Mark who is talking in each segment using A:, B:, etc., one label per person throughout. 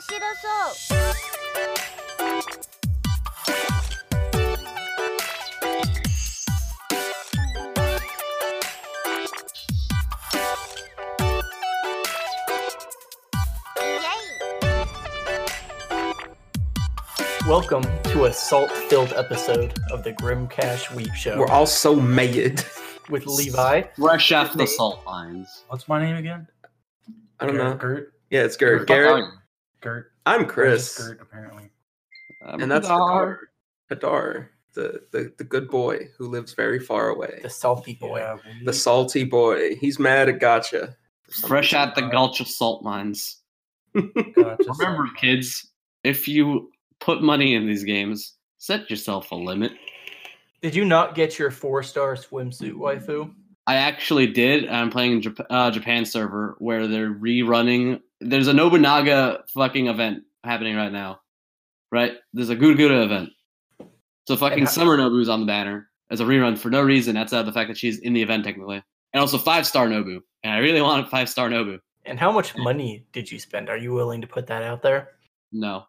A: 싫었어. 예이.
B: Welcome to a salt-filled episode of the Grimcash Weep Show
C: We're all so mated.
B: with Levi.
D: Fresh off the salt lines.
E: What's my name again?
C: I don't know.
E: Gert.
C: Yeah, it's
D: Who the
C: Garrett.
D: fuck
C: Garrett.
D: are
E: Gert.
C: I'm
E: Chris.
C: Chris,
E: Gert, apparently.
D: you? Um,
C: and that's Hadar.
D: Hadar.
C: Hadar, the, the the good boy who lives very far away.
B: The salty boy.
E: Yeah,
C: The salty boy. He's mad at Gotcha.
D: fresh out the gulch of salt lines.
E: we got uh, just
D: Remember,
E: that.
D: kids, if you put money in these games, set yourself a limit.
B: Did you not get your four-star swimsuit waifu?
D: I actually did. I'm playing in Jap- uh, Japan server where they're rerunning. There's a Nobunaga fucking event happening right now, right? There's a Gurugura event. So fucking
B: And ho-
D: Summer Nobu's on the banner as a rerun for no reason outside of the fact that she's in the event technically, and also five star Nobu. And I really wanted five star Nobu.
B: And how much money did you spend? Are you willing to put that out there?
D: No,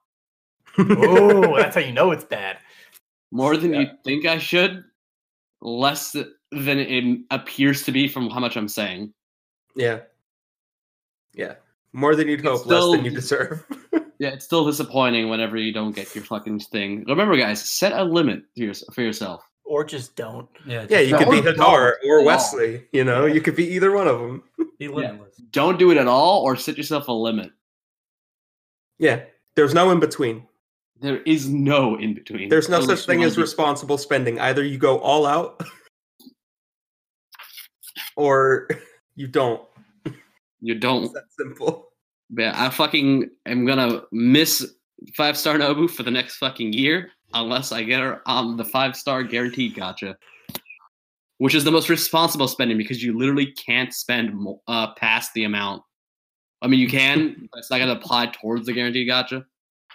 B: Oh, that's how you know it's bad.
D: more than you
C: Yeah.
D: think I should, less th- than it appears to be from how much I'm saying.
C: yeah. Yeah. More than you'd hope, less
D: still-
C: than you deserve.
D: Yeah, it's still disappointing whenever you don't get your fucking thing. Remember, guys, set a limit to your, for yourself.
B: Or just don't.
E: Yeah,
C: Yeah, you
E: just
C: could be
D: don't-
C: Hadar or
D: don't.
C: Wesley. You know, you could be either one of them.
E: be limitless.
D: Don't do it at all, or set yourself a limit.
C: Yeah. There's no in between.
D: There is no in between.
C: There's no
D: Unless
C: such
D: you
C: thing
D: wanna
C: as
D: be-
C: responsible spending. Either you go all out or you don't.
D: You
C: It's
D: don't.
C: that simple.
D: Yeah, I fucking am gonna miss five star Nobu for the next fucking year unless I get her on the five star guaranteed gotcha, which is the most responsible spending because you literally can't spend mo- uh, past the amount. I mean, you can, but it's not gonna apply towards the guaranteed gotcha.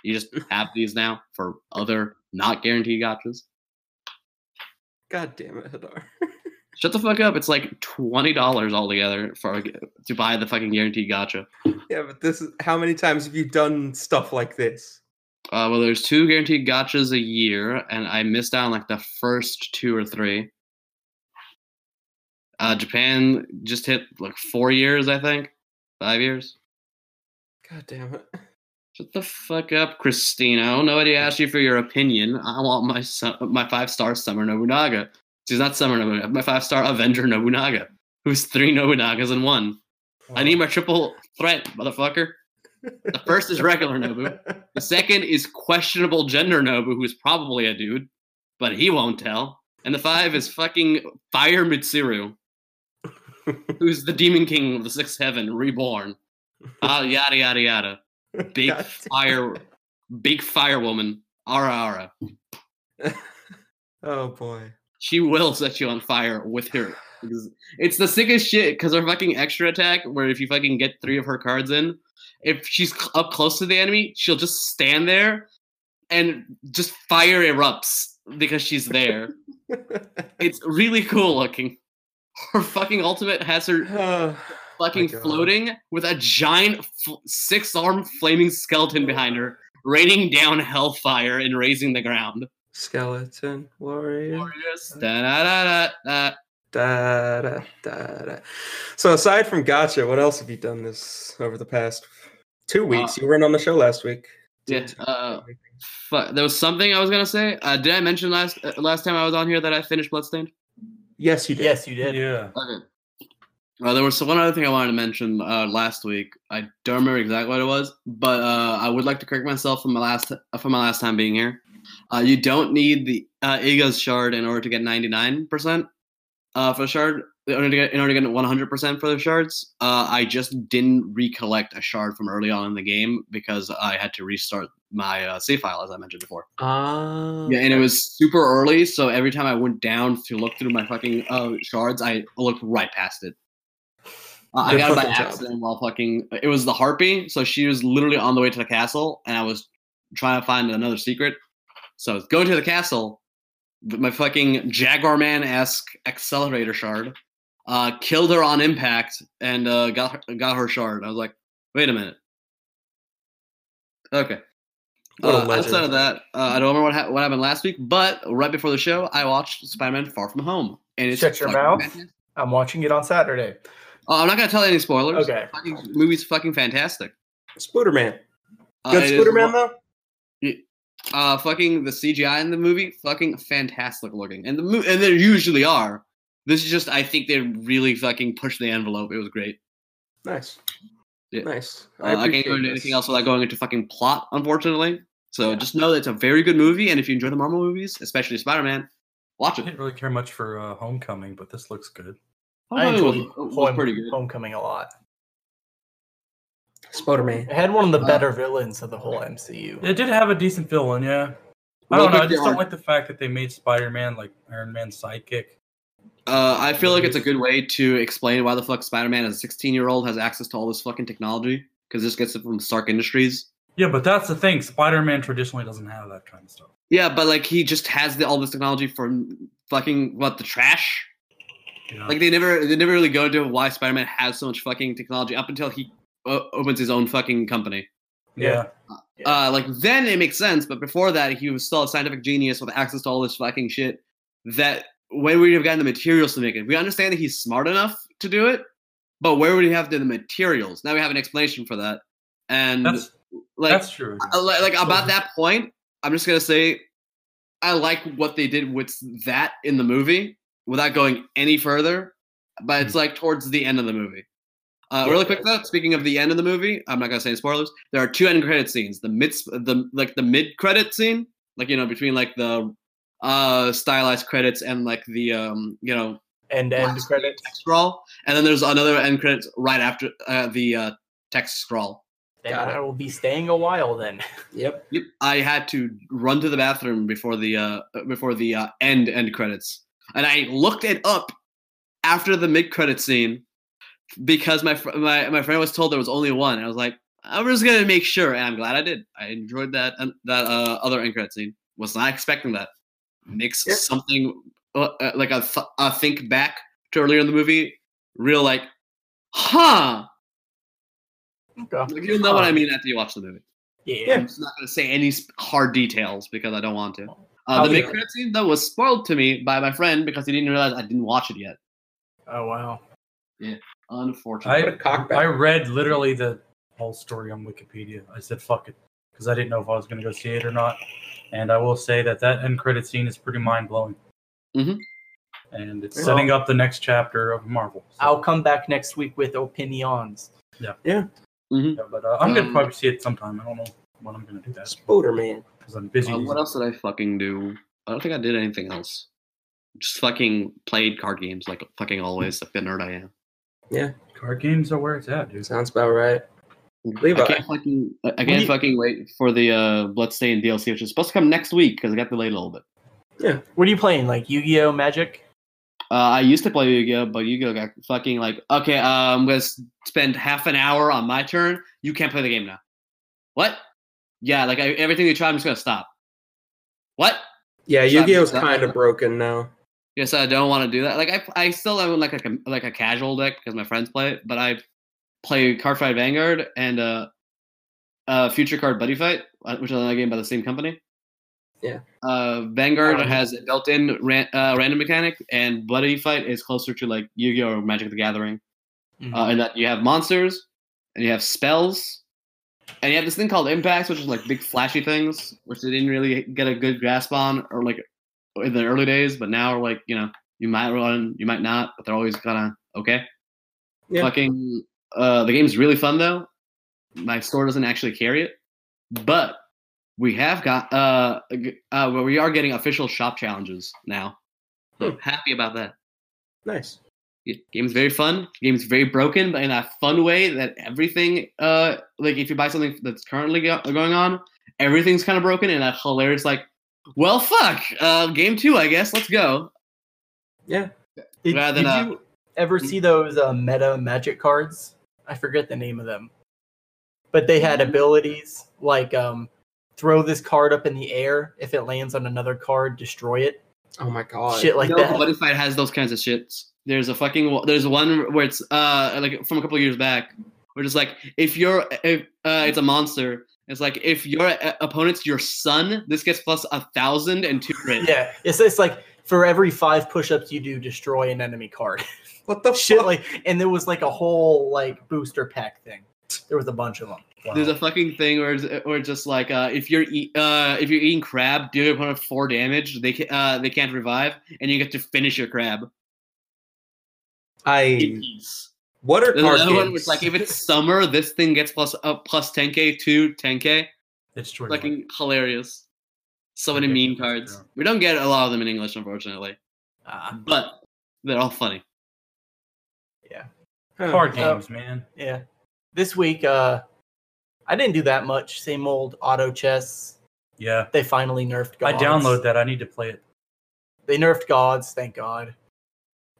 D: You just have these now for other not guaranteed gotchas.
C: God damn it, Hadar.
D: Shut the fuck up! It's like twenty dollars altogether for to buy the fucking guaranteed gotcha.
C: yeah, but this is how many times have you done stuff like this?
D: Uh, well, there's two guaranteed gotchas a year, and I missed out on like the first two or three. Uh, Japan just hit like four years, I think, five years.
C: God damn it.
D: Shut the fuck up, Christino. Nobody asked you for your opinion. I want my su- my five star Summer Nobunaga. She's not Summer Nobunaga. My five star Avenger Nobunaga, who's three Nobunagas in one. I need my triple threat, motherfucker. The first is regular Nobu. The second is questionable gender Nobu, who's probably a dude, but he won't tell. And the five is fucking Fire Mitsuru, who's the Demon King of the Sixth Heaven, reborn. Ah, yada yada yada. Big
C: God
D: fire, big fire woman. Ara ara.
C: Oh boy.
D: She will set you on fire with her. ex- It's the sickest shit because her fucking extra attack, where if you fucking get three of her cards in, if she's cl- up close to the enemy, she'll just stand there and just fire erupts because she's there. it's really cool looking. Her fucking ultimate has her fucking
C: Oh God.
D: floating with a giant fl- six arm flaming skeleton behind her, raining down hellfire and raising the ground.
C: Skeleton warrior.
D: Warriors, da-da-da-da-da.
C: Da, da, da, da. So aside from Gotcha, what else have you done this over the past two weeks? you weren't on the show last week.
D: Uh, Yeah, uh, Fuck, there was something I was gonna say. Uh, did I mention last uh, last time I was on here that I finished Bloodstained?
C: yes, you did.
B: Yes, you did.
E: Yeah.
D: Okay. Uh, there was one other thing I wanted to mention uh, last week. I don't remember exactly what it was, but uh, I would like to correct myself from my last uh, from my last time being here. Uh, you don't need the uh, Iga's shard in order to get ninety nine percent uh, for the shard. In order to get in order to get one hundred percent for the shards, uh, I just didn't recollect a shard from early on in the game because I had to restart my uh, save file as I mentioned before.
C: Ah.
D: Yeah, and it was super early, so every time I went down to look through my fucking uh, shards, I looked right past it. Uh, I
C: Good
D: got it by
C: fucking job.
D: accident while fucking. It was the harpy, so she was literally on the way to the castle, and I was trying to find another secret. So I was going to the castle with my fucking Jaguar Man esque accelerator shard. Uh, killed her on impact and uh, got her, got her shard. I was like, wait a minute. Okay.
C: What a
D: Uh,
C: legend.
D: outside of that, uh, I don't remember what, ha- what happened last week, but right before the show, I watched Spider-Man: Far From Home, and it's
B: Shut your
D: fucking
B: mouth.
D: fantastic.
B: I'm watching it on Saturday.
D: Oh, I'm not gonna tell you any spoilers.
B: Okay.
D: Fucking, movie's fucking fantastic.
C: Spooderman.
D: Uh,
C: Good
D: it is
C: Spooderman
D: one-
C: though.
D: uh fucking the CGI in the movie fucking fantastic looking. And the mo- and they usually are. This is just I think they really fucking pushed the envelope. It was great.
C: Nice.
D: Yeah.
C: Nice.
D: Uh, I, can't
C: appreciate
D: go into
C: this.
D: anything else without going into fucking plot, unfortunately. So just know that it's a very good movie, and if you enjoy the Marvel movies, especially Spider-Man, watch
E: I
D: it.
E: didn't really care much for uh, Homecoming, but this looks good.
B: I
D: Homecoming
B: enjoyed
D: was, was
B: Home-
D: pretty good.
B: Homecoming a lot.
C: Spooderman.
B: It had one of the
D: Uh,
B: better villains of the whole MCU.
E: It did have a decent villain, yeah. I
D: Real
E: don't know.
D: quick,
E: I just
D: there
E: don't
D: are-
E: like the fact that they made Spider-Man like Iron Man's sidekick.
D: Uh, I feel like it's a good way to explain why the fuck Spider-Man as a 16-year-old has access to all this fucking technology because this gets it from Stark Industries.
E: Yeah, but that's the thing. Spider-Man traditionally doesn't have that kind of stuff.
D: Yeah, but like he just has the, all this technology from fucking what the trash.
E: You know?
D: Like they never they never really go into why Spider Man has so much fucking technology up until he uh, opens his own fucking company.
E: yeah.
D: Uh, like then it makes sense, but before that he was still a scientific genius with access to all this fucking shit. That where would he have gotten the materials to make it? We understand that he's smart enough to do it, but where would he have the materials? Now we have an explanation for that, and
E: that's
D: like
E: that's true.
D: I li- like about
E: Mhm.
D: that point, I'm just gonna say I like what they did with that in the movie without going any further. But it's like towards the end of the movie. Uh, really quick though, speaking of the end of the movie, I'm not gonna say any spoilers. There are two end credit scenes. The mid the like the mid credit scene, like you know between like the uh stylized credits and like the um you know
B: And end
D: Last
B: credits.
D: text scroll, and then there's another end credits right after uh, the uh, text scroll.
B: Then
C: Got it.
B: I will be staying a while then.
C: Yep.
D: Yep, I had to run to the bathroom before the uh, before the uh, end end credits, and I looked it up after the mid credit scene because my fr- my my friend was told there was only one. I was like, I'm just gonna make sure, and I'm glad I did. I enjoyed that and that uh, other end credit scene. Was not expecting that. Makes
C: Yeah.
D: something uh, uh, like a, th- a think back to earlier in the movie, real like, huh?
B: Okay.
D: Like, you'll know what I mean after you watch the movie.
B: Yeah.
D: I'm just not going to say any sp- hard details because I don't want to. Uh,
B: How's
D: the
B: it
D: mid
B: going?
D: credit scene though was spoiled to me by my friend because he didn't realize I didn't watch it yet.
B: Oh wow.
E: I-
D: Unfortunately,
C: What a cockback.
E: I read literally the whole story on Wikipedia. I said fuck it because I didn't know if I was going to go see it or not. And I will say that that end credit scene is pretty mind blowing.
D: Mhm.
E: And it's
B: Yeah.
E: setting up the next chapter of Marvel. so-
B: I'll come back next week with opinions.
E: yeah, but uh, I'm going
D: Um,
E: to probably see it sometime. I don't know when I'm going to do that
C: Spooderman.
E: because I'm busy.
D: Uh, what else did I fucking do? I don't think I did anything else. Just fucking played card games like fucking always, like the nerd I am.
E: Card games are where it's at, dude.
C: Sounds about right. Levi.
D: I can't fucking, I I
C: do
D: can't
C: you-
D: fucking wait for the uh, Bloodstained DLC, which is supposed to come next week because it got delayed a little bit.
B: What are you playing? Like Yu-Gi-Oh, Magic?
D: Uh, I used to play Yu-Gi-Oh, but Yu-Gi-Oh got fucking like, okay, uh, I'm gonna s- spend half an hour on my turn. You can't play the game now. What? Yeah, like I, everything you try, I'm just gonna stop. What?
C: Yeah,
D: Shot me
C: Yu-Gi-Oh's
D: down.
C: kind of broken now.
D: Yes, I don't want to do that. Like I, I still own like a com- like a casual deck because my friends play it, but I play Card Fight Vanguard and uh, uh, Future Card Buddy Fight, uh, which is another game by the same company.
C: Yeah.
D: Uh, Vanguard
B: Um,
D: has a built-in ran- uh, random mechanic, and Buddy Fight is closer to like Yu-Gi-Oh or Magic the Gathering, uh, in that you have monsters and you have spells, and you have this thing called impacts, which is like big flashy things, which they didn't really get a good grasp on, or like in the early days, but now are like, you know, you might run, you might not, but they're always kind of okay.
C: Yeah.
D: Fucking, uh, the game's really fun though. My store doesn't actually carry it, but we have got, uh, g- uh, well, we are getting official shop challenges now. So
C: Hmm.
D: happy about that.
C: Nice.
D: Yeah, game's very fun. Game's very broken, but in a fun way that everything, uh, like if you buy something that's currently go- going on, everything's kind of broken in a hilarious, like, well, fuck, uh, game two, I guess. Let's go.
C: Yeah.
B: Did,
D: Rather
B: did
D: not.
B: you ever see those uh, meta magic cards? I forget the name of them. But they had abilities like um, throw this card up in the air. If it lands on another card, destroy it.
C: Oh my god.
B: Shit like
D: no,
B: that.
D: What if it has those kinds of shits? There's a fucking there's one where it's uh like from a couple years back where it's like if you're if uh it's a monster It's like if your uh, opponent's your son, this gets plus a thousand and two crit.
B: Yeah, it's it's like for every five push-ups you do, destroy an enemy card.
C: What the
B: Shit,
C: fuck?
B: like, and there was like a whole like booster pack thing. There was a bunch of them.
E: Wow.
D: There's a fucking thing where, it's- where it's just like uh, if you're eat, uh, if you're eating crab, do your opponent four damage. They ca- uh, they can't revive, and you get to finish your crab.
C: I.
D: Jeez.
C: What are
D: There's
C: card
D: another one
C: games?
D: where it's like if it's summer, this thing gets plus uh, plus 10k to 10k.
E: it's true.
D: Fucking hilarious. So many
E: Okay,
D: meme
E: that's
D: cards.
E: true.
D: We don't get a lot of them in English, unfortunately,
B: Ah,
D: but they're all funny.
C: Huh.
E: card
D: uh,
E: games, man.
B: yeah. This week, uh, I didn't do that much. Same old auto chess.
E: Yeah,
B: They finally nerfed.
E: I
B: Gods.
E: download that. I need to play it.
B: They nerfed gods. Thank God.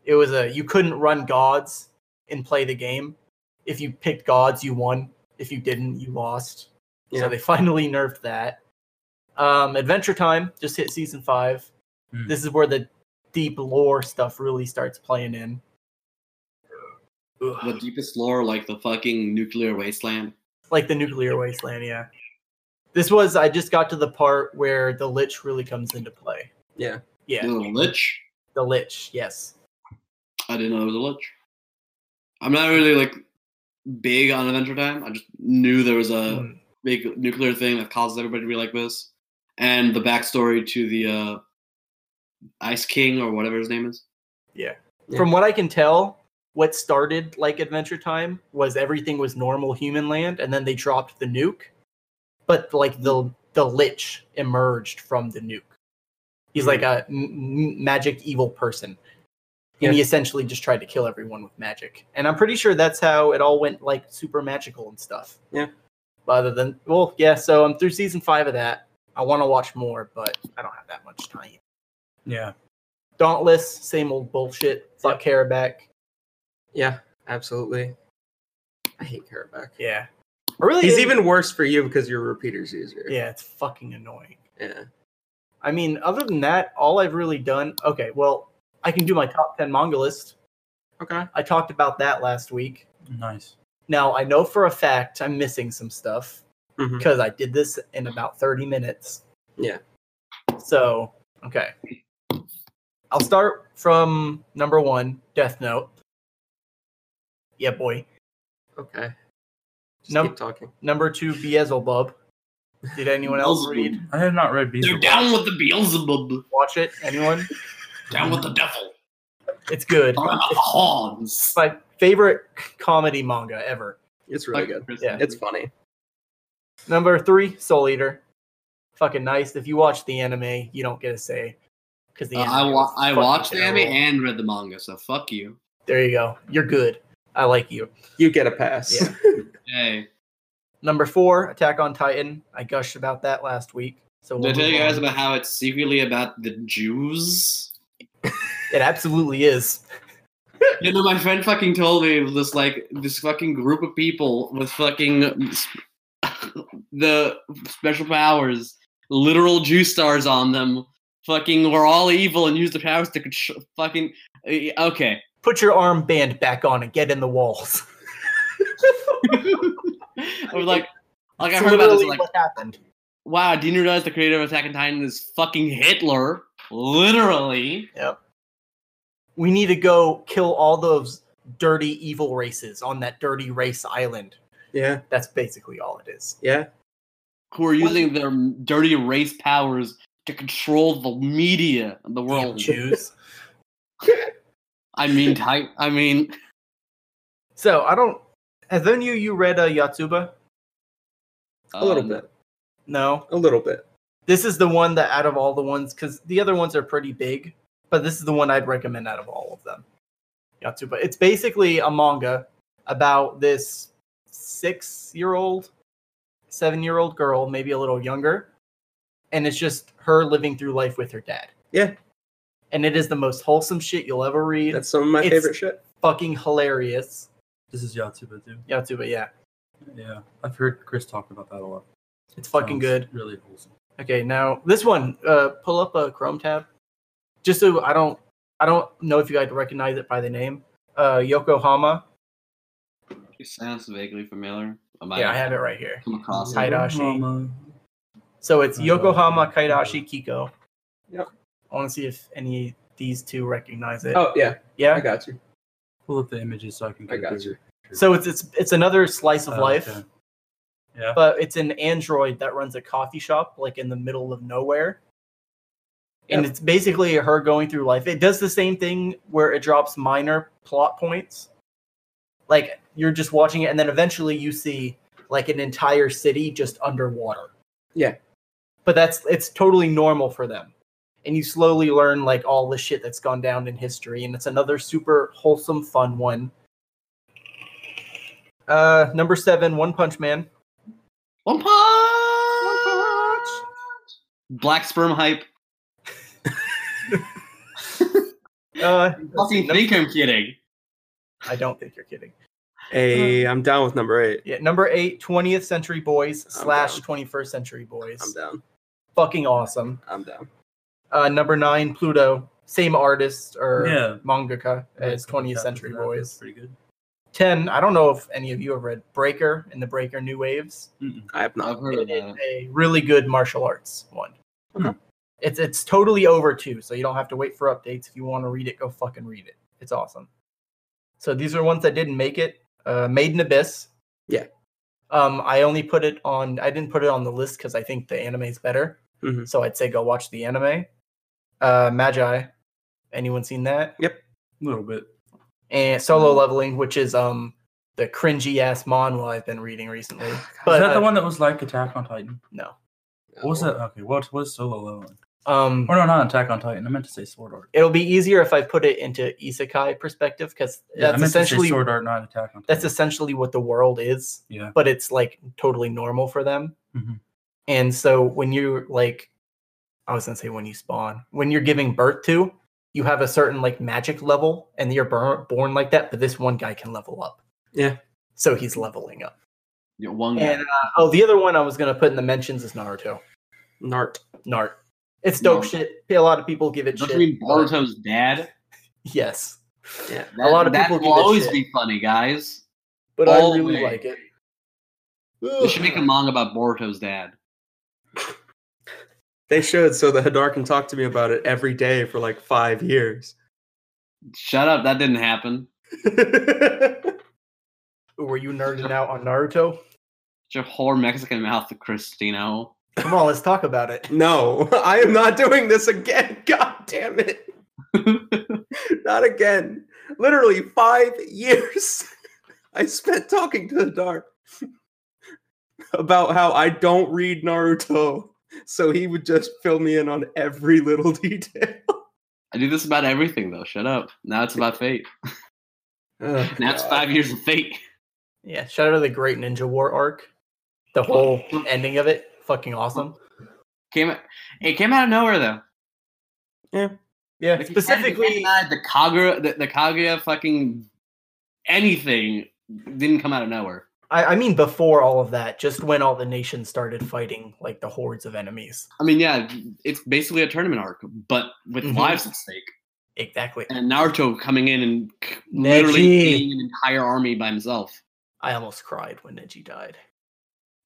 B: It was a you couldn't run gods and play the game. If you picked gods, you won. If you didn't, you lost.
C: Yeah.
B: So they finally nerfed that. Um, Adventure Time just hit season five.
E: Hmm.
B: This is where the deep lore stuff really starts playing in.
D: The deepest lore, like the fucking nuclear wasteland.
B: like the nuclear wasteland yeah this was i just got to the part where the lich really comes into play
C: Yeah.
B: yeah
D: Little lich.
B: the lich yes
D: I didn't know it was a lich. I'm not really like big on Adventure Time. I just knew there was a
B: Mm.
D: big nuclear thing that causes everybody to be like this, and the backstory to the uh, Ice King or whatever his name is.
C: Yeah.
B: from what i can tell what started like adventure time was everything was normal human land and then they dropped the nuke but like the the lich emerged from the nuke he's
C: Hmm.
B: like a m- m- magic evil person and he essentially just tried to kill everyone with magic and i'm pretty sure that's how it all went like super magical and stuff
C: Yeah.
B: other than well yeah so i'm through season five of that i want to watch more but i don't have that much time
E: Yeah,
B: dauntless same old bullshit fuck Karabak.
C: Yeah, absolutely. I hate Karabak.
B: Yeah. I really
C: He's
B: didn't-
C: even worse for you because you're a repeaters user.
B: Yeah, it's fucking annoying.
C: Yeah.
B: I mean, other than that, all I've really done okay, well, I can do my top ten manga list.
C: Okay.
B: I talked about that last week.
E: nice.
B: Now I know for a fact I'm missing some stuff
C: Mhm.
B: because I did this in about 30 minutes.
C: Yeah.
B: So, okay. I'll start from number one, Death Note. Yeah, boy.
C: Okay. Just
B: Num-
C: keep talking.
B: Number two, Beelzebub. Did anyone else read?
E: I have not read
D: They're
E: Beelzebub.
D: down with the Beelzebub,
B: Watch it? Anyone?
D: down with the devil,
B: It's good.
D: around the horns.
B: It's my favorite comedy manga ever.
C: It's really good.
B: Yeah.
C: It's funny.
B: Number three, Soul Eater. Fucking nice. If you watch the anime, you don't get a say. Because the
D: Uh,
B: anime
D: I, wa-
B: was
D: I
B: fucking
D: watched the anime
B: terrible.
D: and read the manga, so fuck you.
B: There you go. You're good. I like you.
C: You get a pass.
B: Yeah.
D: Hey,
B: Number four, Attack on Titan. I gushed about that last week. So
D: did I
B: we'll
D: tell
B: move
D: you guys
B: on.
D: about how it's secretly about the Jews?
B: it absolutely is.
D: You know, my friend fucking told me it was this like this fucking group of people with fucking sp- the special powers, literal Jew stars on them. Fucking, we're all evil and use the powers to contr- fucking. eh, Okay,
B: Put your armband back on and get in the walls.
D: I was like, like I
B: It's
D: heard about this.
B: literally
D: Like,
B: what happened.
D: wow, didn't you realize the creator of Attack on Titan is fucking Hitler? Literally.
B: We need to go kill all those dirty evil races on that dirty race island.
C: Yeah.
B: That's basically all it is.
C: Yeah.
D: who are using their dirty race powers to control the media and the world.
B: Jews.
D: I mean, tight. I mean,
B: So I don't. Have any of you read uh, Yatsuba?
C: A little
D: um,
C: bit.
B: No.
C: A little bit.
B: This is the one that out of all the ones, because the other ones are pretty big, but this is the one I'd recommend out of all of them. Yatsuba. It's basically a manga about this six-year-old, seven-year-old girl, maybe a little younger, and it's just her living through life with her dad.
C: Yeah.
B: And it is the most wholesome shit you'll ever read.
C: That's some of my
B: It's-
C: favorite shit.
B: fucking hilarious.
E: This is Yatsuba too.
B: Yatsuba, yeah.
E: Yeah, I've heard Chris talk about that a lot.
B: It's fucking
E: Sounds
B: good.
E: Really wholesome.
B: Okay, now this one, uh, pull up a Chrome tab, just so I don't, I don't know if you guys recognize it by the name, uh, Yokohama.
D: It sounds vaguely familiar. I might
B: Yeah, I have it right here.
D: come across it.
B: Hidashi. So it's Yokohama Kaidashi Kiko.
C: Yep.
B: I want to see if any of these two recognize it.
C: Oh yeah, I
B: yeah.
C: got you.
E: Pull up the images so I can.
C: I
E: get a
C: got
E: bigger-
B: So it's it's it's another slice of
E: Oh,
B: life,
E: okay. Yeah.
B: but it's an android that runs a coffee shop like in the middle of nowhere. And
C: Yep.
B: it's basically her going through life. It does the same thing where it drops minor plot points. Like you're just watching it and then eventually you see like an entire city just underwater.
C: Yeah.
B: But that's it's totally normal for them. And you slowly learn like all the shit that's gone down in history and it's another super wholesome fun one. Uh, number seven, One Punch Man.
D: One punch. Black sperm hype.
B: Uh, let's see,
D: Fucking
B: num-
D: think I'm kidding.
B: I don't think you're kidding.
C: Hey, I'm down with number eight.
B: Yeah, number eight, 20th Century Boys
C: I'm
B: slash
C: down.
B: 21st Century
C: I'm
B: Boys.
C: down.
B: Fucking awesome.
C: I'm down.
B: Uh, number nine, Pluto. Same artist or
E: Yeah.
B: mangaka as
E: Yeah,
B: 20th
E: that's
B: Century
E: pretty good. That's
B: Boys.
E: Pretty good.
B: 10, I don't know if any of you have read Breaker and the Breaker New Waves.
C: I have not.
D: I've heard
B: It
D: of
B: is
D: that.
B: a really good martial arts one.
E: Hmm.
C: Okay.
B: It's it's totally over too, so you don't have to wait for updates. If you want to read it, go fucking read it. It's awesome. So these are ones that didn't make it. Uh, Made in Abyss.
C: Yeah.
B: Um, I only put it on. I didn't put it on the list because I think the anime's better.
E: Mm-hmm.
C: Mhm.
B: So I'd say go watch the anime. Uh, Magi. Anyone seen that?
E: A little bit.
B: And Solo
E: Mm-hmm.
B: Leveling, which is um the cringy ass manhwa I've been reading recently. But
E: Is that
B: uh,
E: the one that was like Attack on Titan?
B: no.
E: What was that? Okay, what was Solo Leveling?
B: Um,
E: Or no, not Attack on Titan. I meant to say Sword Art.
B: it'll be easier if I put it into isekai perspective because
E: Yeah, I
B: that's
E: meant to
B: essentially
E: say Sword Art, not Attack on Titan.
B: that's essentially what the world is,
E: yeah.
B: but it's like totally normal for them.
E: Mhm.
B: And so when you're like, I was gonna say when you spawn, when you're giving birth to, you have a certain like magic level, and you're bor- born like that. But this one guy can level up.
C: Yeah.
B: So he's leveling up.
D: Yeah, one guy.
B: And uh, oh, the other one I was gonna put in the mentions is Naruto.
C: Nart.
B: Nart. It's dope
D: Naruto.
B: shit. A lot of people give it
D: Don't
B: shit.
D: you mean
B: but-
D: Boruto's dad?
B: Yes.
C: Yeah.
D: That-
B: lot of
D: that
B: people
D: will
B: give it
D: always
B: shit.
D: be funny, guys.
B: But I really
D: Always.
B: like it.
D: They should make a manga about Boruto's dad.
C: They should, so the Hadar can talk to me about it every day for like five years.
D: Shut up, that didn't happen.
B: Were you nerding out on Naruto?
D: Shut your whore Mexican mouth, Cristino.
B: Come on, let's talk about it.
C: no, I am not doing this again. God damn it. not again. Literally five years I spent talking to the dark about how I don't read Naruto. So he would just fill me in on every little detail.
D: I do this about everything though. Shut up. Now it's about fate.
C: Oh,
D: Now it's
C: God.
D: five years of fate.
B: Yeah, shout out to the Great Ninja War arc. The whole ending of it, fucking awesome.
D: Came it came out of nowhere though.
B: Yeah,
D: If you can't- you
B: specifically,
D: can't deny the Kaguya, the, the Kaguya fucking anything didn't come out of nowhere.
B: I, I mean before all of that, just when all the nations started fighting like the hordes of enemies.
D: I mean, yeah, it's basically a tournament arc, but with
B: Mhm.
D: lives at stake.
B: Exactly.
D: And Naruto coming in and k-
B: Neji.
D: literally being an entire army by himself.
B: I almost cried when Neji died.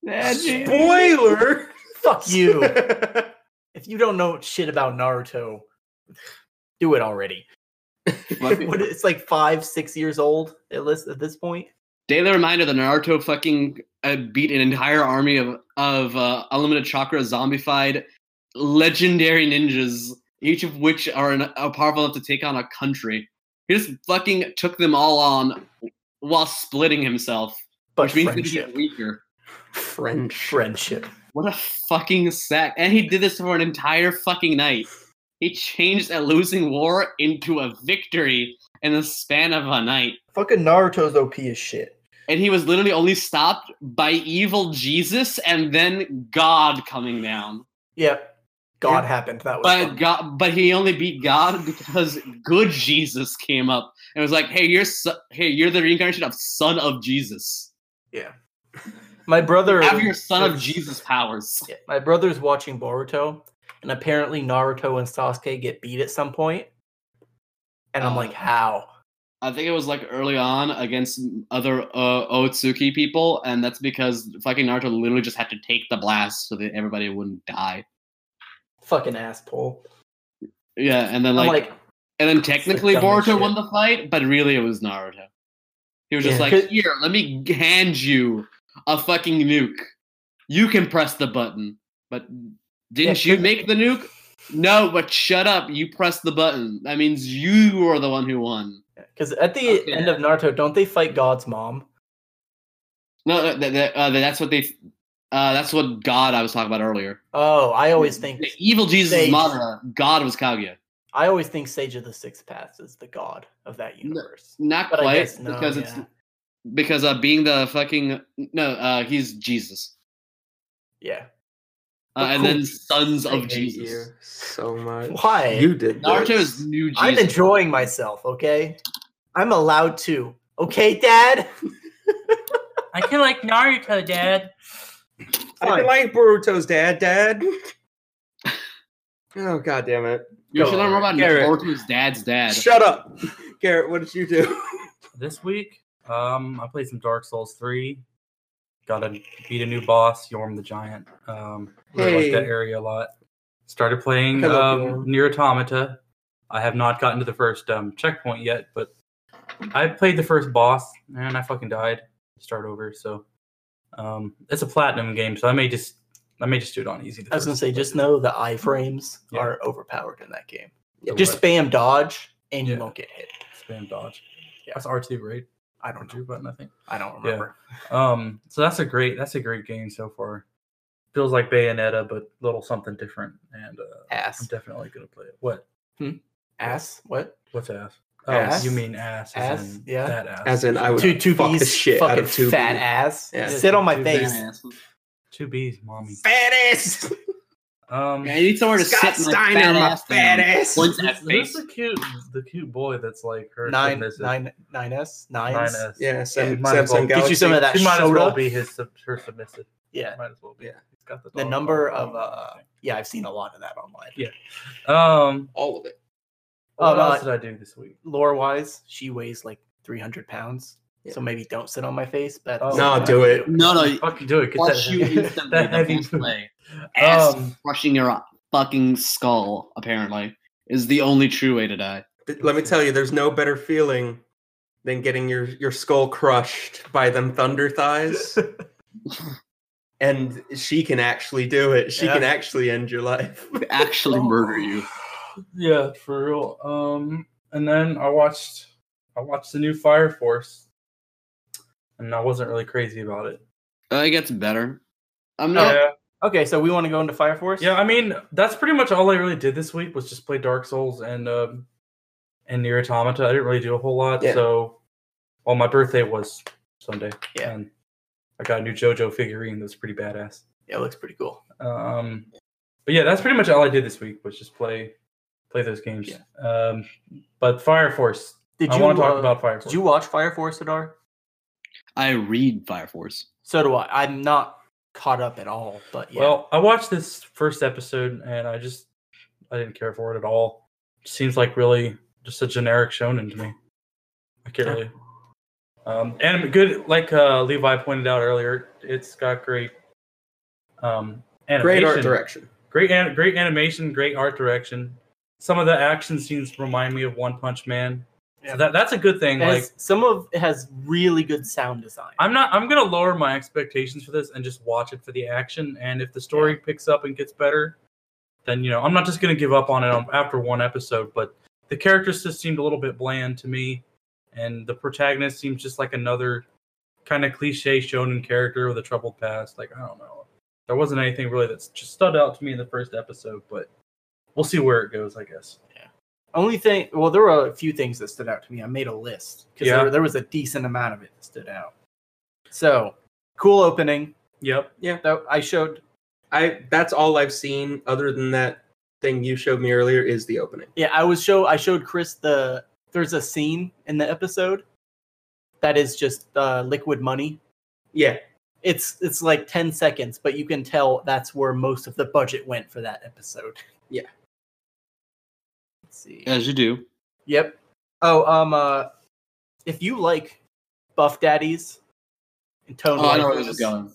C: Spoiler!
B: Fuck you. if you don't know shit about Naruto, do it already.
D: Fucking-
B: What, it's like five, six years old at least at this point.
D: Daily reminder that Naruto fucking uh, beat an entire army of of uh, unlimited chakra zombified legendary ninjas, each of which are, an, are powerful enough to take on a country. He just fucking took them all on while splitting himself,
B: But
D: which means that he
B: friendship,
D: gets weaker.
C: French.
B: friendship.
D: What a fucking sack! And he did this for an entire fucking night. He changed a losing war into a victory in the span of a night.
B: Fucking Naruto's OP as shit.
D: and he was literally only stopped by evil Jesus and then God coming down.
B: Yep. God
C: Yeah.
B: happened. That was
D: But
B: fun.
D: God, but he only beat God because good Jesus came up and was like, "Hey, you're so, hey, you're the reincarnation of Son of Jesus.
B: my brother.
D: Have your Son of
B: Yes.
D: Jesus powers."
B: Yeah, my brother's watching Boruto, and Oh. apparently Naruto and Sasuke get beat at some point, and I'm like,
D: Uh.
B: how?
D: I think it was like early on against other uh, Otsuki people, and that's because fucking Naruto literally just had to take the blast so that everybody wouldn't die.
B: Fucking asshole.
D: Yeah, and then like,
B: I'm like,
D: and then technically
B: the dumbest
D: Boruto won
B: shit.
D: the fight, but really it was Naruto. He was just
B: Yeah,
D: like,
B: 'cause-
D: "Here, let me hand you a fucking nuke. You can press the button." But didn't
B: Yeah,
D: you
B: 'cause-
D: make the nuke? No, but shut up. You pressed the button. That means you are the one who won.
B: because at the
D: Fucking
B: end of Naruto, don't they fight God's mom?
D: No, that, that, uh, that's what they. Uh, that's what God I was talking about earlier.
B: Oh, I always think
D: The evil Jesus is
B: Sage.
D: Madara. God was Kaguya.
B: I always think Sage of the Six Paths is the god of that universe.
D: Not
B: But I
D: quite
B: guess no,
D: because it's
B: yeah.
D: because uh, being the fucking no, uh, he's Jesus,
B: Yeah.
D: uh,
B: But
D: and
B: cool.
D: then sons
B: I
D: of
B: hate
D: Jesus.
B: you.
C: So much.
B: Why?
C: You did
D: Naruto
C: this.
D: is new Jesus.
B: I'm enjoying myself, okay? I'm allowed to. Okay, Dad?
E: I can like Naruto, Dad.
C: I
B: Fine.
C: can like Boruto's dad, dad. oh god damn it.
D: you should learn more about
C: Garrett.
D: Naruto's dad's dad.
C: Shut up. Garrett, what did you do?
E: This week, um, I played some Dark Souls three. Got to beat a new boss, Yorm the Giant. Um, really
C: Hey.
E: like that area a lot. Started playing
C: I
E: um,
C: love Yorm.
E: Nier Automata. I have not gotten to the first um, checkpoint yet, but I played the first boss and I fucking died. Start over. So um, it's a platinum game, so I may just I may just do it on easy. the
B: I was gonna
E: first
B: say,
E: time.
B: just know the iframes
E: Yeah.
B: are overpowered in that game.
C: Yeah,
B: Just spam dodge and you
E: Yeah.
B: won't get hit.
E: spam dodge.
B: Yeah.
E: That's R two, right?
B: I
E: R
B: don't know.
E: two button, I think.
B: I don't remember.
E: Um, so that's a great that's a great game so far. Feels like Bayonetta, but a little something different. And uh, I'm
B: Ass.
E: definitely gonna play it. What?
B: Ass? What?
E: What's ass? Oh,
B: Ass?
E: you mean ass? as
B: Ass,
E: in
B: yeah.
E: That ass.
C: As in I would
B: Two two
C: fuck the
B: B's
C: shit out
B: fucking
C: of two
B: fat
C: Bs.
B: ass.
C: Yeah.
B: Sit on my
E: Two
B: face.
E: Two B's, mommy.
C: Fat ass!
E: Um,
D: Yeah, I need somewhere to
C: Scott
D: sit
C: Steiner, my
D: my fat ass. down.
C: fat ass.
D: Points at
E: this
D: face.
E: is the cute the cute boy that's like her
B: Nine
E: submissive.
B: nine nine S? Nines?
E: nine S.
C: Yeah,
E: Yeah,
C: Sam,
E: might as well
C: Samsung
B: you
E: get
C: Galaxy.
B: some of that
E: she might as well
B: soda.
E: be his sub, her submissive.
B: Yeah.
E: might as well be.
C: Yeah.
E: He's got the,
B: The
E: dog
B: number
E: collar
B: of
E: on and
B: uh yeah, I've seen a lot of that online.
E: Yeah. everything. um.
C: all of it.
E: What
B: no,
E: else
B: I-
E: did I do this week?
B: lore wise, she weighs like 300 pounds.
C: Yeah.
B: So maybe don't sit on my face. But
E: Oh.
C: No, do it.
D: No, no.
E: Fucking do it. Get
D: Flush
E: that
D: you
E: heavy-
D: instantly
E: that
D: the
E: heavy
D: first
E: food.
D: play. Ass
E: Um,
D: crushing your fucking skull, apparently, is the only true way to die.
C: Th- Let me tell you, there's no better feeling than getting your, your skull crushed by them thunder thighs. and she can actually do it. She
B: Yeah.
C: can actually end your life.
D: To actually murder you.
E: Yeah, for real. Um, and then I watched I watched the new Fire Force, and I wasn't really crazy about it.
D: Uh, it gets better. I'm not.
E: Yeah,
B: Okay, so we want to go into Fire Force?
E: yeah. I mean, that's pretty much all I really did this week was just play Dark Souls and um and Nier Automata. I didn't really do a whole lot.
C: Yeah.
E: So, well, my birthday was Sunday.
B: Yeah.
E: And I got a new JoJo figurine that was pretty badass.
B: Yeah, it looks pretty cool.
E: Um, but yeah, that's pretty much all I did this week was just play play those games. Um, but Fire Force.
B: Did
E: I
B: you
E: want to talk
B: uh,
E: about Fire Force.
B: Did you watch Fire Force, Adar?
D: I read Fire Force.
B: So do I. I'm not caught up at all, but yeah.
E: Well, I watched this first episode and I just I didn't care for it at all. Seems like really just a generic shonen to me. I can't
B: Yeah.
E: really. Um, and good, like uh, Levi pointed out earlier, it's got great um, animation,
C: Great art direction.
E: great, an- great animation, great art direction. Some of the action scenes remind me of One Punch Man.
B: Yeah.
E: So that that's a good thing.
B: It
E: like
B: has- some of it has really good sound design.
E: I'm not. I'm gonna lower my expectations for this and just watch it for the action. And if the story picks up and gets better, then you know I'm not just gonna give up on it on- after one episode. But the characters just seemed a little bit bland to me, and the protagonist seems just like another kind of cliche shonen character with a troubled past. Like I don't know. There wasn't anything really that's just stood out to me in the first episode, but we'll see where it goes. I guess.
B: Only thing, well, there were a few things that stood out to me. I made a list because
E: Yeah.
B: there, there was a decent amount of it that stood out. So, cool opening.
E: Yep.
B: That I showed.
C: I that's all I've seen other than that thing you showed me earlier is the opening.
B: Yeah, I was show. I showed Chris the there's a scene in the episode that is just uh, liquid money
C: Yeah.
B: it's it's like 10 seconds but you can tell that's where most of the budget went for that episode
C: Yeah.
B: let's see
D: As you do.
B: yep oh um uh if you like Buff Daddies and Tone
D: Oh, I know where
B: Lifers,
D: this is going.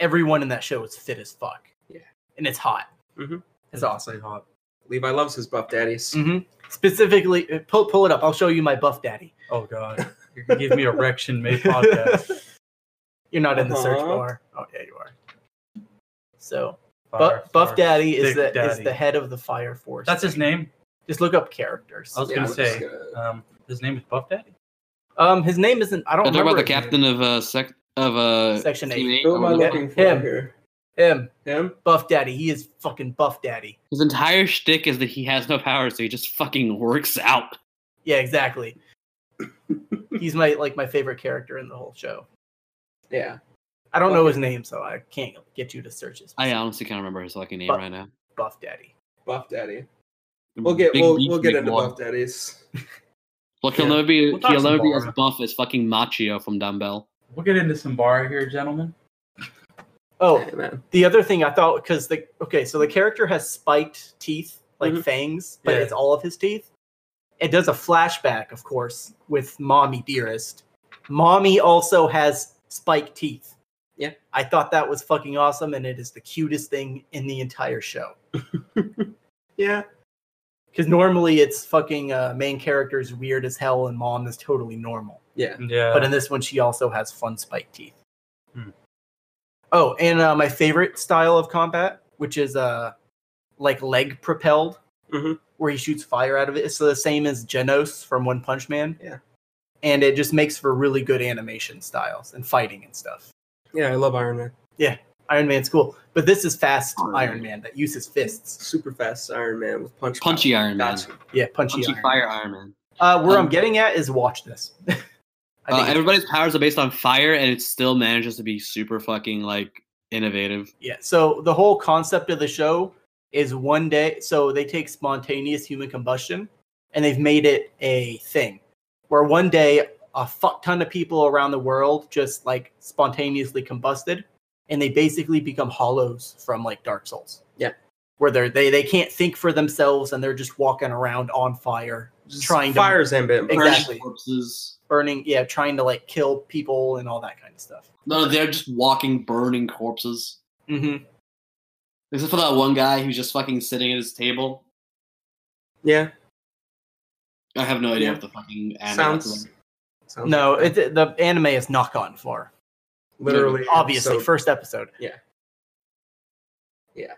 B: everyone in that show is fit as fuck.
C: Yeah.
B: And it's hot.
C: Mhm.
B: It's awesome.
E: Say hot.
C: Levi loves his buff
E: Mm,
C: daddies.
D: Mm-hmm.
B: hmm Specifically, uh, pull, pull it up. I'll show you my Buff Daddy.
E: Oh god, you're gonna give me erection mid podcast.
B: You're not in the search
C: Uh-huh.
B: bar. Oh yeah, you are. So
E: Fire
B: Buff, Buff
E: Force.
B: Daddy is
E: Dick
B: the is
E: Daddy.
B: the head of the Fire Force.
E: That's his name.
B: Just look up characters.
E: I was
C: Yeah,
E: gonna
C: I'm
E: say,
C: just gonna-
E: um, his name is Buff Daddy.
B: Um, his name isn't. I don't
D: Talking
B: remember
D: about the
B: his name.
D: captain of uh, sec of uh,
B: Section
D: Team
B: eight.
D: Eight.
C: Who am I
D: Oh,
C: looking for
B: Him.
C: here?
B: Him,
C: Him?
B: Buff Daddy. He is fucking Buff Daddy.
D: His entire shtick is that he has no power, so he just fucking works out.
B: Yeah, exactly. He's my like my favorite character in the whole show.
C: Yeah.
B: I don't know his name, so I can't get you to search his
D: I honestly can't remember his fucking name
B: But-
D: right now.
B: Buff Daddy.
C: Buff daddy. We'll get we'll, we'll get into buff daddies.
D: Look, he'll
E: Yeah.
D: never be
E: We'll talk
D: he'll
E: some
D: never be
E: more.
D: as buff as fucking Machio from Dumbbell.
E: We'll get into some bar here, gentlemen.
B: Oh,
C: Yeah, man.
B: the other thing I thought because the okay, so the character has spiked teeth, like
C: Mhm.
B: fangs, but
E: Yeah.
B: it's all of his teeth. It does a flashback, of course, with mommy dearest. Mommy also has spiked teeth.
C: Yeah.
B: I thought that was fucking awesome, and it is the cutest thing in the entire show.
C: Yeah.
B: Because normally it's fucking uh, main character's weird as hell, and mom is totally normal.
C: Yeah.
E: Yeah,
B: but in this one, she also has fun spiked teeth.
E: Hmm.
B: Oh, and uh, my favorite style of combat, which is uh, like leg propelled,
D: Mm-hmm.
C: Mhm.
B: where he shoots fire out of it. It's the same as Genos from One Punch Man.
C: Yeah.
B: And it just makes for really good animation styles and fighting and stuff.
C: Yeah, I love Iron Man.
B: Iron Man's cool, but this is fast
D: Iron
B: Iron Man that uses fists.
C: Super fast Iron Man with punch.
D: Punchy
C: power.
D: Iron Man.
C: Gotcha.
B: Yeah, punchy,
D: Punchy
B: Iron.
D: Fire Iron Man.
B: Uh, where I'm
D: Um,
B: getting at is watch this. I think
D: Uh,
B: it's-
D: everybody's powers are based on fire, and it still manages to be super fucking like innovative.
B: Yeah. So the whole concept of the show is one day. So they take spontaneous human combustion and they've made it a thing where one day a fuck ton of people around the world just like spontaneously combusted and they basically become hollows from like Dark Souls.
C: Yeah.
B: Where they're, they they can't think for themselves and they're just walking around on fire,
C: Just
B: Trying to-
C: fires Ambien.
B: Exactly.
C: Burn-
D: Burning Corpses.
B: burning, yeah, trying to like kill people and all that kind of stuff.
D: No, they're just walking, burning corpses.
B: Mm-hmm.
D: Except for that one guy who's just fucking sitting at his table.
C: Yeah.
D: I have no idea
C: Yeah.
D: what the fucking anime
C: Sounds. sounds
B: No,
C: like
B: it, the anime is not gone far.
C: literally
B: obviously
C: episode-
B: first episode
C: Yeah. Yeah.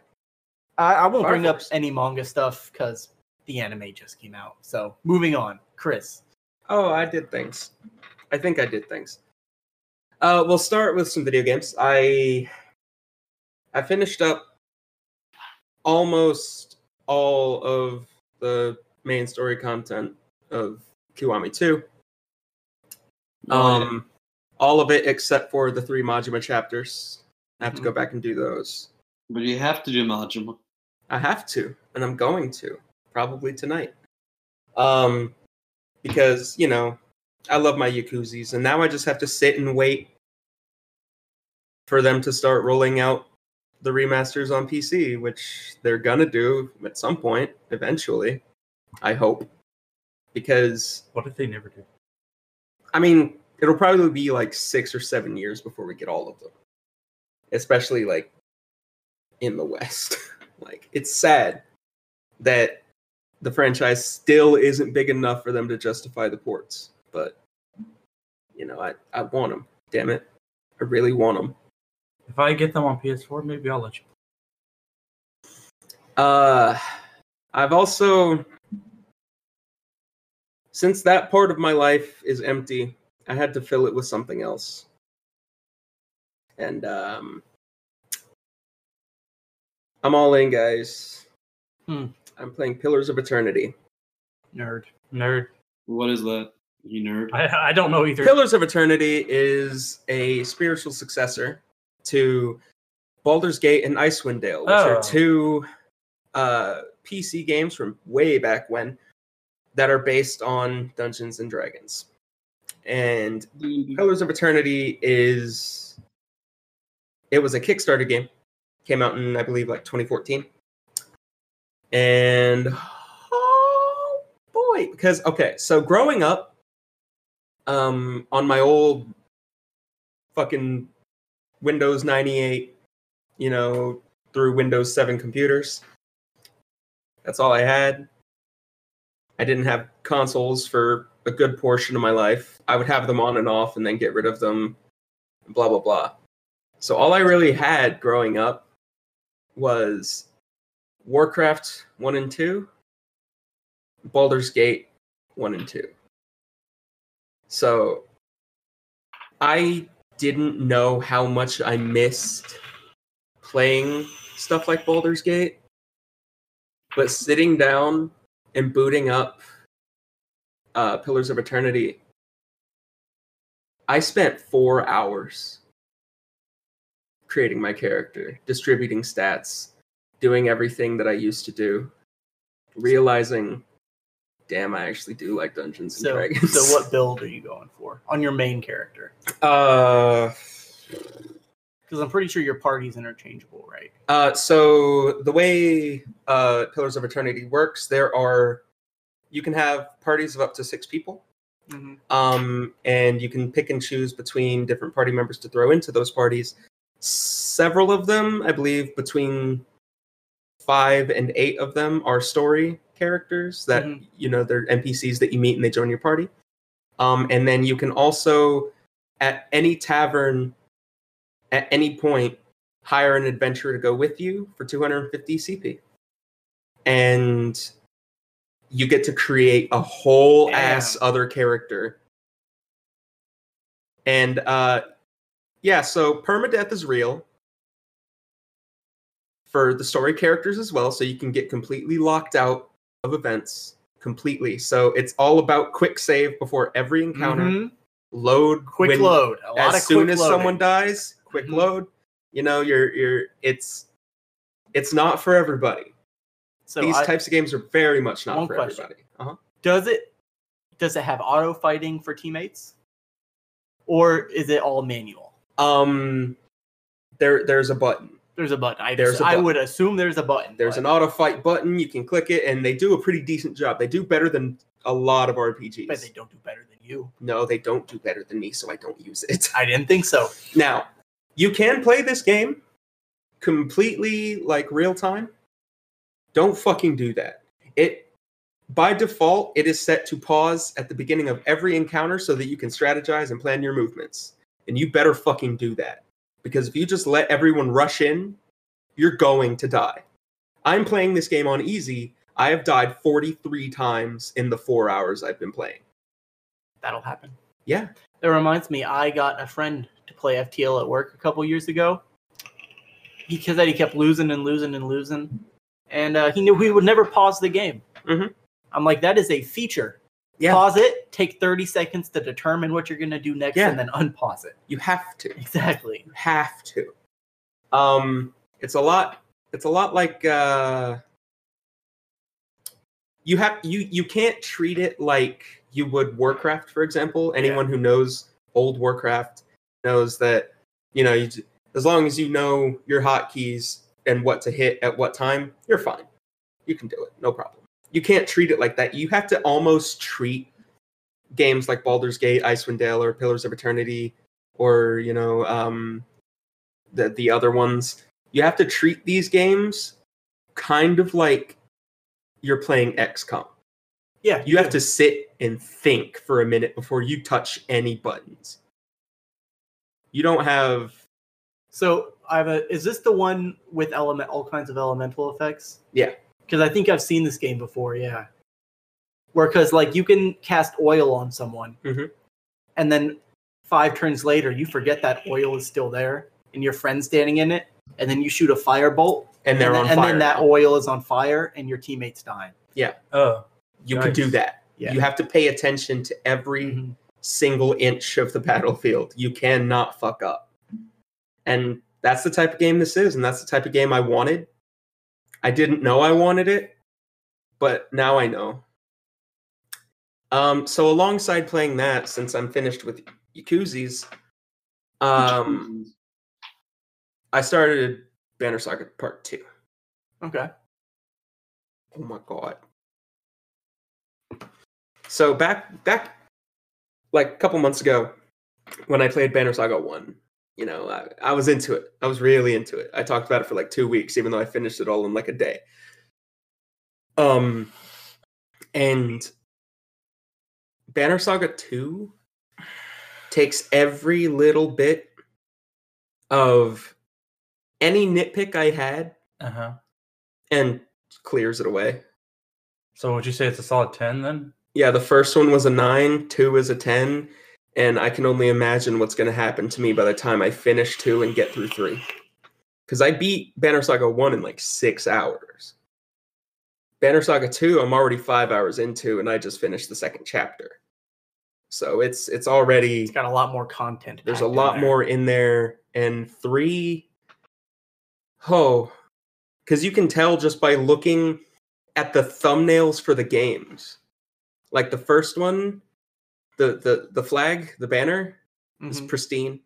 B: i, I won't
C: Fire
B: bring up
C: Force.
B: any manga stuff because the anime just came out so moving on chris
C: Oh, I did things. I think I did things. Uh, we'll start with some video games. I I finished up almost all of the main story content of Kiwami 2.
B: Oh,
C: Um, all of it except for the three Majima chapters. I have to
B: Mm-hmm.
C: go back and do those.
D: But you have to do Majima.
C: I have to, and I'm going to probably tonight. Um, because you know, I love my Yakuzis, and now I just have to sit and wait for them to start rolling out the remasters on PC, which they're gonna do at some point eventually. I hope, because
E: what did they never do?
C: I mean, it'll probably be like six or seven years before we get all of them, especially like in the West. like, it's sad that the franchise still isn't big enough for them to justify the ports, but you know, I, I want them. Damn it. I really want them.
E: If I get them on PS4, maybe I'll let you.
C: Uh, I've also, since that part of my life is empty, I had to fill it with something else. And um, I'm all in, guys.
B: Hmm.
C: I'm playing Pillars of Eternity.
B: nerd
E: Nerd.
D: What is that? You nerd.
E: I, I don't know either.
C: Pillars of Eternity is a spiritual successor to Baldur's Gate and Icewind Dale, which
E: Oh.
C: are two uh, PC games from way back when that are based on Dungeons and Dragons. And
D: Mm-hmm.
C: Pillars of Eternity is it was a Kickstarter game, came out in I believe like 2014, and oh boy, because okay, so growing up, um, on my old fucking Windows 98, you know, through Windows 7 computers. That's all I had. I didn't have consoles for a good portion of my life. I would have them on and off and then get rid of them, blah, blah, blah. So all I really had growing up was Warcraft 1 and 2, Baldur's Gate 1 and 2. So I didn't know how much I missed playing stuff like Baldur's Gate. But sitting down and booting up uh, Pillars of Eternity, I spent four hours creating my character, distributing stats, doing everything that I used to do, realizing, damn, I actually do like Dungeons and
B: So,
C: Dragons.
B: so what build are you going for on your main character?
C: Uh,
B: Because I'm pretty sure your party's interchangeable, right?
C: uh, so the way uh, Pillars of Eternity works, there are you can have parties of up to six people,
B: Mm-hmm.
C: um, and you can pick and choose between different party members to throw into those parties. Several of them, I believe, between five and eight of them are story characters that
B: Mhm.
C: you know they're NPCs that you meet and they join your party. Um, and then you can also, at any tavern, at any point, hire an adventurer to go with you for 250 CP, and you get to create a whole
B: Yeah.
C: ass other character. And uh, yeah, so permadeath is real for the story characters as well, so you can get completely locked out of events completely. So it's all about quick save before every encounter. Load
B: Mm-hmm. Quick
C: when-
B: load. A lot
C: as
B: of
C: soon
B: quick
C: as
B: loading.
C: someone dies, quick
B: Mhm.
C: load. You know, you're you're it's it's not for everybody.
B: So
C: These
B: I-
C: types of games are very much not
B: One
C: for
B: question.
C: everybody. Uh-huh.
B: does it does it have auto fighting for teammates, or is it all manual?
C: Um, there there's a button.
B: There's a button. I,
C: There's a
B: I
C: button.
B: would assume there's a button.
C: There's
B: but-
C: an auto fight button. You can click it, and they do a pretty decent job. They do better than a lot of RPGs.
B: But they don't do better than you.
C: no, they don't do better than me, so I don't use it.
B: I didn't think so.
C: Now, you can play this game completely like real time. Don't fucking do that. It by default, it is set to pause at the beginning of every encounter so that you can strategize and plan your movements. And you better fucking do that. Because if you just let everyone rush in, you're going to die. I'm playing this game on easy. I have died 43 times in the 4 hours I've been playing.
B: That'll happen.
C: Yeah.
B: It reminds me, I got a friend to play FTL at work a couple years ago. Because that he kept losing and losing and losing, and uh, he knew he would never pause the game.
C: Mhm.
B: I'm like, that is a feature.
C: Yeah.
B: Pause it. Take 30 seconds to determine what you're going to do next,
C: Yeah.
B: and then unpause it.
C: You have to.
B: Exactly.
C: you have to. Um, it's a lot. It's a lot like uh, you have you you can't treat it like you would Warcraft, for example. Anyone who knows old Warcraft knows that you know you, j- as long as you know your hotkeys and what to hit at what time, you're fine. You can do it, no problem. You can't treat it like that. You have to almost treat games like Baldur's Gate, Icewind Dale, or Pillars of Eternity or you know um, the the other ones. You have to treat these games kind of like you're playing XCOM.
B: Yeah.
C: You have to sit and think for a minute before you touch any buttons. You don't have
B: So I have a. Is this the one with element all kinds of elemental effects?
C: Yeah.
B: Because I think I've seen this game before. Yeah. Where because like you can cast oil on someone,
C: Mhm.
B: and then five turns later you forget that oil is still there, and your friend's standing in it, and then you shoot a firebolt,
C: and they're
B: and,
C: on
B: then, and
C: fire.
B: then that
C: now.
B: oil is on fire, and your teammates dying.
E: Oh,
C: you can do
E: Nice.
C: that.
B: Yeah.
C: You have to pay attention to every
B: Mhm.
C: single inch of the battlefield. You cannot fuck up. And that's the type of game this is, and that's the type of game I wanted. I didn't know I wanted it, but now I know. Um, so alongside playing that, since I'm finished with Yakuzis, um, I started Banner Saga Part 2.
B: Okay.
C: Oh my god. So back back like a couple months ago when I played Banner Saga 1. You know, I, I was into it. I was really into it. I talked about it for like two weeks, even though I finished it all in like a day. Um, and Banner Saga 2 takes every little bit of any nitpick I had
E: Uh
B: Uh-huh.
E: huh.
C: and clears it away.
E: So would you say it's a solid ten then?
C: Yeah, the first one was a nine, two is a 10, and I can only imagine what's going to happen to me by the time I finish two and get through three. Because I beat Banner Saga 1 in like six hours. Banner Saga 2, I'm already five hours into, and I just finished the second chapter. So it's it's already
B: It's got a lot more content.
C: there's a
B: packed in
C: lot
B: there.
C: more in there and three oh because you can tell just by looking at the thumbnails for the games like the first one the the the flag the banner is
B: Mhm.
C: pristine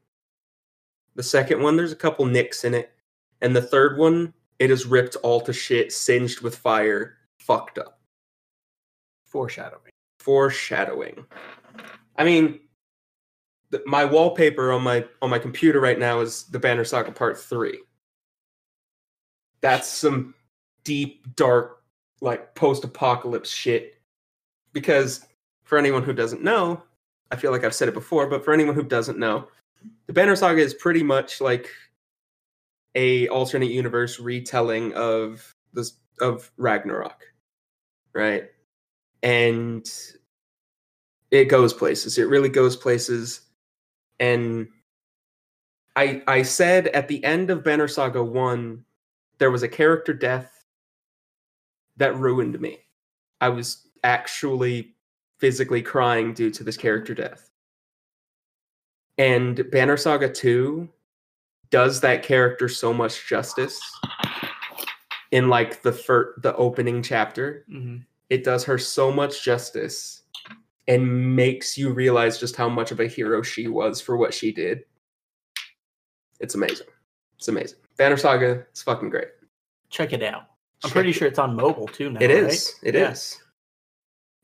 C: the second one there's a couple nicks in it and the third one it is ripped all to shit singed with fire fucked up
B: foreshadowing.
C: foreshadowing. I mean, th- my wallpaper on my on my computer right now is the Banner Saga Part Three. That's some deep, dark, like post-apocalypse shit. Because for anyone who doesn't know, I feel like I've said it before, but for anyone who doesn't know, the Banner Saga is pretty much like a alternate universe retelling of this of Ragnarok, right? and it goes places. It really goes places. And I I said at the end of Banner Saga 1, there was a character death that ruined me. I was actually physically crying due to this character death. And Banner Saga 2 does that character so much justice in like the fir- the opening chapter
B: Mhm.
C: it does her so much justice and makes you realize just how much of a hero she was for what she did. It's amazing. It's amazing. Banner Saga, it's fucking great.
B: Check it out. I'm
C: Check
B: pretty
C: it.
B: sure it's on mobile too now.
C: It
B: right?
C: is. It is.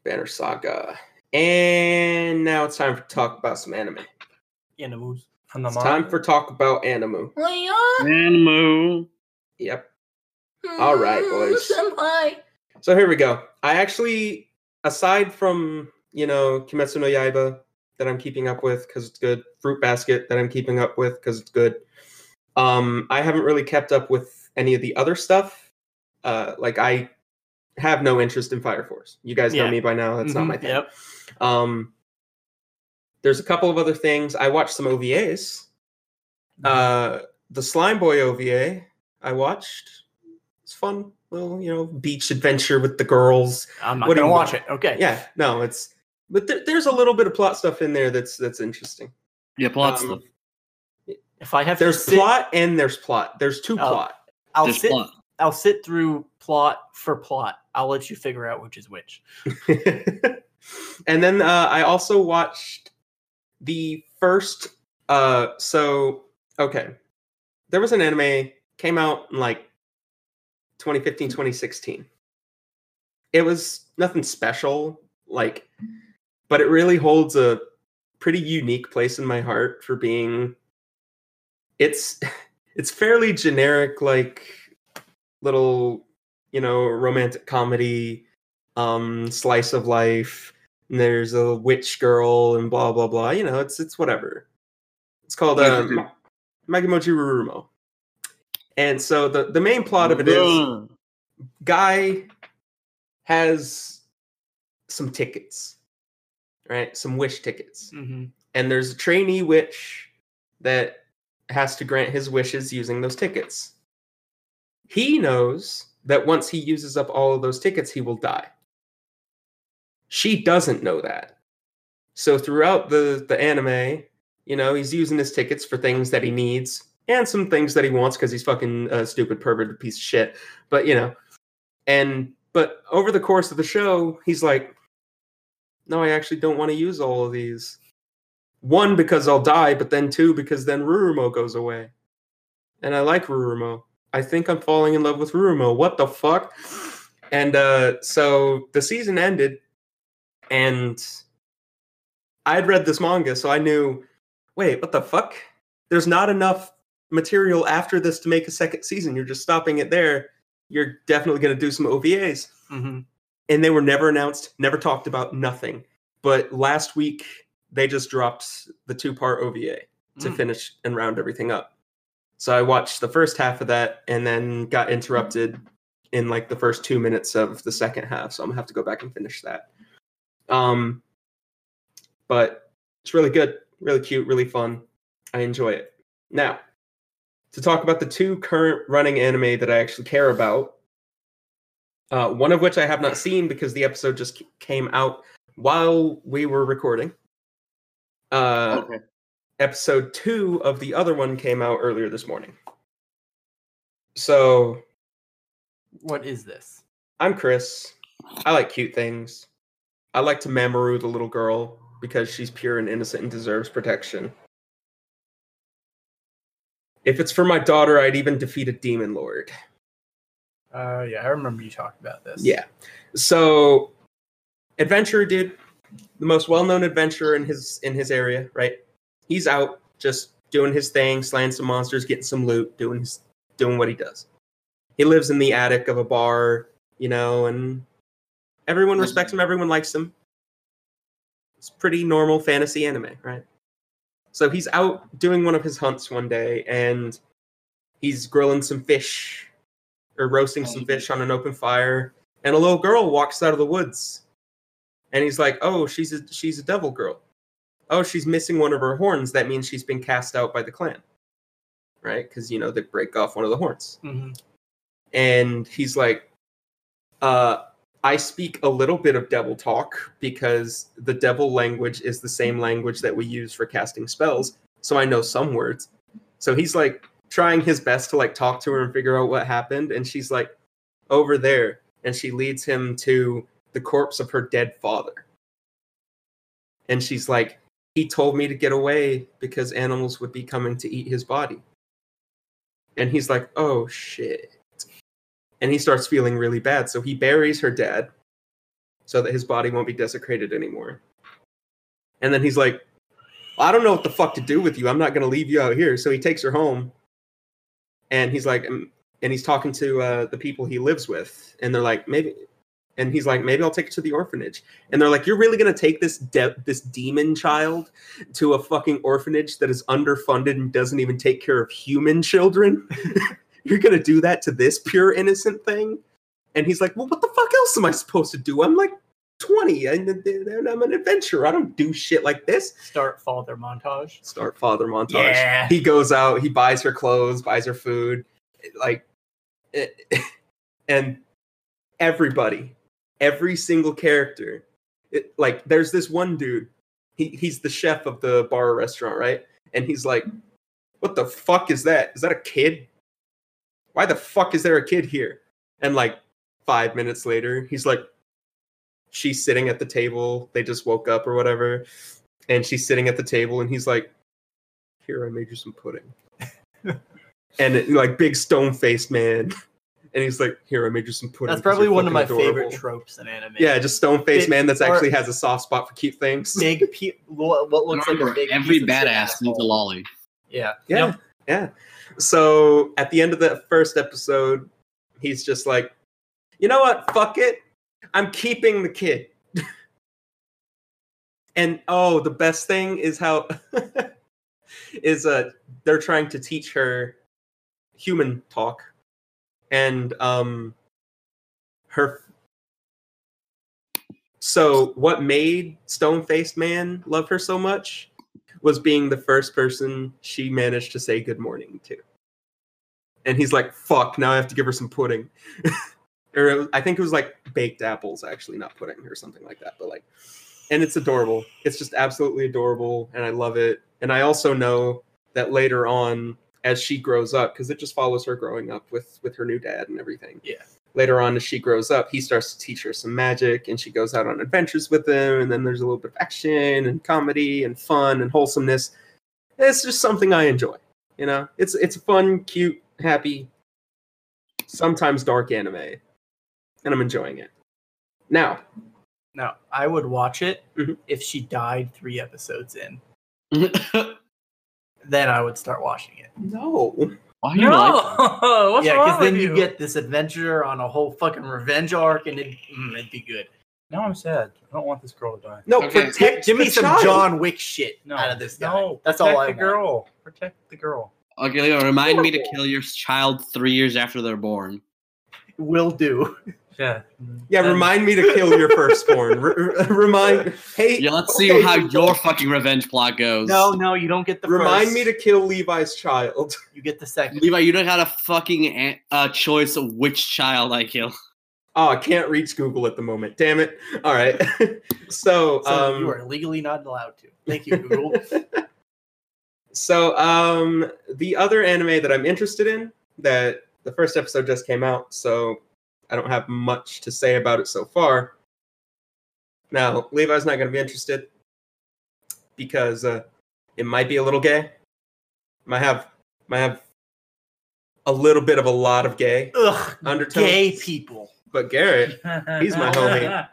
B: Yeah.
C: Banner Saga. And now it's time for talk about some anime.
B: Animals.
E: And the
C: It's time for talk about anime.
D: Animal.
C: Yep. All right, boys. So here we go. I actually, aside from you know Kimetsu no Yaiba that I'm keeping up with because it's good, Fruit Basket that I'm keeping up with because it's good. Um, I haven't really kept up with any of the other stuff. Uh, like I have no interest in Fire Force. You guys know
B: Yeah.
C: me by now. That's not
B: Mhm,
C: my thing.
B: Yep.
C: Um, there's a couple of other things. I watched some OVAs.
B: Mm-hmm.
C: Uh, the Slime Boy OVA I watched. It's fun little you know beach adventure with the girls.
B: I'm not
C: What do
B: gonna
C: you
B: watch
C: want?
B: it. Okay.
C: Yeah, no, it's but there, there's a little bit of plot stuff in there that's that's interesting.
D: Yeah, plot
C: Um,
D: stuff.
B: If I have
C: There's
B: to sit,
C: plot and there's plot. There's two
B: Oh.
C: plot.
B: I'll
D: There's
B: sit.
D: plot.
B: I'll sit through plot for plot. I'll let you figure out which is which.
C: and then uh, I also watched the first. Uh, so okay, there was an anime came out in like 2015, 2016. It was nothing special, like, but it really holds a pretty unique place in my heart for being. It's it's fairly generic, like little you know romantic comedy um slice of life and there's a witch girl and blah blah blah you know it's it's whatever it's called uh,
D: Magimoji.
C: Ma- Magimoji Rurumo and so the the main plot of it is guy has some tickets right some wish tickets
B: hmm
C: and there's a trainee witch that has to grant his wishes using those tickets. He knows that once he uses up all of those tickets, he will die. She doesn't know that. So throughout the, the anime, you know, he's using his tickets for things that he needs and some things that he wants because he's fucking a stupid perverted piece of shit. But you know, and but over the course of the show, he's like, no, I actually don't want to use all of these one because I'll die, but then two because then Rurumo goes away. And I like Rurumo. I think I'm falling in love with Rurumo. What the fuck? And uh so the season ended and I had read this manga, so I knew. Wait, what the fuck? There's not enough material after this to make a second season. You're just stopping it there. You're definitely going to do some OVAs,
B: hmm
C: and they were never announced, never talked about, nothing. But last week they just dropped the two-part OVA to
B: Mm.
C: finish and round everything up. So I watched the first half of that and then got interrupted in like the first two minutes of the second half. So I'm gonna have to go back and finish that. Um, but it's really good, really cute, really fun. I enjoy it. Now, to talk about the two current running anime that I actually care about, uh, one of which I have not seen because the episode just c- came out while we were recording. Uh,
D: Okay.
C: episode two of the other one came out earlier this morning. So
B: What is this?
C: I'm Chris. I like cute things. I like to Mamoru the little girl because she's pure and innocent and deserves protection. If it's for my daughter, I'd even defeat a demon lord.
B: Uh, yeah, I remember you talking about this.
C: Yeah. So, adventurer dude, the most well-known adventurer in his in his area, right? He's out just doing his thing, slaying some monsters, getting some loot, doing his doing what he does. He lives in the attic of a bar, you know, and everyone respects him, everyone likes him. It's pretty normal fantasy anime, right? So he's out doing one of his hunts one day and he's grilling some fish or roasting some fish on an open fire and a little girl walks out of the woods and he's like oh she's a she's a devil girl oh she's missing one of her horns that means she's been cast out by the clan right because you know they break off one of the horns
B: hmm
C: and he's like uh i speak a little bit of devil talk because the devil language is the same language that we use for casting spells so i know some words so he's like trying his best to like talk to her and figure out what happened and she's like over there and she leads him to the corpse of her dead father and she's like he told me to get away because animals would be coming to eat his body and he's like oh shit and he starts feeling really bad. So he buries her dad so that his body won't be desecrated anymore. And then he's like, I don't know what the fuck to do with you. I'm not going to leave you out here. So he takes her home and he's like, um, and he's talking to uh, the people he lives with. And they're like, maybe, and he's like, maybe I'll take her to the orphanage. And they're like, you're really going to take this, de- this demon child to a fucking orphanage that is underfunded and doesn't even take care of human children? you're gonna do that to this pure innocent thing and he's like well what the fuck else am i supposed to do i'm like 20 and th- th- and i'm an adventurer i don't do shit like this
B: Start father montage.
C: start father montage
B: Yeah.
C: he goes out he buys her clothes buys her food like eh, and everybody every single character it, like there's this one dude he, he's the chef of the bar or restaurant right and he's like what the fuck is that is that a kid why the fuck is there a kid here and like five minutes later he's like she's sitting at the table they just woke up or whatever and she's sitting at the table and he's like here i made you some pudding and it, like big stone faced man and he's like here i made you some pudding
B: That's
C: 'cause you're
B: probably one of my
C: fucking
B: favorite
C: adorable."
B: tropes in anime.
C: Yeah, just stone faced
B: Big
C: man that's
B: fart.
C: actually has a soft spot for cute things.
B: big pe- lo- what looks like a
D: Remember,
B: big
D: every
B: piece of shit
D: badass needs a
B: asshole.
D: lolly.
B: Yeah.
C: Yeah, yeah. So at the end of the first episode, he's just like, you know what? Fuck it. I'm keeping the kid. and oh, the best thing is how is uh they're trying to teach her human talk, and um her. So what made Stone Faced Man love her so much? was being the first person she managed to say good morning to. And he's like, fuck, now I have to give her some pudding. or it was- I think it was like baked apples, actually, not pudding or something like that. But like, and it's adorable. It's just absolutely adorable. And I love it. And I also know that later on, as she grows up, because it just follows her growing up with with her new dad and everything.
B: Yeah.
C: Later on, as she grows up, he starts to teach her some magic, and she goes out on adventures with him. And then there's a little bit of action and comedy and fun and wholesomeness. It's just something I enjoy. You know, it's it's fun, cute, happy, sometimes dark anime, and I'm enjoying it. Now,
B: Now, I would watch it
C: Mhm.
B: if she died three episodes in. Then I would start watching it.
C: No.
D: Why you
E: No,
D: like?
E: what's
B: yeah,
E: wrong
B: then
E: with
B: you get this adventure on a whole fucking revenge arc, and it, mm, it'd be good.
E: now I'm sad. I don't want this girl to die.
C: No,
D: Okay.
C: protect
B: Give me
C: the
B: some
C: child.
B: John Wick shit
E: No,
B: out of this guy.
E: no,
B: That's all
E: protect
B: I want.
E: the girl. Protect the girl.
D: Okay, Leo, remind me to kill your child three years after they're born.
B: Will do.
E: Yeah.
C: Yeah,
E: And-
C: remind me to kill your firstborn. R- r- remind. Hey,
D: Yeah, let's see
C: okay,
D: how your fucking revenge plot goes.
B: No, no, you don't get the
C: Remind
B: first.
C: me to kill Levi's child.
B: You get the second.
D: Levi, you don't have a fucking a- uh, choice of which child I kill.
C: Oh, I can't reach Google at the moment. Damn it. All right. so,
B: So
C: um,
B: you are legally not allowed to. Thank you, Google.
C: So, um, the other anime that I'm interested in, that the first episode just came out, so I don't have much to say about it so far. Now, Levi's not going to be interested because uh, it might be a little gay. Might have might have a little bit of a lot of gay
B: Ugh,
C: undertones.
B: gay people.
C: But Garrett,
E: He's
C: my homie.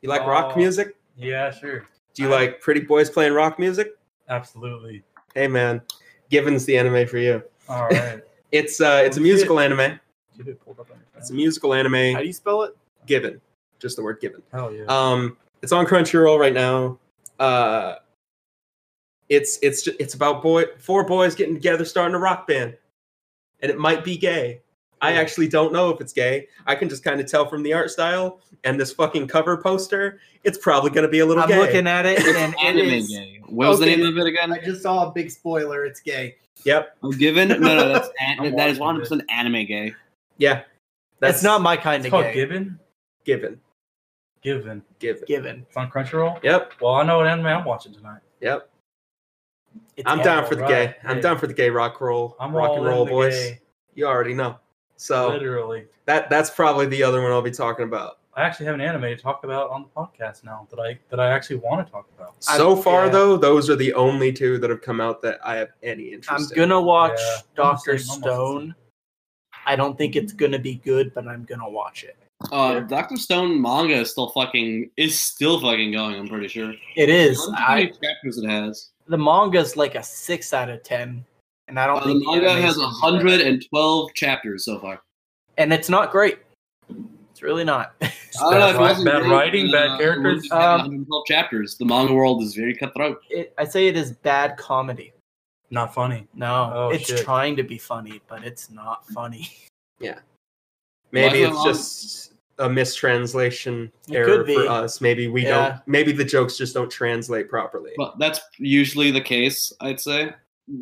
C: you like rock
E: Oh.
C: music?
E: Yeah, sure.
C: Do you
E: I-
C: like pretty boys playing rock music?
E: Absolutely.
C: Hey, man, Given's the anime for you.
E: All right.
C: It's uh, it's a
B: Oh, shit.
C: musical anime.
E: Keep it pulled up on your
C: It's a
E: phone.
C: musical
B: How do
C: anime.
B: you spell it?
C: Given, just the word given.
E: Hell
B: Uh,
E: yeah.
C: Um, it's on Crunchyroll right now. Uh, it's it's ju- it's about boy four boys getting together, starting a rock band, and it might be gay. I actually don't know if it's gay. I can just kind of tell from the art style and this fucking cover poster. It's probably gonna be a little
B: I'm
C: gay.
B: looking at it, and it
D: Anime
B: is.
D: gay. What was
B: Okay.
D: the name of it again?
B: I just saw a big spoiler. It's gay.
C: Yep.
D: I'm given? No, no, that's
E: I'm
D: an- that is
E: watching
D: 100% anime gay.
C: Yeah.
B: That's not my kind
E: it's
B: of
E: called
B: gay.
E: Gibbon.
C: given.
E: Given.
C: Given.
B: Given.
E: It's on Crunchyroll.
C: Yep.
E: Well, I know what anime I'm watching tonight.
C: Yep.
B: It's
C: I'm
B: gay.
C: down for the
E: alright.
C: gay. I'm
E: Hey.
C: down for the gay rock roll.
E: I'm
C: rock
E: all
C: and
E: in
C: roll
E: the
C: boys. Oh.
E: gay,
C: You already know. So
E: Literally.
C: that that's probably the other one I'll be talking about.
E: I actually have an anime to talk about on the podcast now that I that I actually want to talk about.
B: I'm-
C: So far,
B: yeah.
C: though, those are the only two that have come out that I have any
B: I'm
C: interest in.
B: gonna watch
E: Yeah.
B: Doctor
E: Almost the same, almost the
B: Stone. I don't think it's gonna be good, but I'm gonna watch it.
D: Uh, Doctor Stone manga is still fucking is still fucking going. I'm pretty sure.
B: It
D: I
B: is.
D: wonder How
B: I,
D: many chapters it has?
B: the manga's like a six out of ten, and I don't
D: Uh, the
B: think
D: manga
B: anime's
D: has
B: gonna be
D: hundred
B: better.
D: and twelve chapters so far.
B: and it's not great. It's really not.
D: I don't know if it
E: ri-
D: wasn't
E: bad
D: great,
E: writing,
D: uh,
E: bad
D: it
E: characters.
D: would've had
B: Um,
D: 112 chapters. The manga world is very cutthroat.
B: It, I say it is bad comedy.
E: Not funny.
B: No,
E: Oh,
B: it's
E: shit.
B: trying to be funny, but it's not funny.
C: Maybe
D: Why am I
C: it's
D: wrong?
C: just a mistranslation
B: It
C: error
B: could be.
C: for us. Maybe we
B: Yeah.
C: don't. Maybe the jokes just don't translate properly.
D: But that's usually the case. I'd say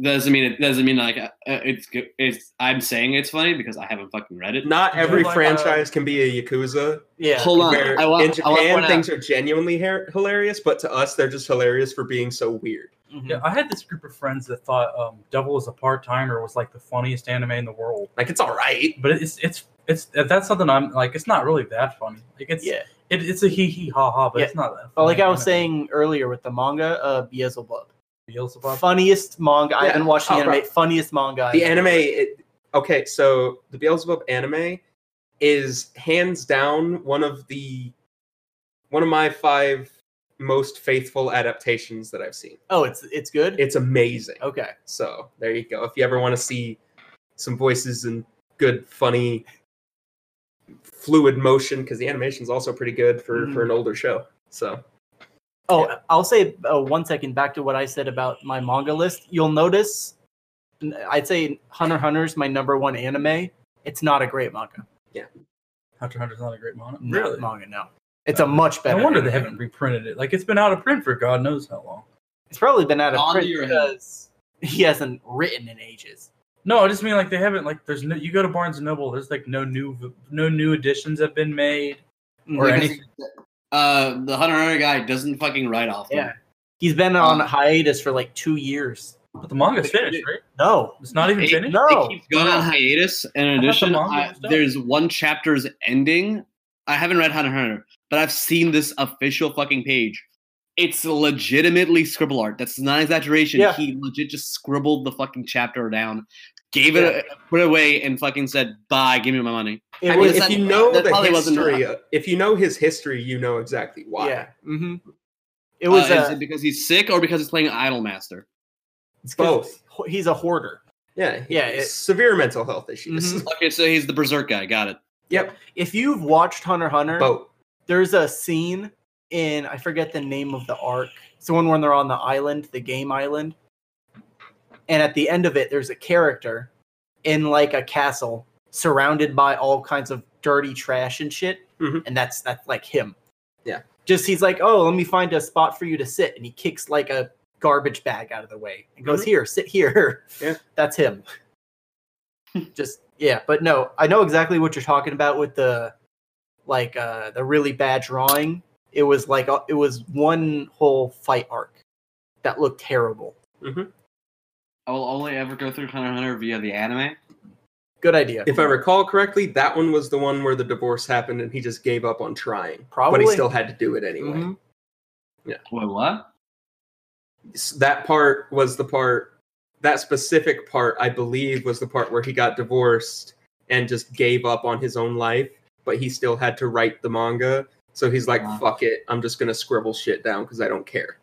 D: doesn't mean it doesn't mean like uh, it's go- it's. I'm saying it's funny because I haven't fucking read it.
C: Not
E: Yeah,
C: every
E: like, uh,
C: franchise can be a yakuza.
B: Yeah,
D: Hold on,
C: where
D: I want,
C: in
D: I want to
C: Japan,
D: point out-
C: things are genuinely her- hilarious, but to us, they're just hilarious for being so weird.
B: Mhm.
E: Yeah, I had this group of friends that thought um, Devil is a Part Timer was like the funniest anime in the world,
C: Like it's all right.
E: but it's it's it's that's something I'm like it's not really that funny. Like it's
B: yeah.
E: it, it's a hee hee ha ha, but
B: Yeah.
E: it's not that.
B: Well, like
E: funny
B: I was
E: anime.
B: saying earlier with the manga, uh, Beelzebub.
E: Beelzebub.
B: Funniest manga. I
C: Yeah.
B: haven't watched the
C: Oh,
B: anime.
C: right.
B: Funniest manga. I've
C: the
B: ever
C: anime
B: read.
C: it, okay so the beelzebub anime is hands down one of the one of my five most faithful adaptations that i've seen
B: Oh, it's it's good.
C: it's amazing
B: okay.
C: so there you go if you ever want to see some voices and good funny fluid motion because the animation's also pretty good for for
B: Mm-hmm.
C: an older show so
B: Oh, I'll say uh, one second back to what I said about my manga list. You'll notice, n- I'd say Hunter x Hunter's my number one anime. It's not a great manga.
E: Hunter x Hunter's not a great manga.
B: No, manga, no. It's a much
E: No
B: better.
E: wonder
B: anime.
E: they haven't reprinted it. Like it's been out of print for God knows how long.
B: It's probably been out of
D: Gone to
B: print
D: your head.
B: because he hasn't written in ages.
E: No, I just mean like they haven't like there's no you go to Barnes and Noble, there's like no new no new editions have been made. Or
B: Mhm.
E: any-
D: Because, Uh, the Hunter x Hunter guy doesn't fucking write off. them.
B: Yeah. He's been on hiatus for like two years.
E: But the manga's finished, right?
B: No,
E: It's not even
D: It-
E: finished.
B: no.
D: It keeps going on hiatus. And in
E: thought the
D: addition,
E: manga
D: I,
E: was done.
D: there's one chapter's ending. I haven't read Hunter x Hunter, but I've seen this official fucking page. It's legitimately scribble art. That's not an exaggeration.
B: Yeah.
D: He legit just scribbled the fucking chapter down gave it put it away and fucking said, "Bye, give me my money."
B: It
C: I mean,
B: was,
D: it's
C: if
D: not-
C: you know
D: that
C: the
D: probably wasn't
C: history, if you know his history, you know exactly why.
B: yeah. hmm It was
D: Uh,
B: uh,
D: is it because he's sick or because he's playing Idolmaster?
B: it's 'cause He's a hoarder.
C: yeah,
B: Yeah, it- Mm-hmm.
C: severe mental health issues.
D: Okay, so he's the berserk guy. Got it.
C: Yep,
B: If you've watched Hunter x Hunter,
C: boat.
B: there's a scene in I forget the name of the arc. It's the one when they're on the island, the game island. And at the end of it, there's a character in like a castle surrounded by all kinds of dirty trash and shit.
C: Mhm.
B: And that's that's like him.
C: Yeah.
B: Just he's like, Oh, let me find a spot for you to sit. And he kicks like a garbage bag out of the way and goes,
C: Mhm.
B: Here, sit here.
C: Yeah.
B: That's him. Just yeah, but no, I know exactly what you're talking about with the like uh the really bad drawing it was like a, it was one whole fight arc that looked terrible
D: I will only ever go through Hunter x Hunter via the anime.
B: good idea
C: If I recall correctly, that one was the one where the divorce happened and he just gave up on trying. but
B: Probably.
C: he still had to do it anyway.
B: Mhm.
D: Wait, what?
C: S- That part was the part. That specific part, I believe, was the part where he got divorced and just gave up on his own life. But he still had to write the manga, so he's like,
D: Wow.
C: "Fuck it, I'm just gonna scribble shit down because I don't care."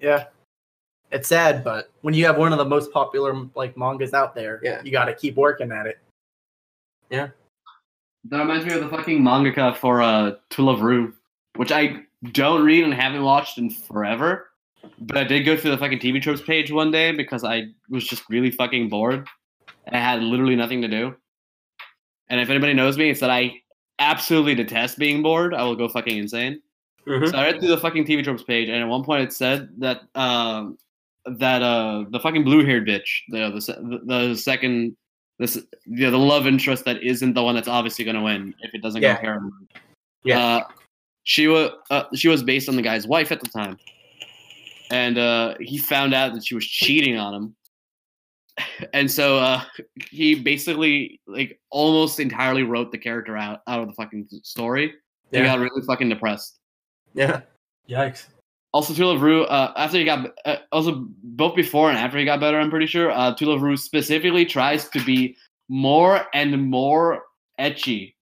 B: yeah it's sad but when you have one of the most popular like mangas out there
C: Yeah.
B: you got to keep working at it
D: That reminds me of the fucking mangaka for uh, Tula Roo, which I don't read and haven't watched in forever. But I did go through the fucking TV tropes page one day because I was just really fucking bored and I had literally nothing to do. And if anybody knows me, it's that I absolutely detest being bored. I will go fucking insane.
C: Mhm.
D: So I read through the fucking TV tropes page, and at one point it said that um, that uh, the fucking blue haired bitch, the the se- the, the second this you know, the love interest that isn't the one that's obviously going to win if it doesn't
C: Yeah.
D: go harem.
C: Yeah.
D: Uh, she was uh, she was based on the guy's wife at the time, and uh, he found out that she was cheating on him, and so uh, he basically like almost entirely wrote the character out out of the fucking story. He
C: Yeah.
D: got really fucking depressed.
C: Yeah.
E: Yikes.
D: Also, Tula Rue, uh, after he got, uh, also both before and after he got better, I'm pretty sure, uh, Tula Rue specifically tries to be more and more etchy.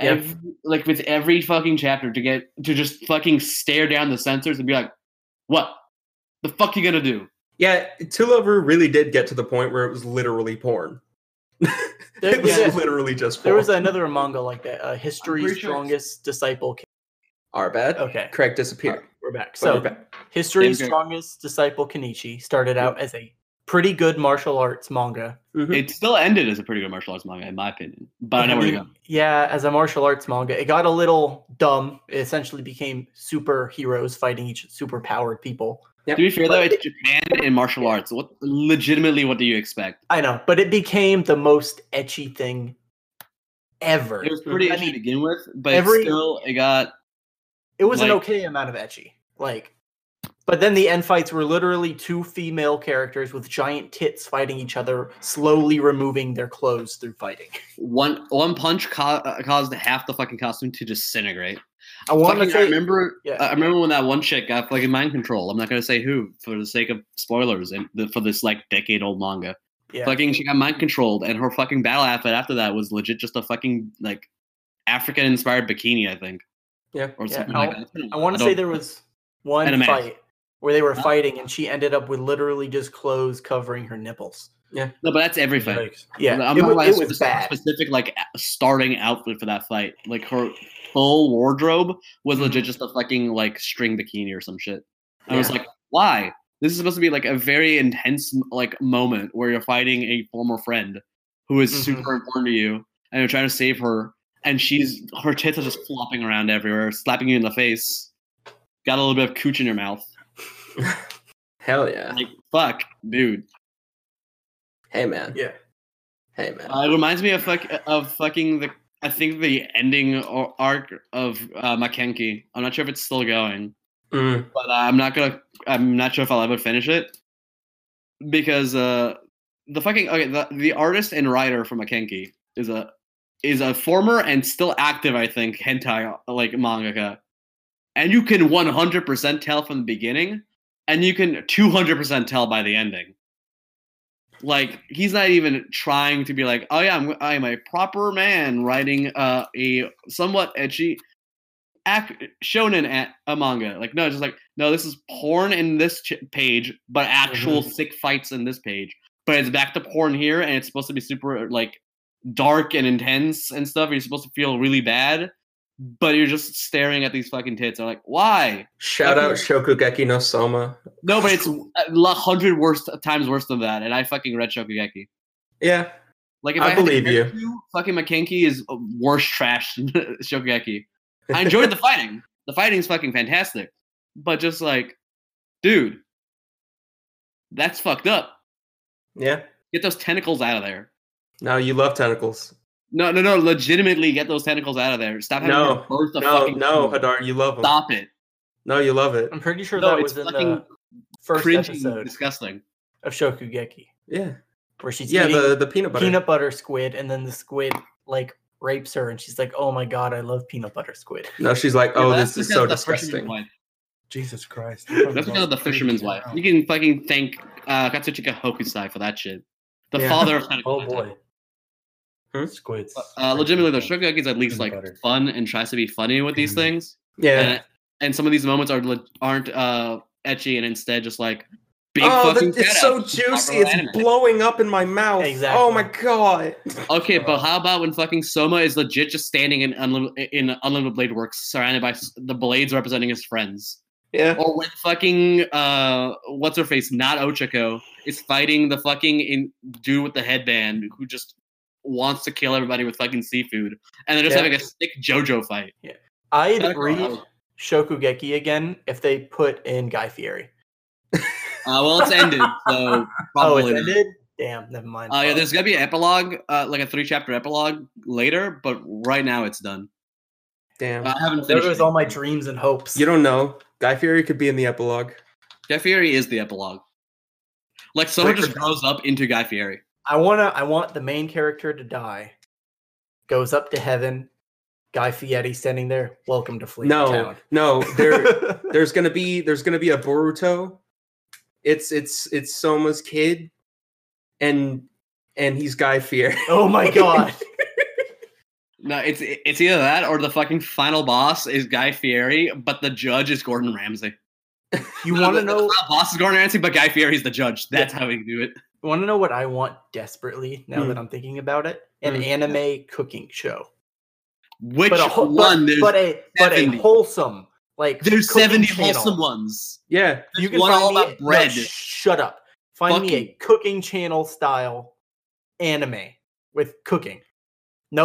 B: Yep.
D: Ev- like with every fucking chapter to get, to just fucking stare down the censors and be like, what the fuck you gonna do?
C: Yeah, Tullover really did get to the point where it was literally porn.
B: there,
C: it was
B: yeah,
C: literally just porn.
B: there was another manga like that uh, history's
D: pretty sure it's-
B: strongest disciple Ki-
C: Our bad.
B: okay
C: Craig disappeared.
B: we're back
C: But
B: Oh. so
C: we're back.
B: history's
D: Same here.
B: strongest disciple kenichi started out as a pretty good martial arts manga
C: Mhm.
D: It still ended as a pretty good martial arts manga, in my opinion. But I know where you go.
B: Yeah, as a martial arts manga, it got a little dumb. It essentially became superheroes fighting each super powered people.
D: To be fair though, it's Japan and martial arts. What legitimately, what do you expect?
B: I know, but it became the most etchy thing ever.
D: It was pretty
B: I
D: etchy to
B: mean,
D: begin with, but
B: every-
D: still, it got
B: it was an
D: like-
B: okay amount of etchy. Like, but then the end fights were literally two female characters with giant tits fighting each other, slowly removing their clothes through fighting.
D: one one punch ca- uh, caused half the fucking costume to disintegrate.
B: I want to
D: Fucking-
B: say,
D: I remember.
B: yeah.
D: I remember when that one chick got fucking mind control. I'm not gonna say who for the sake of spoilers and the, for this like decade old manga.
B: yeah,
D: Fucking, she got mind controlled, and her fucking battle outfit after that was legit just a fucking like African inspired bikini, I think.
C: Yeah.
D: Or
B: Yeah,
D: something
B: I-
D: like that. It's been a
B: I
D: while.
B: want to say
D: don't-
B: there was
D: And a
B: one
D: mask.
B: fight where they were
D: Huh?
B: fighting, and she ended up with literally just clothes covering her nipples.
D: No, but that's everything.
E: Yikes.
B: Yeah,
D: I'm
B: it,
D: not
B: wa-
D: like
B: it was
D: specific,
B: bad.
D: Specific like a- starting outfit for that fight, like her full wardrobe was legit
B: Mm-hmm.
D: just a fucking like string bikini or some shit. I was
C: Yeah.
D: like, why? This is supposed to be like a very intense m- like moment where you're fighting a former friend who is
B: Mhm.
D: super important to you, and you're trying to save her, and she's her tits are just flopping around everywhere, slapping you in the face. Got a little bit of cooch in your mouth.
C: Hell yeah.
D: Like fuck, dude.
C: Hey man.
B: Yeah.
C: Hey man.
D: Uh, it reminds me of fuck, of fucking the I think the ending or arc of uh, Makenki. I'm not sure if it's still going,
C: Mm.
D: but uh, I'm not gonna. I'm not sure if I'll ever finish it because uh, the fucking okay. The, the artist and writer for Makenki is a is a former and still active, I think, hentai like mangaka, and you can 100% tell from the beginning, and you can 200% tell by the ending. like he's not even trying to be like, oh yeah, I'm I am a proper man writing uh, a somewhat edgy ac- shonen at a manga. Like no, it's just like no, this is porn in this ch- page, but actual sick fights in this page. But it's back to porn here, and it's supposed to be super like dark and intense and stuff. You're supposed to feel really bad, but you're just staring at these fucking tits. I'm like, why?
C: Shout out Shokugeki no Soma.
D: No, but it's a hundred worse times worse than that, and I fucking read Shokugeki.
C: Yeah,
D: Like if
C: I
D: I, had to
C: believe
D: compare two, fucking McKenky is uh, worse trash than Shokugeki. I enjoyed the fighting. The fighting's fucking fantastic. But just like, dude, that's fucked up.
C: yeah.
D: Get those tentacles out of there.
C: No, you love tentacles.
D: No, no, no. Legitimately, get those tentacles out of there. Stop having
C: No,
D: to birth a
C: No,
D: fucking
C: no,
D: human.
C: Hadar, you love them.
D: Stop it.
C: No, you love it.
B: I'm pretty sure
D: No,
B: that
D: it's
B: was in
D: fucking
B: the first
D: Cringy,
B: episode
D: disgusting.
B: of Shokugeki,
C: Yeah,
B: where she's
C: yeah.
B: eating
C: The the peanut butter.
B: peanut butter squid, and then the squid like rapes her, and she's like, "Oh my god, I love peanut butter squid."
C: No, she's like,
D: Yeah,
C: oh,
D: that's
C: this is
D: because
C: so
D: of the fisherman's
C: disgusting.
D: wife.
E: Jesus Christ.
D: That's because of the fisherman's wife. You can fucking thank uh, Katsuchika Hokusai for that shit. The
C: Yeah.
D: father of tentacles.
E: Oh boy.
C: Hmm?
E: Squids.
D: Uh, legitimately, though, Shokugeki is at least
E: Peanut
D: like
E: butter.
D: fun and tries to be funny with these
E: Mm.
D: things,
C: Yeah.
D: and, and some of these moments are le- aren't uh, etchy and instead just like big
C: Oh,
D: fucking.
C: that, it's
D: shoutouts.
C: so
D: not
C: juicy.
D: real
C: It's
D: anime.
C: blowing up in my mouth.
B: Exactly.
C: Oh my god.
D: Okay, but how about when fucking Soma is legit just standing in unlimited in unlimited blade works, surrounded by s- the blades representing his friends,
C: Yeah.
D: or when fucking uh, what's her face, not Ochako, is fighting the fucking in- dude with the headband who just wants to kill everybody with fucking seafood, and they're just
B: Yeah.
D: having a sick JoJo fight.
B: I'd
D: Tentacle.
B: read Shokugeki again if they put in Guy Fieri.
D: Uh, well, it's ended, so
B: Oh,
D: probably.
B: it
D: not.
B: ended. Damn, never mind.
C: Oh,
D: Uh, yeah, there's gonna be an epilogue, uh, like a three-chapter epilogue later, but right now it's done. Uh,
C: Damn.
D: I haven't
B: there
D: finished.
B: goes
D: it.
B: all my dreams and hopes.
C: you don't know. Guy Fieri could be in the epilogue.
D: Guy Fieri is the epilogue. Like someone
C: Breaker
D: just grows up into Guy Fieri.
B: I wanna I want the main character to die. Goes up to heaven. Guy Fieri standing there. Welcome to Fleet
C: No,
B: Town.
C: no. There, there's gonna be there's gonna be a Boruto. It's it's it's Soma's kid, and and he's Guy Fieri.
B: oh my god.
D: No, it's it's either that or the fucking final boss is Guy Fieri, but the judge is Gordon Ramsay.
B: You wanna
D: The- the
B: know
D: final boss is Gordon Ramsay, but Guy Fieri's the judge. That's how we do it.
B: wanna know what I want desperately now
C: Hmm.
B: that I'm thinking about it? An
C: Hmm.
B: anime cooking show.
D: Which
B: but a whole but,
D: one? there's
B: but a but a
D: 70.
B: wholesome like
D: there's
B: cooking
D: seventy
B: channel.
D: wholesome ones.
C: Yeah,
B: You
D: There's
B: can
D: one
B: find
D: all
B: me-
D: about
B: no,
D: bread.
B: shut up. Find me a
D: Fucking-
B: cooking channel style anime with cooking.
D: So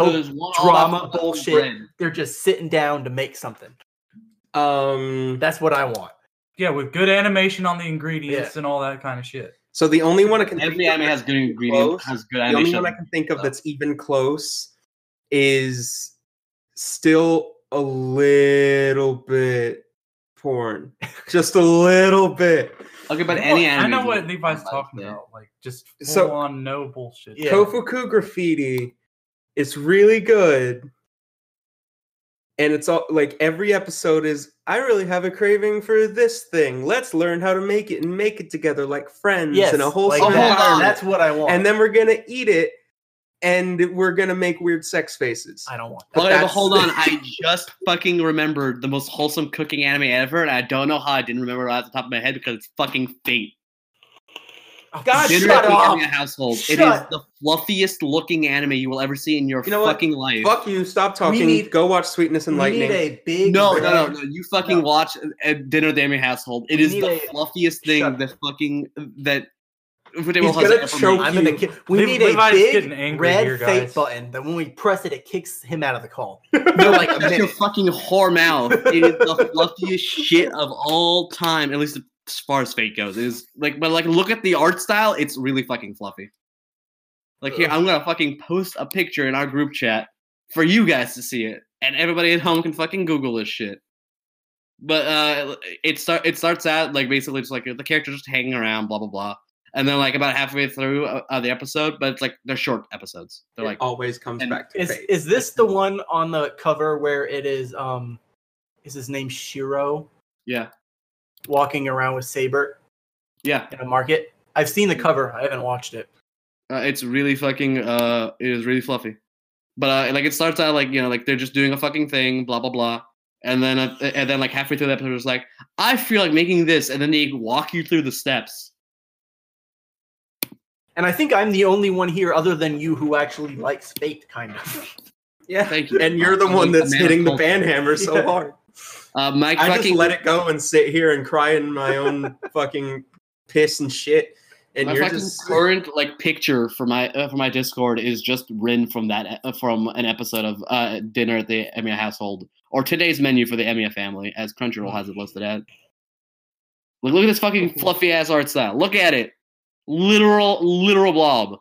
B: No,
D: there's one all about
B: drama,
D: fucking
B: bullshit.
D: bread.
B: they're just sitting down to make something.
C: um.
B: That's what I want.
E: Yeah, with good animation on the ingredients and all that kind of shit.
C: So the only one I can
D: Every
C: think of
D: anime has
C: that's
D: good
C: even
D: ingredients,
C: close-
D: has
C: The
D: good
C: only
D: animation.
C: one I can think of
D: though.
C: that's even close is still a little bit porn, just a little bit.
D: Okay, but
E: I know
D: any
E: what- I
D: anime.
E: know
D: is
E: what
D: good.
E: Levi's
D: Like,
E: talking
D: yeah.
E: about. Like just full
C: So-
E: on no bullshit.
B: Yeah.
C: Kofuku graffiti is really good. And it's all like every episode is I really have a craving for this thing. Let's learn how to make it and make it together like friends
B: Yes,
C: in a whole
B: like
D: Oh, hold
B: that.
D: on.
B: That's what I
D: Oh,
B: want.
C: And then we're gonna eat it and we're gonna make weird sex faces.
B: I don't want.
C: But
D: Okay, but
C: that's-
D: hold on. I just fucking remembered the most wholesome cooking anime ever, and I don't know how I didn't remember it off the top of my head because it's fucking fate.
B: Oh,
C: God,
D: Dinner
C: shut
D: at the
B: up.
D: Anime household. It is
B: Shut-
D: the fluffiest looking anime you will ever see in your
C: You know what?
D: fucking life.
C: Fuck you, stop talking.
B: need-
C: Go watch Sweetness and
B: We need
C: Lightning.
B: a big.
D: no, no, no,
B: bad-
D: no. You fucking
B: No.
D: watch uh, Dinner at the Anime Household. It
B: You
D: is
B: need
D: the
B: a-
D: fluffiest thing
B: Shut
D: that fucking that. He's
C: gonna choke
B: I'm gonna.
C: you.
B: Ki- we
E: Lev-
B: need
E: Levi's
B: a
E: getting
B: big
E: angry
B: red
E: here,
B: fake
E: guys.
B: button that when we press it, it kicks him out of the call.
D: No,
B: like
D: like
B: a
D: that's your
B: minute.
D: fucking whore mouth. It is the fluffiest shit of all time, at least as far as fate goes. It is like, but like, look at the art style. It's really fucking fluffy. Like here, I'm gonna fucking post a picture in our group chat for you guys to see it, and everybody at home can fucking Google this shit. But uh, it start it starts out like basically just like the character just hanging around, blah blah blah, and then like about halfway through uh, uh, the episode, but it's like they're short episodes. They're like
C: it always comes
D: and
C: back to
B: Is
C: fate.
B: is this the one on the cover where it is? Um, is his name Shiro
D: yeah,
B: walking around with Saber
D: yeah.
B: in a market? I've seen the cover. I haven't watched it.
D: Uh, it's really fucking. Uh, it is really fluffy, but uh, like it starts out like you know like they're just doing a fucking thing, blah blah blah, and then uh, and then like halfway through the episode, it's like I feel like making this, and then they walk you through the steps.
B: And I think I'm the only one here, other than you, who actually likes Fate, kind of.
C: Yeah.
D: Thank you.
C: And you're the
D: I'm
C: one
D: like
C: that's
D: man of
C: hitting the
D: culture.
C: banhammer so
B: Yeah.
C: hard.
D: Uh, my
C: I
D: fucking
C: just let it go and sit here and cry in my own fucking piss and shit. And
D: my
C: you're
D: fucking
C: just
D: current like picture for my uh, for my Discord is just Rin from that uh, from an episode of uh, dinner at the Emia household or today's menu for the Emia family, as Crunchyroll has it listed at. Look, look at this fucking fluffy ass art style. Look at it, literal literal blob.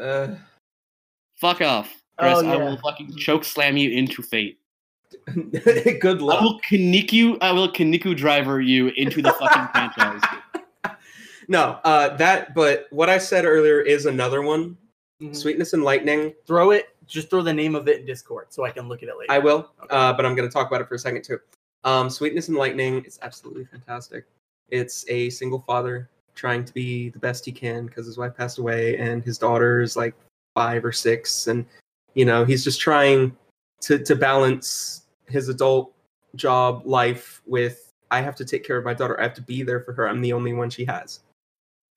C: uh,
D: Fuck off, Chris.
B: Oh, yeah.
D: I will fucking choke slam you into fate.
C: good
D: I
C: luck.
D: will kaniku. I will kaniku driver you into the fucking franchise.
C: No, uh, that. But what I said earlier is another one. Sweetness and lightning.
B: Mhm. Throw it. Just throw the name of it in Discord so I can look at it later.
C: I will, uh, but I'm going to talk about it for a second too. Um, Sweetness and Lightning is absolutely fantastic. It's a single father trying to be the best he can because his wife passed away and his daughter is like five or six, and you know he's just trying to to balance his adult job life with I have to take care of my daughter. I have to be there for her. I'm the only one she has,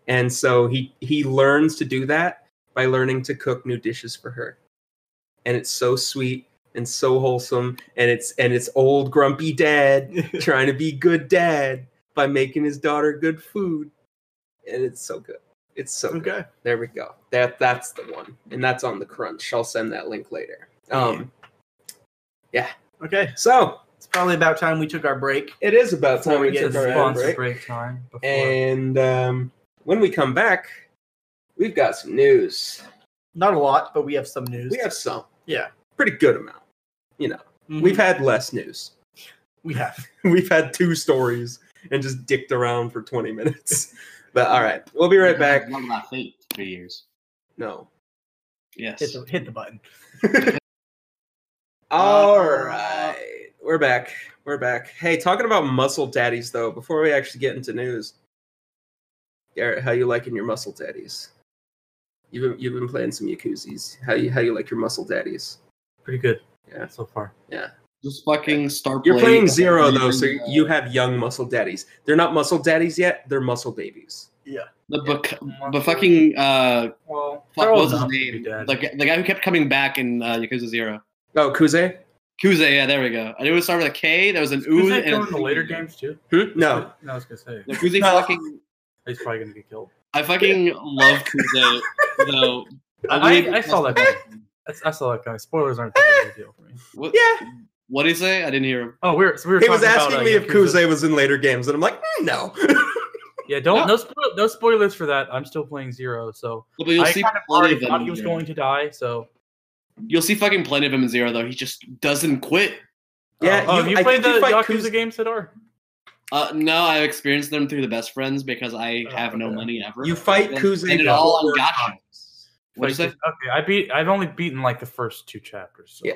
C: and so he he learns to do that by learning to cook new dishes for her, and it's so sweet and so wholesome and it's and it's old grumpy dad trying to be good dad by making his daughter good food and it's so good it's so good
B: okay.
C: there we go that that's the one and that's on the crunch i'll send that link later um
B: Okay.
C: so
B: It's probably about time we took our break.
C: it is about time we
B: It's
C: get
E: It's
C: our ad
E: sponsor
C: break
E: break time. Before.
C: and um when we come back we've got some news
B: Not a lot, but we have some news.
C: we have some
B: Yeah.
C: pretty good amount
B: Mhm.
C: we've had less news
B: we have.
C: we've had two stories and just dicked around for 20 minutes. But all right, we'll be right back.
D: One about fate for years.
C: No.
D: Yes.
B: Hit the, hit the button.
C: All right. We're back. We're back. Hey, talking about muscle daddies though, before we actually get into news. Garrett, how you liking your muscle daddies? You've been, you've been playing some yakuzis. How you how you like your muscle daddies?
E: Pretty good.
C: Yeah.
E: So far.
D: Just fucking start.
C: You're playing zero though, so
D: uh,
C: you have young muscle daddies. They're not muscle daddies yet; they're muscle babies.
D: the book, the fucking uh,
E: Well,
D: fuck,
E: they're
D: what
E: all
D: was his
E: dumb to be
D: name?
E: dead.
D: The, gu- the guy who kept coming back in uh, Yakuza Zero.
C: Oh, Kuze?
D: Kuze, yeah, there we go. And it would start with a K. There was an
E: Who's
D: ooh
E: that
D: and Oh.
E: going
D: a
E: in the later
D: Z.
E: games too?
C: Hmm? No,
E: No, I was gonna say
D: No, Kuze
C: No.
D: fucking.
E: he's probably gonna get killed.
D: I fucking love Kuze though.
E: I, I, I saw that. Guy. I, I saw that guy. Spoilers aren't that big a deal for me.
D: What,
C: Yeah.
D: What did he say? I didn't hear him.
E: Oh, we were, so we were
C: He was
E: talking about,
C: asking
E: uh,
C: me if
E: Yakuza.
C: Kuze was in later games, and I'm like, "Mm, no.
E: Yeah, don't no spoil, no spoilers for that. I'm still playing Zero, so
D: Well, but you'll
E: I
D: see
E: kind of
D: plenty
E: already
D: of them.
E: thought he
D: in
E: was
D: Zero.
E: going to die. So
D: You'll see fucking plenty of him in Zero though. He just doesn't quit.
C: Yeah,
E: oh,
C: you-
E: have you
C: I
E: played
C: think
E: the
C: you fight
E: Yakuza
C: Kuze-
E: games, Sidor?
D: Uh, no, I've experienced them through the best friends because I
E: Oh,
D: have no
E: okay.
D: money ever.
C: you fight
D: And-
C: Kuze
D: and it
C: before-
D: all on gacha. What'd you
E: Like,
D: say?
E: Okay, I beat. I've only beaten like the first two chapters. so.
C: Yeah.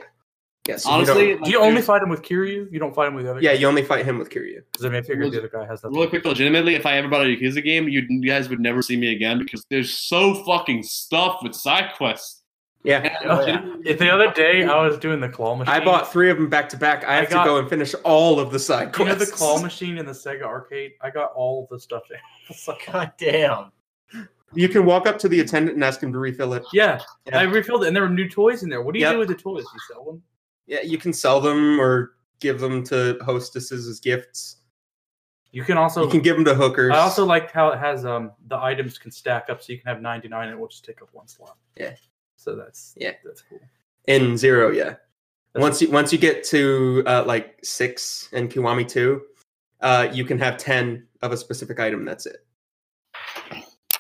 C: Yes, you
D: Honestly,
C: don't-
D: like,
E: Do you only
D: there's-
E: fight him with Kiryu? You don't fight him with the other.
C: yeah, you only fight him with Kiryu.
E: Because I mean, I figured the other guy has that.
D: Really quick, legitimately, if I ever bought a Yakuza game, you you guys would never see me again because there's so fucking stuff with side quests.
C: Yeah,
E: Oh, yeah. If the other day I was doing the claw machine.
C: I bought three of them back to back. I
E: I
C: have
E: got-
C: to go and finish all of the side
E: You know
C: quests.
E: the claw machine in the Sega arcade. I got all the stuff. there. It's like-
B: God damn.
C: You can walk up to the attendant and ask him to refill it.
E: yeah,
C: Yeah.
E: I refilled it, and there were new toys in there. What do you
C: Yep.
E: do with the toys? You sell them?
C: Yeah, you can sell them or give them to hostesses as gifts.
E: You can also.
C: you can give them to hookers.
E: I also like how it has um the items can stack up, so you can have ninety nine, and it will just take up one slot.
C: Yeah.
E: So that's
C: Yeah.
E: that's cool.
C: in zero, yeah.
E: That's
C: once you once you get to uh, like six and Kiwami two, uh, you can have ten of a specific item. That's it.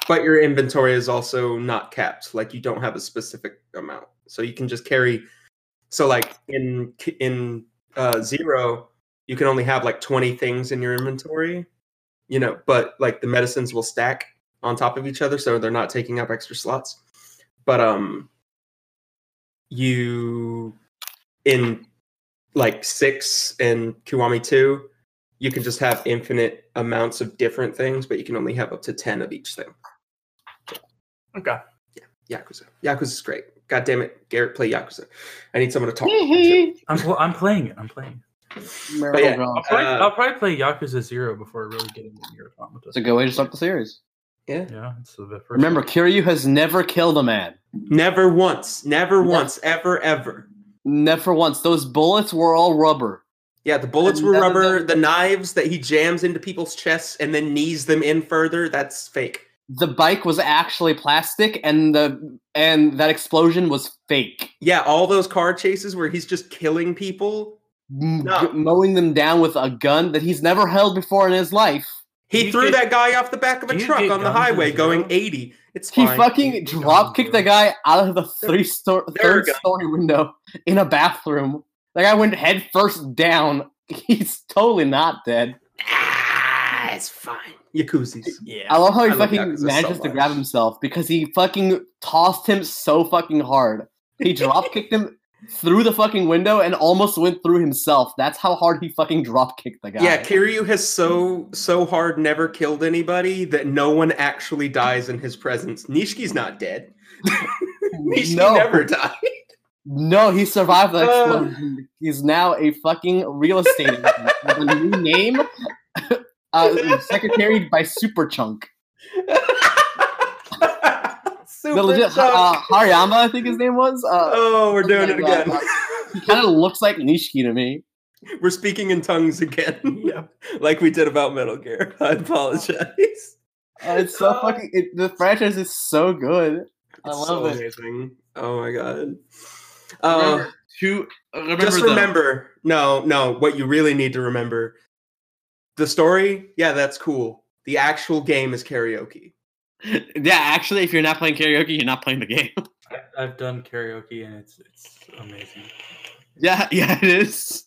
C: But your inventory is also not capped. Like you don't have a specific amount, so you can just carry. So like in K- in uh, zero, you can only have like twenty things in your inventory, you know. But like the medicines will stack on top of each other, so they're not taking up extra slots. But um, you in like six and Kiwami two, you can just have infinite amounts of different things, but you can only have up to ten of each thing.
B: Okay.
C: Yakuza. Yakuza's great. God damn it, Garrett, play Yakuza. I need someone to talk to.
E: I'm pl- I'm playing it. I'm playing. It.
C: But yeah,
E: I'll, probably,
C: Uh,
E: I'll probably play Yakuza Zero before I really get into Nier Automata.
D: It's a good way to start the series.
C: yeah.
E: Yeah, it's the first.
D: Remember, Kiryu has never killed a man.
C: Never once, never
D: No.
C: once, ever, ever.
D: Never once. Those bullets were all rubber.
C: Yeah, the bullets were
D: Another-
C: rubber. The knives that he jams into people's chests and then knees them in further—that's fake.
D: The bike was actually plastic, and the and that explosion was fake.
C: Yeah, all those car chases where he's just killing people.
D: M-
C: No.
D: g- Mowing them down with a gun that he's never held before in his life.
C: He
E: You
C: threw
E: get-
C: that guy off the back of a
E: you
C: truck
E: get
C: on the
E: guns in
C: highway
E: Zero?
C: going 80. It's
D: He
C: fine.
D: fucking drop kicked the guy out of the three sto-
C: there we
D: third
C: go.
D: story window in a bathroom. The guy went head first down. He's totally not dead.
C: ah, it's fine. Yakuzis.
B: Yeah.
D: I love how he
C: I love Yakuza
D: fucking
C: so
D: manages to
C: much.
D: grab himself because he fucking tossed him so fucking hard. He drop kicked him through the fucking window and almost went through himself. That's how hard he fucking drop kicked the guy.
C: Yeah, Kiryu has so so hard never killed anybody that no one actually dies in his presence. Nishiki's not dead. Nishiki
D: no,
C: never died.
D: no, he survived the
C: Uh.
D: explosion. He's now a fucking real estate agent with a new name, uh, secretary by Superchunk.
C: Super
D: The legit
C: suck.
D: uh, Hariyama, I think his name was. Uh,
C: oh, we're doing it
D: something like
C: again.
D: he kind of looks like Nishiki to me.
C: we're speaking in tongues again. like we did about Metal Gear. I apologize.
D: Uh, it's so
C: Uh.
D: fucking. It, the franchise is so good. I
C: It's
D: love
C: so
D: it.
C: Amazing. Oh my god. Uh,
D: Remember to remember
C: just
D: the-
C: remember, no, no. What you really need to remember, the story. Yeah, that's cool. The actual game is karaoke.
D: yeah actually if you're not playing karaoke you're not playing the game
E: I, I've done karaoke and it's it's amazing.
D: yeah yeah it is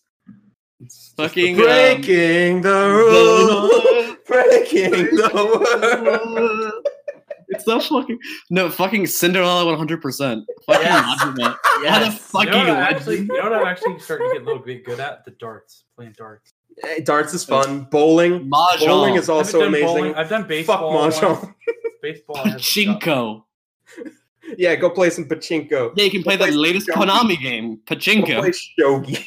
E: It's
D: fucking um,
C: Breaking the rules. Breaking the world.
D: it's so fucking no fucking cinderella 100% fucking
B: Yes.
D: love that.
B: Yes.
D: what a fucking
E: you know what I
D: legend.
E: actually, you know what I'm actually starting to get a little bit good at the darts, playing darts.
C: Eh, Darts is fun. Bowling.
D: mahjong
C: Bowling is
E: I haven't
C: also
E: done
C: amazing.
E: Bowling. I've done baseball. once.
C: mahjong.
E: Baseball. I haven't done.
D: pachinko
C: Yeah, go play some pachinko.
D: yeah you can play the
C: play
D: latest
C: Shogi.
D: konami game
C: Go play
D: pachinko
C: shogi.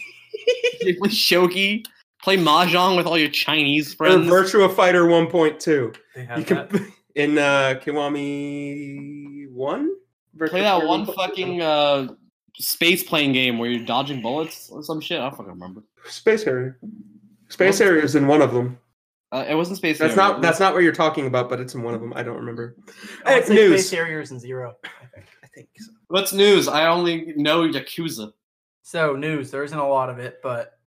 D: You play shogi play mahjong with all your chinese
C: Or
D: friends
C: Virtua Fighter 1.2.
E: They
C: you
E: have
C: can
E: that.
C: in uh Kiwami one.
D: play that one fucking uh space playing game where you're dodging bullets or some shit i don't fucking remember
C: space area. Space area is in one of them.
D: Uh, it wasn't Space
C: That's not
D: Harrier, it was-
C: that's not what you're talking about, but it's in one of them. I don't remember.
B: I would
C: Eh,
B: say
C: news.
B: Space Harriers and Zero.
C: I think so.
D: What's news? I only know Yakuza.
B: So news, there isn't a lot of it, but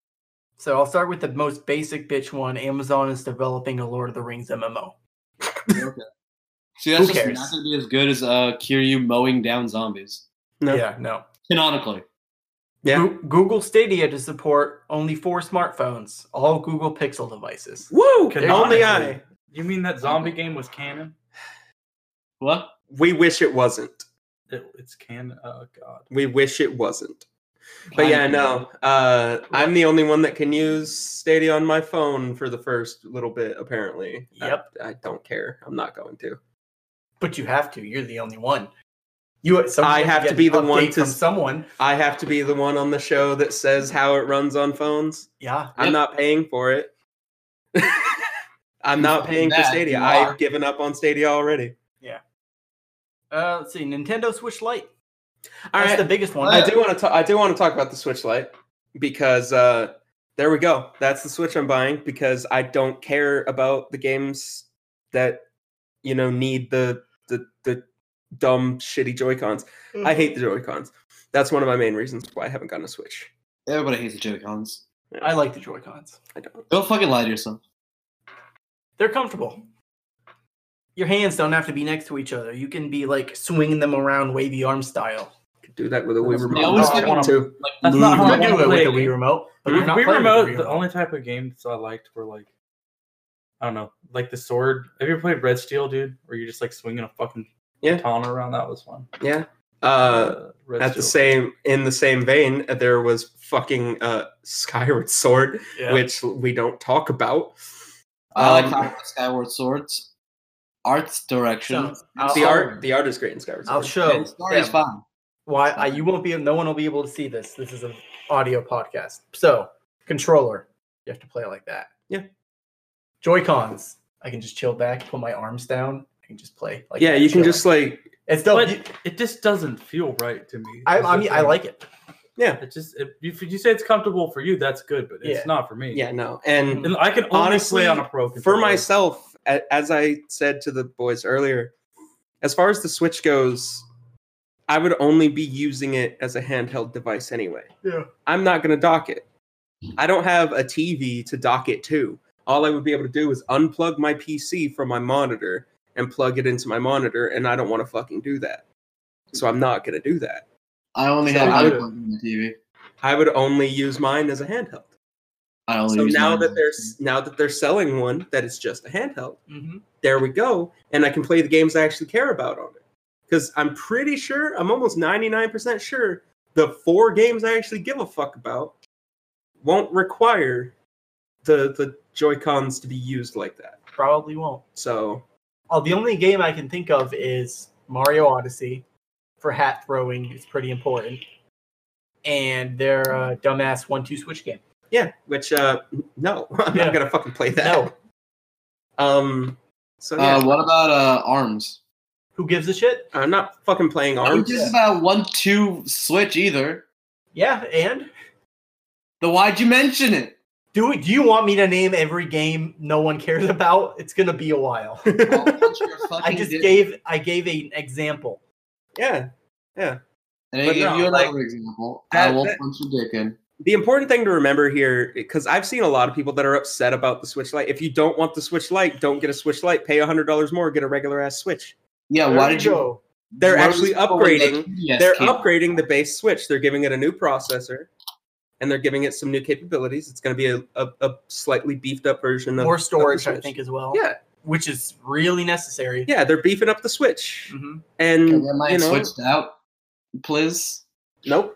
B: so I'll start with the most basic bitch one. Amazon is developing a Lord of the Rings MMO.
D: See, that's
B: Who
D: just
B: cares?
D: not gonna be as good as uh, Kiryu mowing down zombies.
C: No.
B: Yeah, no.
D: Canonically,
C: Yeah.
B: Goo- Google Stadia to support only four smartphones, all Google Pixel devices.
C: Woo! Only
E: Canonically.
C: I.
E: You mean that zombie game was canon?
D: what?
C: We wish it wasn't.
E: It, it's canon. Oh god.
C: We wish it wasn't. But yeah, no. Uh, I'm the only one that can use Stadia on my phone for the first little bit, apparently. I-
B: Yep.
C: I, don't care. I'm not going to.
B: But you have to. You're the only one. You. so
C: I
B: you
C: have to
B: get
C: be
B: an
C: the one
B: update
C: to
B: from
C: s-
B: someone.
C: I have to be the one on the show that says how it runs on phones.
B: Yeah.
C: I'm
D: Yep.
C: not paying for it. I'm not
D: fucking
C: paying for
D: bad.
C: Stadia.
D: You are.
C: I've given up on Stadia already.
B: Uh, let's see. Nintendo Switch Lite.
C: All
B: That's
C: right.
B: the biggest one.
C: I do want to talk. I do want to talk about the Switch Lite because uh, there we go. That's the Switch I'm buying because I don't care about the games that you know need the the the dumb shitty Joy Cons. I
D: Mm-hmm.
C: hate the Joy Cons. That's one of my main reasons why I haven't gotten a Switch.
D: Everybody hates the Joy Cons.
B: I like the Joy Cons.
C: I don't.
D: Don't fucking lie to yourself.
B: They're comfortable. Your hands don't have to be next to each other. You can be like swinging them around wavy arm style.
C: Could do that with a Wii
B: They
C: remote.
D: always
C: if I
D: fucking-
C: want to.
D: Like,
E: That's not
B: You
E: how I
B: could
E: wanna
B: do it with
E: play a
B: the Wii
E: game.
B: remote. But
E: We
B: you're not
E: Wii
B: playing with
E: remote,
B: Wii
E: the only type of games I liked were like, I don't know, like the sword. Have you ever played Red Steel, dude? Where you're just like swinging a fucking
C: Yeah.
E: katana around? That was fun.
C: Yeah. Uh,
E: Red
C: at the
E: Steel.
C: same in the same vein, there was fucking uh, Skyward Sword,
B: Yeah.
C: which we don't talk about.
D: I
C: Um,
D: like Skyward Swords. art's direction.
B: So, I'll-
C: the
B: I'll-
C: art, the art is great in Skyward Sword.
B: I'll show
D: the story is
B: them.
D: fine.
B: why I, you won't be no one will be able to see this this is an audio podcast so controller you have to play it like that
C: Yeah.
B: joy cons i can just chill back put my arms down i can just play like
C: yeah,
B: that,
C: you can
B: chill.
C: just like
B: it's dope You-
E: But it just doesn't feel right to me.
B: I,
E: It's
B: I
E: just
B: mean i like it
E: it. Just if you, if you say it's comfortable for you, that's good, but
B: Yeah.
E: it's not for me.
C: yeah, no.
D: Mm-hmm.
C: And
E: And I can only
C: Honestly,
E: play on a pro
C: for
E: controller.
C: myself, a- as I said to the boys earlier, as far as the Switch goes, I would only be using it as a handheld device anyway.
E: Yeah.
C: I'm not going to dock it. I don't have a TV to dock it to. All I would be able to do is unplug my PC from my monitor and plug it into my monitor, and I don't want to fucking do that. So I'm not going to do that.
D: I only
C: So
D: have
C: I
D: my
C: would-
D: phone on the TV.
C: I would only use mine as a handheld.
D: I only
C: So
D: use
C: now
D: mine.
C: that they're s- now that they're selling one that is just a handheld,
E: Mhm.
C: there we go. And I can play the games I actually care about on it. Because I'm pretty sure, I'm almost 99% sure, the four games I actually give a fuck about won't require the the Joy Cons to be used like that.
B: probably won't
C: So
B: oh the only game i can think of is mario odyssey for hat throwing it's pretty important and their uh, dumbass one two switch game
C: yeah, which uh no, I'm
B: Yeah.
C: not gonna fucking play that.
B: no
C: Um so yeah,
D: uh, what about uh, arms?
B: who gives a shit
C: I'm not fucking playing
D: Arms
C: ARMS.
D: is about one two switch either.
B: yeah and
D: Then why'd you mention it?
B: do, we- do you want me to name every game no one cares about it's gonna be a while
D: I'll punch your
B: I
D: fucking
B: just
D: dick.
B: gave I gave an example.
C: yeah.
D: And I
C: but
D: gave
C: no,
D: you another
C: like,
D: example. I
C: that-
D: will
C: that-
D: punch your dick in.
C: the important thing to remember here, because I've seen a lot of people that are upset about the Switch Lite. If you don't want the Switch Lite, don't get a Switch Lite. Pay hundred dollars more, get a regular ass Switch.
F: Uh,
D: Yeah,
B: There
D: why
B: we
D: did you?
B: go.
C: They're
D: why
C: actually
D: was it called the
C: upgrading-
D: TDS
C: they're
D: cable?
C: upgrading the base Switch. They're giving it a new processor, and they're giving it some new capabilities. It's going to be a, a, a slightly beefed up version of
B: more
C: of the
B: storage, I
C: Switch.
B: think, as well.
C: Yeah,
B: which is really necessary.
C: yeah, they're beefing up the Switch,
B: Mhm.
C: and
D: Can I get mine
C: you know,
D: switched out, please?
C: nope.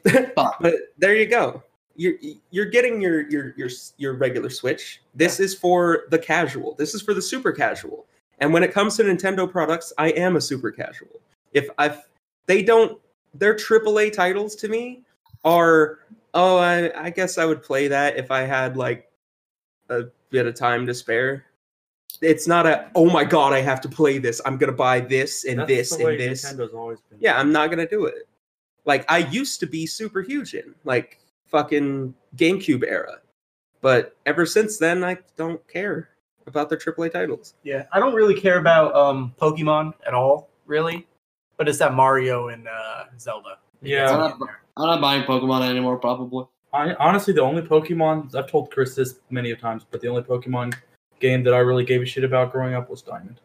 D: Fuck.
C: But there you go. You're you're getting your your your your regular Switch. This is for the casual. This is for the super casual. And when it comes to Nintendo products, I am a super casual. If I they don't their AAA titles to me are oh I I guess I would play that if I had like a bit of time to spare. It's not a oh my god I have to play this. I'm gonna buy this and
E: That's
C: this
E: the
C: and
E: way
C: this
E: Nintendo's always been.
C: yeah, I'm not gonna do it. Like I used to be super huge in like fucking GameCube era, but ever since then I don't care about their AAA titles.
B: Yeah, I don't really care about um, Pokemon at all, really. But it's that Mario and uh, Zelda.
E: Yeah.
D: I'm not, I'm not buying Pokemon anymore, probably.
E: I honestly the only Pokemon I've told Chris this many a times, but the only Pokemon game that I really gave a shit about growing up was Diamond.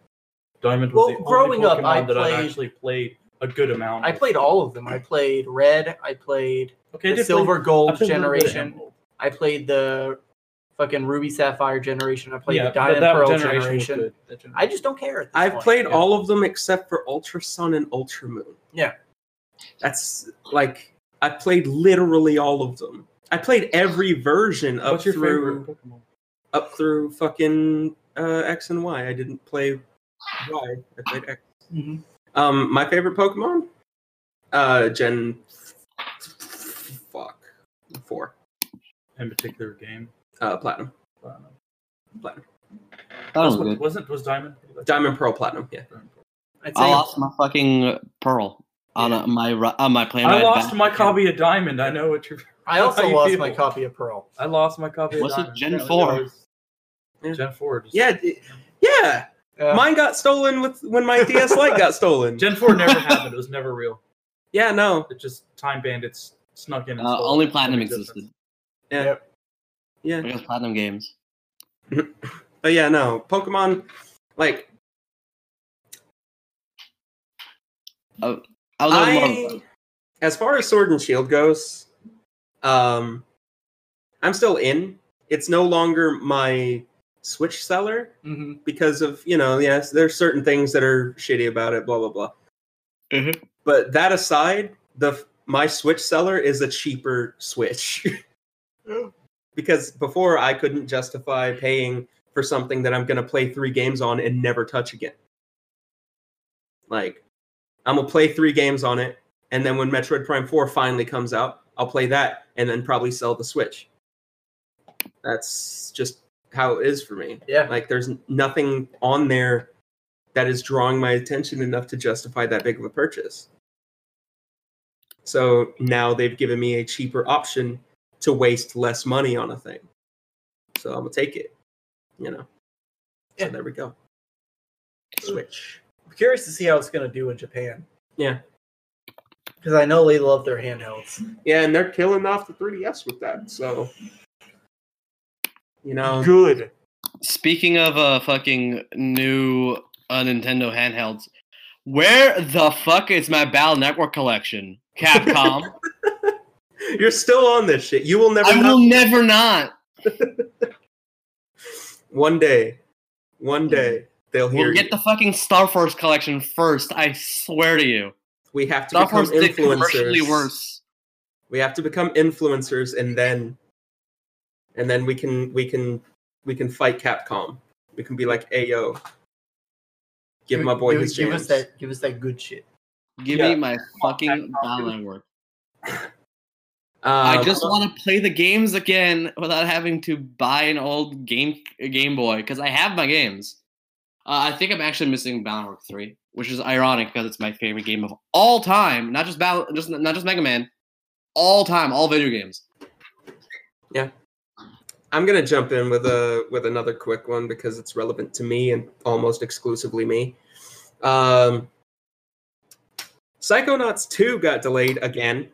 E: Diamond was
B: Well,
E: the
B: growing
E: only
B: up,
E: Pokemon
B: I
E: that
B: played-
E: I've actually played a good amount.
B: I
E: of.
B: played all of them. I played Red. I played
E: okay, I
B: the
E: did play-
B: Silver
E: I
B: Gold
E: played a little bit of
B: generation.
E: Emerald.
B: I played the fucking Ruby Sapphire generation. I played
E: yeah,
B: the Diamond
E: but that
B: Pearl
E: generation, was
B: generation.
E: good. That
B: I
E: generation-
B: just don't care. At this
C: I've
B: point.
C: played
E: yeah.
C: all of them except for Ultra Sun and Ultra Moon.
B: Yeah.
C: that's like I played literally all of them. I played every version up
E: What's your
C: through
E: favorite Pokemon?
C: up through fucking uh, X and Y. I didn't play Y. I played X.
B: Mhm.
C: Um, my favorite Pokemon, uh, Gen, fuck, four,
E: In particular game.
C: uh, Platinum,
E: I don't know.
D: That was
E: Wasn't-
D: good.
E: wasn't was Diamond?
C: Diamond, Pearl, Platinum. Yeah,
B: I'd
D: I
B: say-
D: lost my fucking uh, pearl on uh, my ri- on my plane.
E: I
D: ride
E: lost
D: back.
E: my copy of Diamond. I know what you're.
B: I also
E: How you
B: lost
E: feel?
B: my copy of Pearl.
E: I lost my copy.
D: Was it
E: of Diamond.
D: Gen
E: Apparently
D: four?
E: it was-
C: Yeah.
E: Gen four. just-
C: yeah, d- yeah.
B: Yeah.
C: Mine got stolen with when my DS Lite got stolen.
E: Gen four never happened. It was never real.
C: Yeah, no,
E: It just time bandits snuck in. and
D: Uh,
E: stole
D: only
E: it.
D: platinum
E: Doesn't make
D: existed.
E: sense.
C: yeah,
B: Yep.
C: yeah.
D: Because platinum games.
C: But yeah, no, Pokemon, like
D: I was on
C: I,
D: one.
C: as far as Sword and Shield goes, um, I'm still in. It's no longer my Switch seller.
B: Mhm.
C: because of you know yes there's certain things that are shitty about it blah blah blah
D: Mhm.
C: but that aside the my switch seller is a cheaper switch because before i couldn't justify paying for something that i'm going to play three games on and never touch again Like, I'm gonna play three games on it, and then when Metroid Prime Four finally comes out, I'll play that, and then probably sell the Switch. That's just how it is for me.
B: Yeah.
C: Like, there's nothing on there that is drawing my attention enough to justify that big of a purchase. So now they've given me a cheaper option to waste less money on a thing. So I'm gonna take it. You know.
B: Yeah.
C: So there we go. Switch.
B: I'm curious to see how it's going to do in Japan.
C: Yeah.
B: Because I know they love their handhelds.
C: Yeah, and they're killing off the 3DS with that. So you know,
B: Good.
D: Speaking of uh, fucking new uh, Nintendo handhelds, where the fuck is my Battle Network collection? Capcom,
C: you're still on this shit. You will never
D: I
C: know.
D: will never not.
C: one day. One day they'll hear
D: We'll
C: you.
D: get the fucking Star Force collection first. I swear to you,
C: we have to
D: Star
C: become
D: Force did commercially
C: influencers.
D: worse.
C: We have to become influencers and then and then we can we can we can fight Capcom. We can be like, hey yo. Give my boy
B: give,
C: his
B: give us
C: jams."
B: that. Give us that good shit.
D: Give
C: Yeah.
D: me my fucking Battle Network.
C: Uh,
D: I just want to play the games again without having to buy an old game Game Boy because I have my games. Uh, I think I'm actually missing Battle Network Three, which is ironic because it's my favorite game of all time. Not just Battle, just not just Mega Man, all time, all video games.
C: I'm gonna jump in with a with another quick one because it's relevant to me and almost exclusively me. Um, Psychonauts 2 got delayed again.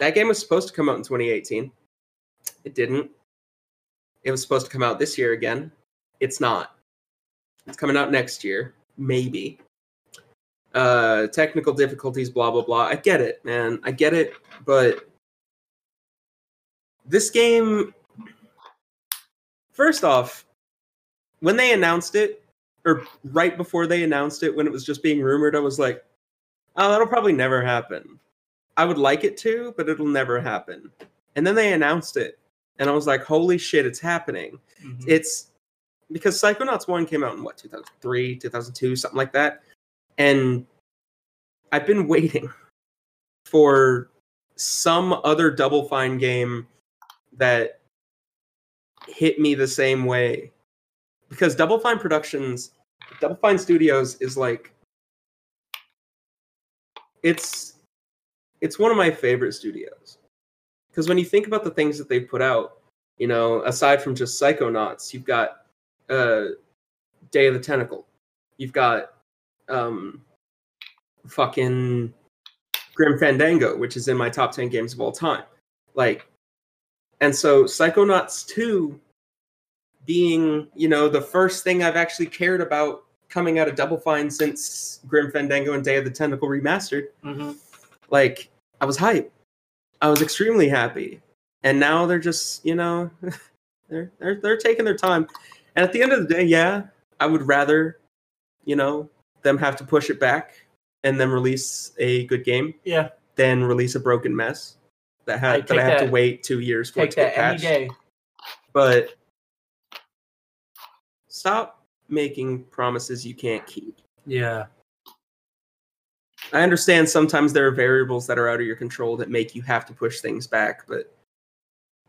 C: That game was supposed to come out in 2018. It didn't. It was supposed to come out this year again. It's not. It's coming out next year, maybe. Uh, technical difficulties, blah blah blah. I get it, man. I get it, but this game first off, when they announced it, or right before they announced it, when it was just being rumored, I was like, oh, that'll probably never happen. I would like it to, but it'll never happen. And then they announced it, and I was like, holy shit, it's happening
B: Mhm.
C: it's because Psychonauts 1 came out in what 2003, 2002, something like that. And I've been waiting for some other Double Fine game that hit me the same way. Because Double Fine Productions, Double Fine Studios is like it's it's one of my favorite studios. Cuz when you think about the things that they put out, you know, aside from just Psychonauts, you've got uh, Day of the Tentacle, you've got um, fucking Grim Fandango, which is in my top ten games of all time. Like, and so Psychonauts two being, you know, the first thing I've actually cared about coming out of Double Fine since Grim Fandango and Day of the Tentacle remastered
B: Mhm.
C: like I was hyped. I was extremely happy. And now they're just, you know, they're they're they're taking their time. And at the end of the day, yeah, I would rather, you know, them have to push it back and then release a good game
B: Yeah.
C: than release a broken mess that ha-
B: I'd
C: that I
B: take
C: have to
B: that.
C: wait two years for
B: Take
C: it to get
B: that any
C: patched.
B: day.
C: But stop making promises you can't keep.
E: Yeah.
C: I understand sometimes there are variables that are out of your control that make you have to push things back, but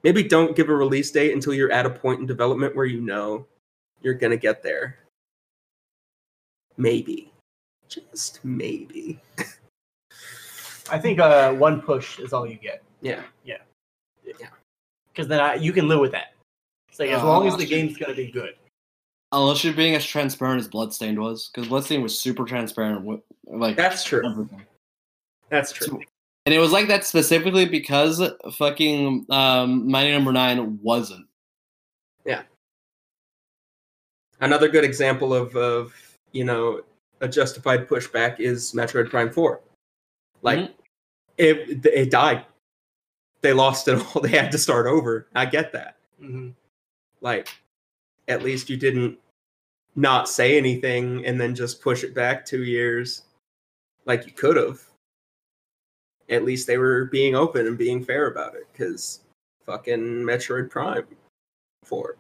C: maybe don't give a release date until you're at a point in development where you know you're going to get there. Maybe. Just maybe.
B: I think uh, one push is all you get.
C: Yeah.
B: Because then I, you can live with that. It's like as
D: Oh,
B: long as
D: I
B: the
D: see.
B: game's going to be good.
D: Unless you're being as transparent as Bloodstained was, because Bloodstained was super transparent with like
C: That's true.
D: everything.
C: That's true.
D: And it was like that specifically because fucking um, my number nine wasn't.
C: Another good example of, of you know, a justified pushback is Metroid Prime 4. Like,
D: Mhm.
C: it, it died. They lost it all. They had to start over. I get that.
B: Mhm.
C: like at least you didn't not say anything and then just push it back two years like you could have at least they were being open and being fair about it because fucking metroid prime 4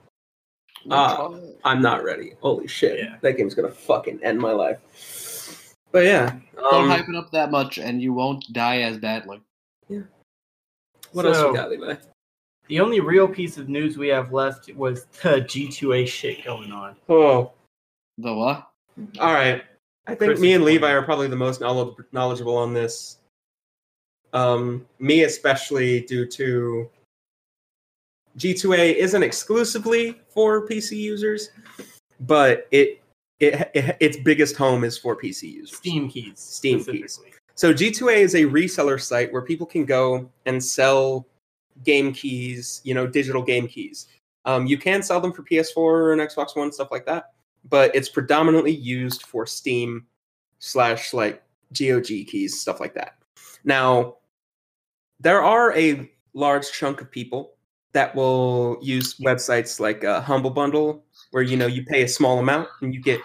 C: Ah. i'm not ready holy shit
B: Yeah.
C: that game's gonna fucking end my life But yeah,
D: Don't
C: um,
D: hype it up that much, and you won't die as badly.
C: what else
B: So-
C: we got, Levi?
B: The only real piece of news we have left was the G2A shit going on.
C: Oh,
D: The what?
C: all right. I think
B: Chris
C: me
B: is
C: and Levi
B: playing.
C: are probably the most knowl- knowledgeable on this. Um, me especially due to G2A isn't exclusively for PC users, but it, it, it its biggest home is for PC users.
B: Steam keys.
C: Steam keys.
B: specifically.
C: So G2A is a reseller site where people can go and sell game keys, you know, digital game keys. Um, you can sell them for PS4 and Xbox One, stuff like that, but it's predominantly used for Steam slash like GOG keys, stuff like that. Now, there are a large chunk of people that will use websites like uh, Humble Bundle, where you know you pay a small amount and you get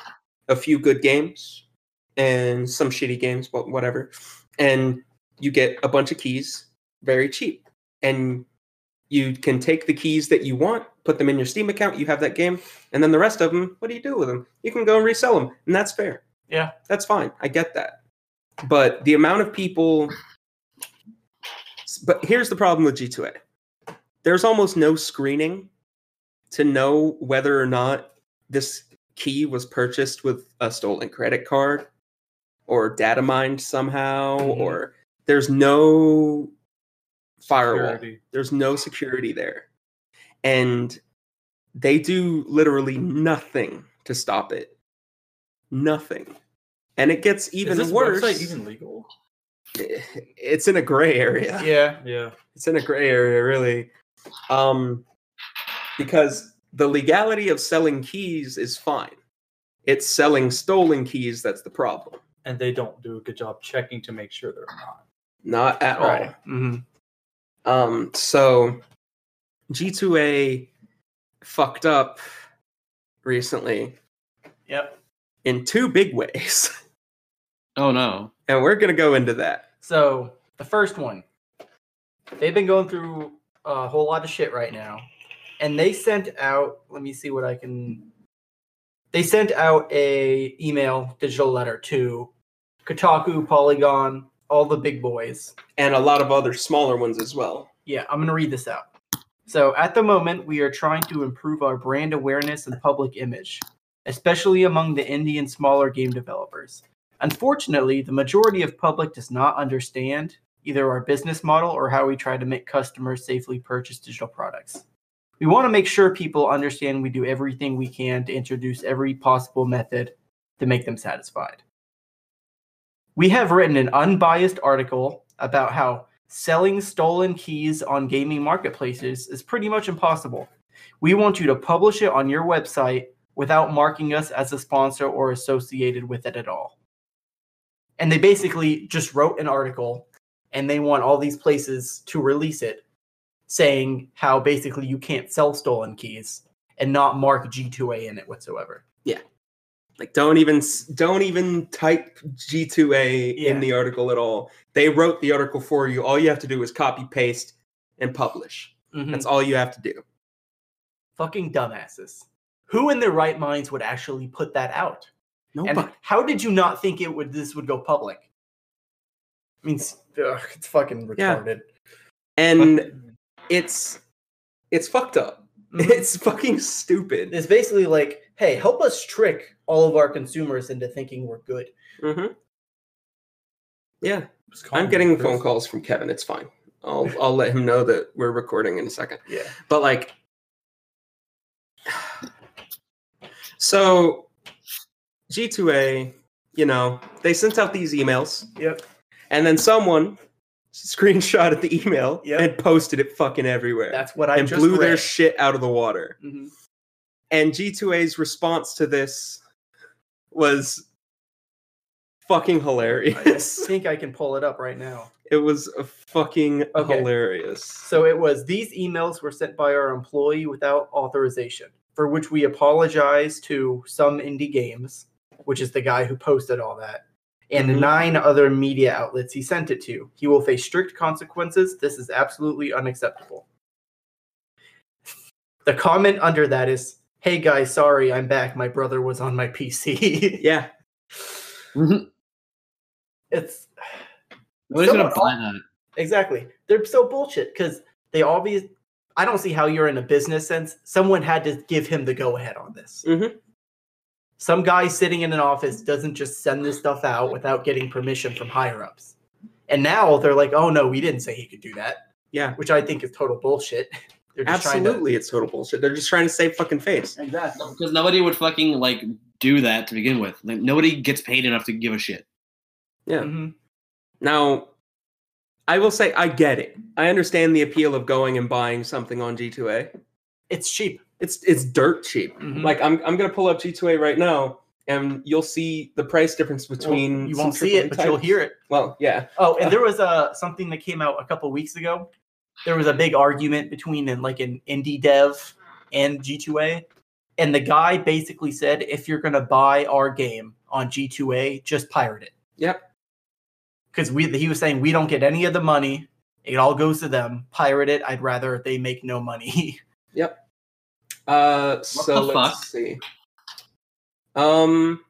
C: a few good games and some shitty games, but whatever, and you get a bunch of keys very cheap, and you can take the keys that you want, put them in your Steam account, you have that game, and then the rest of them, what do you do with them? You can go and resell them, and that's fair.
B: Yeah.
C: that's fine. I get that, but the amount of people. But here's the problem with G2A there's almost no screening to know whether or not this key was purchased with a stolen credit card or data mined somehow
B: Mhm.
C: or there's no firewall
E: Security.
C: there's no security there and they do literally nothing to stop it nothing and it gets even
E: Is this
C: worse
E: website even legal?
C: it's in a gray area
B: Yeah.
E: Yeah.
C: it's in a gray area really um because the legality of selling keys is fine it's selling stolen keys that's the problem
E: And they don't do a good job checking to make sure they're not.
C: not at all
B: Right. hmm
C: Um, so G2A fucked up recently
B: Yep.
C: in two big ways,
D: Oh no.
C: and we're gonna go into that.
B: So the first one, they've been going through a whole lot of shit right now, and they sent out. Let me see what I can. They sent out a email digital letter to Kotaku, Polygon, all the big boys.
C: And a lot of other smaller ones as well.
B: Yeah, I'm going to read this out. So, at the moment, we are trying to improve our brand awareness and public image, especially among the indie and smaller game developers. Unfortunately, the majority of public does not understand either our business model or how we try to make customers safely purchase digital products. We want to make sure people understand we do everything we can to introduce every possible method to make them satisfied. We have written an unbiased article about how selling stolen keys on gaming marketplaces is pretty much impossible. We want you to publish it on your website without marking us as a sponsor or associated with it at all. And they basically just wrote an article and they want all these places to release it, saying how basically you can't sell stolen keys and not mark G2A in it whatsoever.
C: Like don't even s- don't even type G2A
B: Yeah.
C: in the article at all. They wrote the article for you. All you have to do is copy paste and publish.
B: Hmm.
C: That's all you have to do.
B: Fucking dumbasses. Who in their right minds would actually put that out? And
C: Nobody.
B: how did you not think it would this would go public? I mean, it's, ugh, it's fucking
C: Yeah.
B: retarded.
C: and it's it's fucked up.
B: Mhm.
C: It's fucking stupid.
B: it's basically like, hey, help us trick all of our consumers into thinking we're good.
C: hmm Yeah,
E: It's
C: I'm
E: calling
C: getting
E: it
C: phone
E: this.
C: calls from Kevin. It's fine. I'll I'll let him know that we're recording in a second.
B: Yeah.
C: But like, so G2A, you know, they sent out these emails,
B: Yep.
C: and then someone screenshotted the email
B: Yep.
C: and posted it fucking everywhere,
B: That's what I
C: and
B: just
C: blew their
B: read.
C: shit out of the water.
B: Mhm.
C: And G2A's response to this was fucking
B: I
C: hilarious.
B: think I can pull it up right now.
C: It was fucking
B: Okay.
C: hilarious.
B: So it was these emails were sent by our employee without authorization, for which we apologize to some indie games, which is the guy who posted all that, and the
C: Mhm.
B: nine other media outlets he sent it to. He will face strict consequences. This is absolutely unacceptable. The comment under that is, "Hey guys, sorry, I'm back. My brother was on my PC."
C: Yeah.
B: It's
D: Nobody's gonna
B: Someone-
D: buy that.
B: exactly. They're so bullshit because they obvious. I don't see how you're in a business sense. Someone had to give him the go ahead on this.
C: Mhm.
B: Some guy sitting in an office doesn't just send this stuff out without getting permission from higher ups. And now they're like, oh no, we didn't say he could do that,
C: Yeah,
B: which I think is total bullshit. They're just
C: absolutely. It's total bullshit. They're just trying to save fucking face.
B: trying to. Exactly.
D: Because nobody would fucking like do that to begin with. Like nobody gets paid enough to give a shit.
C: Yeah.
B: Mhm.
C: Now, I will say I get it. I understand the appeal of going and buying something on G2A.
B: It's cheap.
C: It's it's dirt cheap.
B: Mhm.
C: Like I'm I'm gonna pull up G2A right now, and you'll see the price difference between.
B: Well, you
C: some
B: won't see it,
C: AAA
B: but you'll
C: titles.
B: hear it.
C: Well, yeah,
B: Oh, and there was uh, something that came out a couple weeks ago. There was a big argument between an, like an indie dev and G2A, and the guy basically said, "If you're gonna buy our game on G2A, just pirate it."
C: Yep.
B: Because we, he was saying we don't get any of the money; it all goes to them. Pirate it. I'd rather they make no money.
C: Uh, so
D: the
C: let's
D: fuck?
C: see. Um,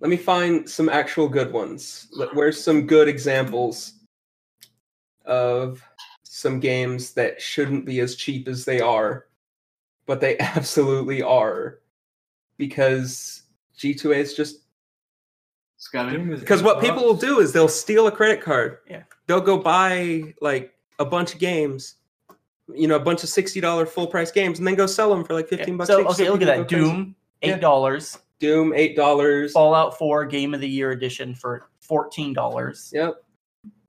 C: let me find some actual good ones. Let- Where's some good examples of some games that shouldn't be as cheap as they are, but they absolutely are because G2A is just
D: It's gotta be.
C: because what people will do is they'll steal a credit card.
B: Yeah.
C: They'll go buy like a bunch of games, you know, a bunch of sixty dollar full price games, and then go sell them for like fifteen bucks.
B: so
C: each,
B: okay, look at
C: people
B: that.
C: go crazy.
B: Doom,
C: Yeah.
B: eight dollars.
C: Doom, eight dollars.
B: Fallout Four Game of the Year edition for fourteen dollars.
C: Yep.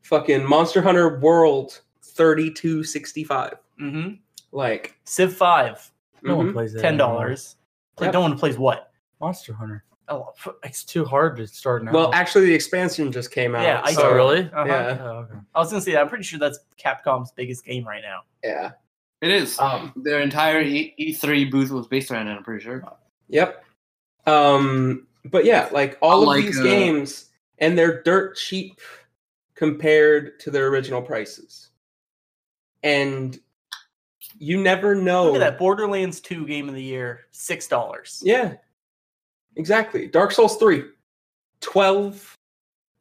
C: Fucking Monster Hunter World, thirty two sixty five.
B: Mm-hmm.
C: Like
B: Civ Five,
E: No
C: mhm.
E: one plays that.
B: ten
E: anymore.
B: dollars.
C: Yep.
B: Like no one plays what.
E: Monster Hunter.
B: Oh, f-
E: It's too hard to start now.
C: Well, actually, the expansion just came out.
B: yeah, I
E: so-
B: do.
E: really?
B: Uh-huh.
E: Oh,
C: Yeah,
E: okay.
B: I was gonna say that. I'm pretty sure that's Capcom's biggest game right now.
C: yeah.
D: It is.
C: Um,
D: Their entire E- E3 booth was based around it. I'm pretty sure.
C: Yep. Um, but yeah, like all of
D: Unlike,
C: these
D: uh,
C: games, and they're dirt cheap compared to their original prices. And you never know.
D: Oh.
B: Look at that Borderlands 2 Game of the Year, six dollars.
C: Yeah. Exactly. Dark Souls 3, 12.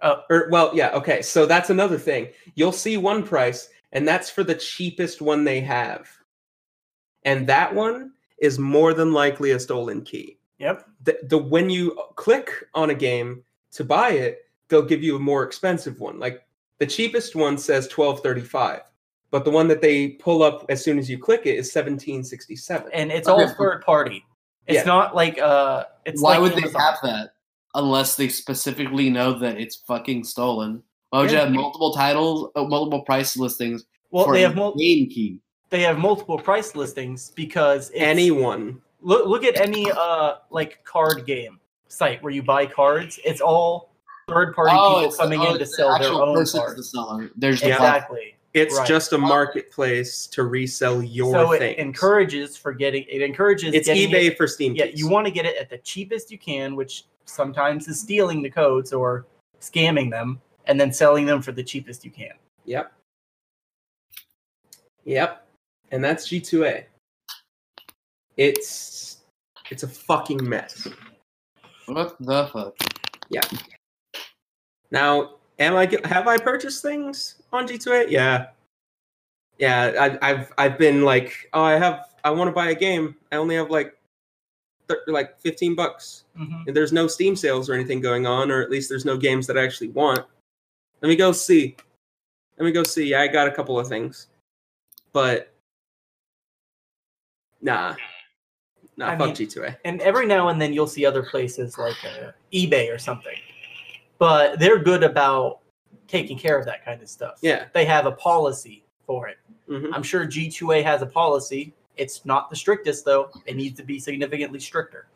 B: Oh.
C: Or, well, yeah, okay. So that's another thing. You'll see one price, and that's for the cheapest one they have. And that one is more than likely a stolen key.
B: Yep.
C: The, the when you click on a game to buy it, they'll give you a more expensive one. Like the cheapest one says 1235, but the one that they pull up as soon as you click it is 1767.
B: And it's all
D: Okay.
B: third party. It's
C: Yeah.
B: not like uh it's
D: Oh, Why
B: like
D: would they
B: Amazon.
D: have that unless they specifically know that it's fucking stolen? Why would
C: Yeah.
D: you have multiple titles, uh, multiple price listings
B: well
D: for
B: they
D: a
B: have mul-
D: game key?
B: they have multiple price listings because it's,
C: Anyone
B: look look at any uh like card game site where you buy cards, it's all third party people
D: it's the-
B: coming
D: oh,
B: in to
D: it's the
B: sell their
D: actual
B: own
D: person's the
B: cards.
D: seller. There's the platform.
B: Exactly.
C: It's
B: Right.
C: just a marketplace to resell your
B: so it
C: things.
B: encourages for getting it encourages
C: it's
B: getting
C: eBay
B: it-
C: for Steam.
B: yeah
C: keys.
B: you want to get it at the cheapest you can which sometimes is stealing the codes or scamming them and then selling them for the cheapest you can
C: Yep. Yep. And that's G2A. It's it's a fucking mess.
D: What the fuck?
C: Now, am I g- have I purchased things on G2A? Yeah. Yeah, I, I've I've been like, oh, I have I want to buy a game. I only have like thir- like 15 bucks.
B: Mhm.
C: there's no Steam sales or anything going on, or at least there's no games that I actually want. Let me go see. Let me go see. I got a couple of things, but nah, nah.
B: I
C: fuck
B: mean-
C: G2A.
B: and every now and then you'll see other places like uh, ebay or something but they're good about taking care of that kind of stuff
C: Yeah.
B: they have a policy for it
C: mhm.
B: i'm sure g2a has a policy it's not the strictest though it needs to be significantly stricter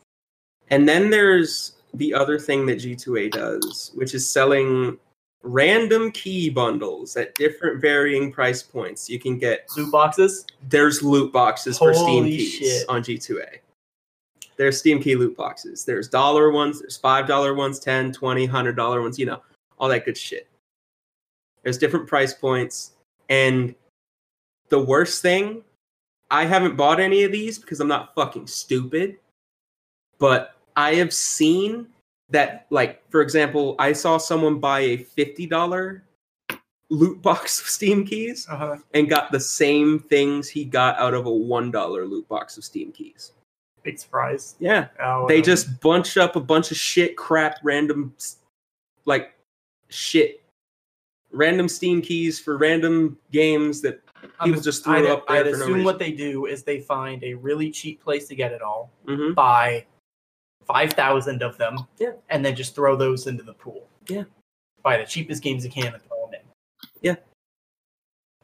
C: And then there's the other thing that G2A does, which is selling random key bundles at different varying price points. You can get
B: loot boxes
C: there's loot boxes for Steam
B: Holy
C: keys
B: shit.
C: on G2A. There's Steam key loot boxes. There's dollar ones, there's $5 ones, 10, 20, $100 ones, you know, all that good shit. There's different price points. And the worst thing, I haven't bought any of these because I'm not fucking stupid, but I have seen that like for example i saw someone buy a $50 loot box of steam keys
E: Uh-huh.
C: and got the same things he got out of a $1 loot box of steam keys
B: Big surprise.
C: yeah
B: Oh,
C: they
B: um,
C: just bunch up a bunch of shit crap random s- like shit random steam keys for random games that people just threw
B: I'd,
C: up there
B: I'd
C: for no
B: assume
C: reason.
B: what they do is they find a really cheap place to get it all,
C: Mhm.
B: buy five thousand of them,
C: Yeah.
B: and then just throw those into the pool.
C: Yeah.
B: buy the cheapest games you can and throw them in.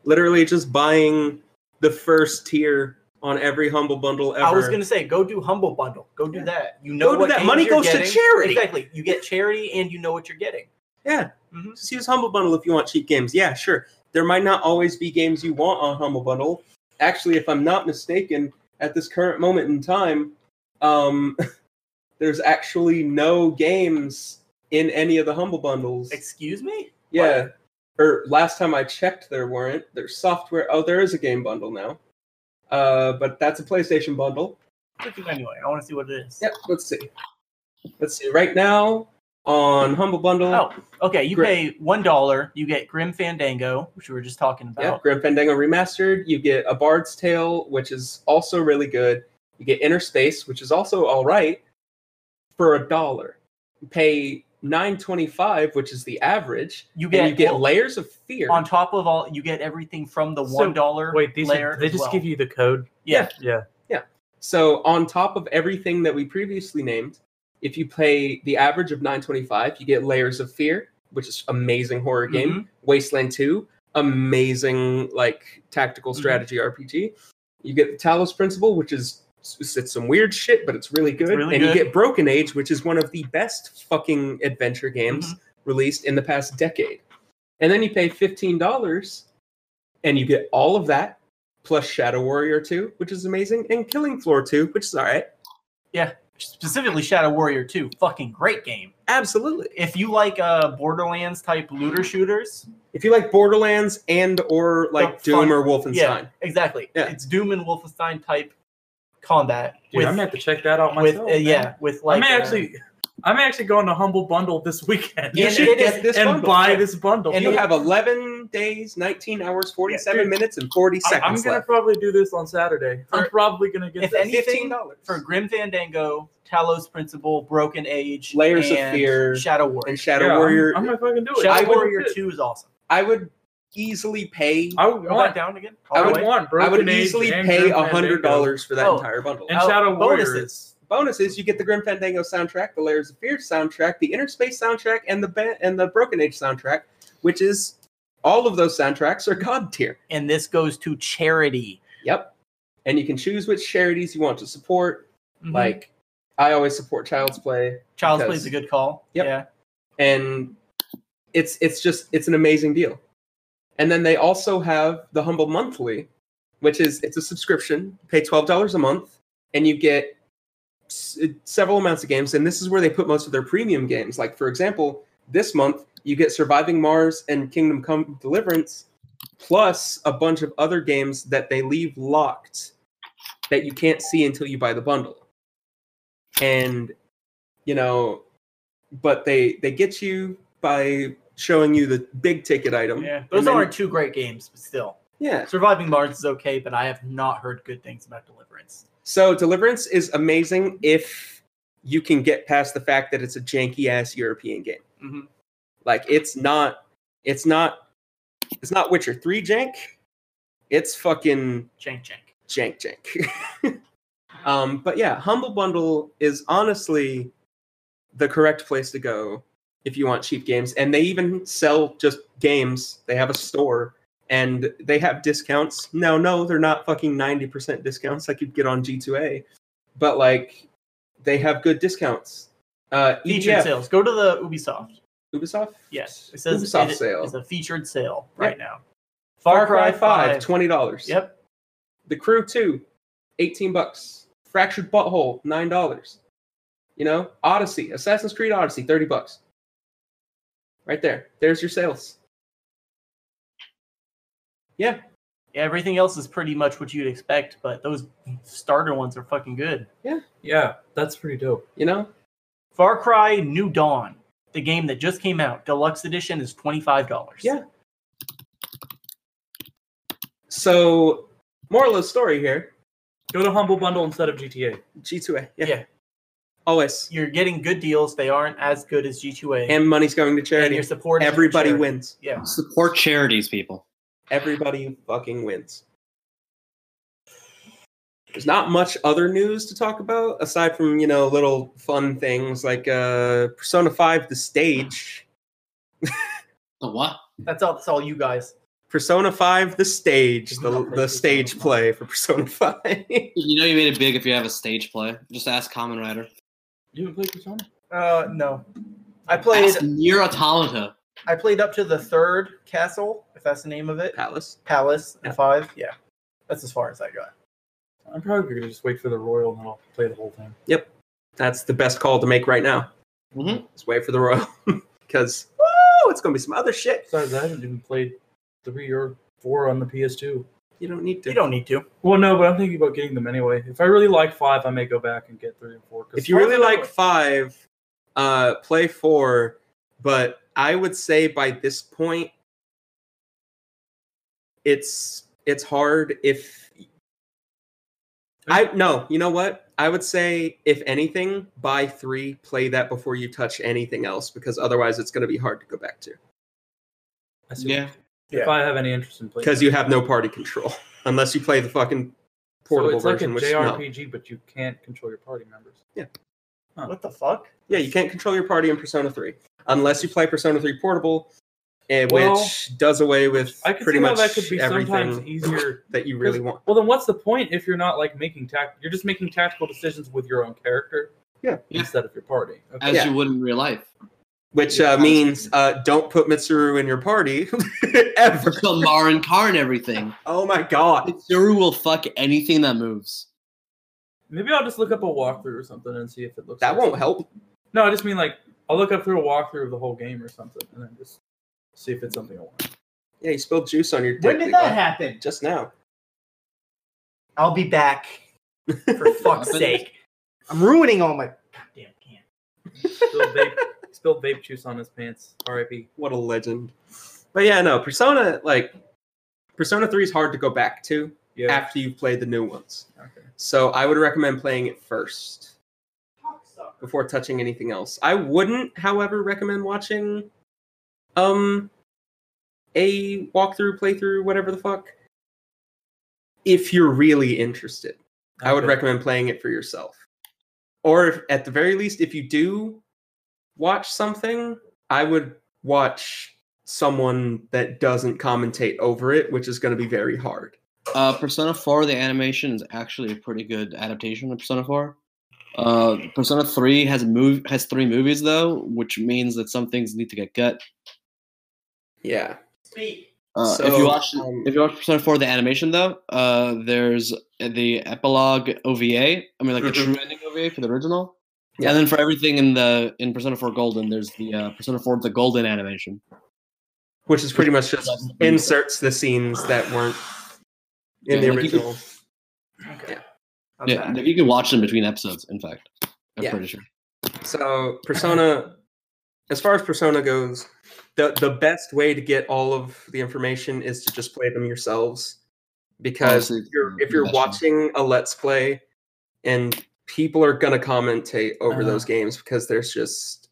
C: literally just buying the first tier on every humble bundle ever
B: I was gonna say, go do humble bundle. Go do
C: Yeah.
B: that. You know
C: Go do
B: what
C: that.
B: games
C: Money
B: you're
C: goes to
B: getting.
C: charity.
B: Exactly. You get charity, and you know what you're getting.
C: Yeah.
B: Mhm.
C: Just use Humble Bundle if you want cheap games. Yeah, sure. There might not always be games you want on Humble Bundle. Actually, if I'm not mistaken, at this current moment in time, um, there's actually no games in any of the Humble Bundles.
B: Excuse me.
C: yeah. Or last time I checked, there weren't. There's software. Oh, there is a game bundle now. Uh, but that's a PlayStation bundle.
B: Click it anyway. I want to see what it is.
C: Yep, let's see. Let's see. Right now on Humble Bundle,
B: Oh, okay. You
C: Great.
B: pay one dollar. You get Grim Fandango, which we were just talking about.
C: yeah, Grim Fandango Remastered. You get A Bard's Tale, which is also really good. You get Inner Space, which is also all right, for a dollar. You Pay nine twenty-five, which is the average.
B: You
C: And
B: get,
C: you get
B: well,
C: Layers of Fear.
B: on top of all. You get everything from the
E: So,
B: one dollar.
E: Wait, these
B: layer
E: are, they
B: as
E: just
B: well.
E: give you the code.
B: Yeah.
E: Yeah.
C: So on top of everything that we previously named, if you play the average of 925, you get Layers of Fear, which is amazing horror game.
B: Mm-hmm.
C: Wasteland 2, amazing like tactical
B: Mhm.
C: strategy RPG. You get the Talos Principle, which is it's it's some weird shit, but it's really good.
B: really
C: and
B: good.
C: you get Broken Age, which is one of the best fucking adventure games released in the past decade. And then you pay $15 and you get all of that plus Shadow Warrior 2, which is amazing, and Killing Floor 2, which is all right.
B: Specifically, Shadow Warrior Two. Fucking great game.
C: Absolutely.
B: If you like uh Borderlands type looter shooters,
C: If you like Borderlands and or like
B: The
C: Doom
B: fun-
C: or Wolfenstein.
B: Yeah, exactly.
C: Yeah.
B: It's Doom and Wolfenstein type combat.
E: Dude,
B: with,
E: I'm gonna have to check that out
B: with
E: myself.
B: uh,
E: man.
B: yeah, with like
E: I may
B: uh,
E: actually, I may actually go on a humble bundle this weekend
C: You
B: And
C: should
B: it
C: get
B: is-
C: this
E: and
C: bundle.
E: buy this bundle.
C: And
B: And
C: you
B: it-
C: have 11 days, 19 hours, 47
E: Yeah, dude.
C: minutes, and 40
E: I, am
C: seconds
E: gonna
C: left.
E: probably do this on Saturday. I'm probably gonna get
B: If
E: this.
B: any- anything
C: $15
B: for Grim Fandango, Talos Principle, Broken Age,
C: Layers of
B: and
C: Fear,
B: Shadow Warrior.
C: and Shadow
E: Yeah, I'm-
C: Warrior. i
E: I'm, gonna fucking do it.
B: Shadow
C: I would-
B: Warrior Two is awesome.
C: would easily pay.
E: I would
B: Go back
E: want.
B: down again.
C: I
E: I
C: would
E: would
B: Alright.
E: want.
C: I would
E: Broken Age
C: easily
E: and
C: pay
E: Grim
C: hundred dollars for that
B: Oh.
C: entire bundle.
E: Fandango. and
B: Oh,
E: Shadow Warrior.
B: bonuses.
C: Bonuses: you get the Grim Fandango soundtrack, the Layers of Fear soundtrack, the Inner Space soundtrack, and the ba- and the Broken Age soundtrack, which is all of those soundtracks are god tier.
B: And this goes to charity.
C: Yep. And you can choose which charities you want to support.
E: Mm-hmm.
B: Mhm.
C: Like I always support Child's Play.
B: Child's
C: because-
B: Play's a good call.
C: Yep.
B: Yeah.
C: and it's it's just it's an amazing deal and then they also have the humble monthly which is it's a subscription pay $12 a month and you get s- several amounts of games and this is where they put most of their premium games like for example this month you get surviving mars and kingdom come deliverance plus a bunch of other games that they leave locked that you can't see until you buy the bundle and you know but they they get you by showing you the big ticket item
B: Yeah.
C: And
B: Those
C: then-
B: aren't two great games, but still.
C: yeah
B: Surviving Mars is okay, but I have not heard good things about Deliverance.
C: so deliverance is amazing if you can get past the fact that it's a janky ass european game
B: Mhm.
C: like it's not it's not it's not witcher 3 jank it's fucking
B: Jank jank.
C: jank jank. um, but yeah, Humble Bundle is honestly the correct place to go if you want cheap games. And they even sell just games. They have a store and they have discounts. No, no, they're not fucking 90% discounts like you'd get on G2A. But like they have good discounts. Uh
B: Featured
C: EDF,
B: sales. Go to the Ubisoft.
C: Ubisoft?
B: Yes, it says
C: Ubisoft
B: it-
C: sale.
B: It's a featured sale
C: Yep.
B: right now. Far, Cry, Five.
C: $20.
B: Yep.
C: The Crew 2, 18 bucks. Fractured Butthole, $9. You know, Odyssey, Assassin's Creed Odyssey, 30 bucks. Right there. There's your sales. Yeah.
B: Yeah, everything else is pretty much what you'd expect, but those starter ones are fucking good.
E: Yeah, that's pretty dope.
C: You know,
B: Far Cry New Dawn, the game that just came out, deluxe edition is twenty five dollars.
C: Yeah. So, moral of the story here
E: Go to Humble Bundle instead of GTA.
C: G2A. Yeah.
B: Yeah.
C: Always.
B: you're getting good deals. They aren't as good as G2A.
C: And money's going to
B: and
C: charity.
B: you're supporting
C: Everybody
B: charity.
C: wins.
B: Yeah.
D: Support charities, people.
C: Everybody fucking wins. There's not much other news to talk about aside from, you know, little fun things like uh Persona 5 the stage.
D: The what?
B: That's all that's all you guys.
C: Persona 5 the stage, the,
B: Not
C: the stage play for Persona 5.
D: You know you made it big if you have a stage play. Just ask Common Rider.
E: You haven't played Persona?
B: Uh no. I played
D: Ask Near Automata.
B: I played up to the third castle, if that's the name of it.
C: Palace.
B: Palace in
C: Yeah.
B: five. Yeah. That's as far as I got.
E: I'm probably going to just wait for the Royal and then I'll play the whole thing.
C: That's the best call to make right now.
D: Mhm.
B: Mm-hmm.
C: Let's wait for the Royal because woo, it's going to be some other shit.
E: Besides, I haven't even played three or four on the PS2.
C: You don't need to.
B: You don't need to.
E: Well, no, but I'm thinking about getting them anyway. If I really like five, I may go back and get three and four. 'cause
C: if you
E: five
C: really
E: I
C: like five, uh, play four. But I would say by this point, it's it's hard. If I no, you know what? I would say if anything, buy three, play that before you touch anything else, because otherwise it's going to be hard to go back to
E: I see.
D: Yeah.
E: If I have any interest in playing,
C: because you have no party control unless you play the fucking portable
E: so it's
C: version.
E: like
C: which
E: a
C: no.
E: JRPG, but you can't control your party members.
B: What the fuck?
C: Yeah, you can't control your party in Persona 3 unless you play Persona 3 Portable, and
E: Well,
C: which does away with
E: I can
C: pretty
E: see
C: much
E: how that could be sometimes
C: everything
E: easier.
C: that you really
E: 'cause-
C: want.
E: Well, then what's the point if you're not like making tact? You're just making tactical decisions with your own character.
C: Yeah.
D: Yeah.
E: Instead of your party. Okay.
D: As
C: Yeah.
D: you would in real life.
C: Which
D: Yeah,
C: uh, means uh, don't put Mitsuru in your party ever.
D: She'll mar and carn everything.
C: Oh my god.
D: Mitsuru will fuck anything that moves.
E: Maybe I'll just look up a walkthrough or something and see if it looks.
C: That
E: like-
C: won't help.
E: No, I just mean like I'll look up through a walkthrough of the whole game or something, and then just see if it's something I want.
C: Yeah, you spilled juice on your dick.
B: When did
C: Levi.
B: that happen?
C: Just now.
B: I'll be back. For fuck's
D: But-
B: sake. I'm ruining all my goddamn can.
E: Spilled vape, spilled vape juice on his pants. R.I.P.
C: What a legend. But yeah, no, Persona, like, Persona 3 is hard to go back to
E: Yeah.
C: after you've played the new ones.
E: Okay.
C: So I would recommend playing it first. before touching anything else. I wouldn't, however, recommend watching um a walkthrough, playthrough, whatever the fuck. If you're really interested. I would
E: Okay.
C: recommend playing it for yourself. Or if, at the very least, if you do watch something, I would watch someone that doesn't commentate over it, which is gonna be very hard.
D: Uh, Persona 4, the animation is actually a pretty good adaptation of Persona 4. Uh, Persona 3 has move has three movies though, which means that some things need to get cut.
C: Yeah.
B: Speak.
D: Uh, if
C: So,
D: you watch
C: um,
D: if you watch Persona 4, the animation though, uh, there's the epilogue OVA. I mean, like the
C: Mhm.
D: true ending OVA for the original.
C: Yeah.
D: And then for everything in the in Persona 4 Golden, there's the uh, Persona 4 the Golden animation.
C: Which is pretty much just inserts the scenes that weren't in
D: Yeah,
C: the
D: like you could-
C: original.
B: Okay.
C: Yeah.
B: I'm
D: Yeah,
B: back.
D: you can watch them between episodes. In fact, I'm
C: Yeah.
D: pretty sure.
C: So Persona, as far as Persona goes, the the best way to get all of the information is to just play them yourselves. Because
D: Honestly,
C: if you're,
D: the
C: if you're
D: best way.
C: watching a let's play, and people are gonna commentate over
E: Uh.
D: Uh-huh.
C: those games because there's just,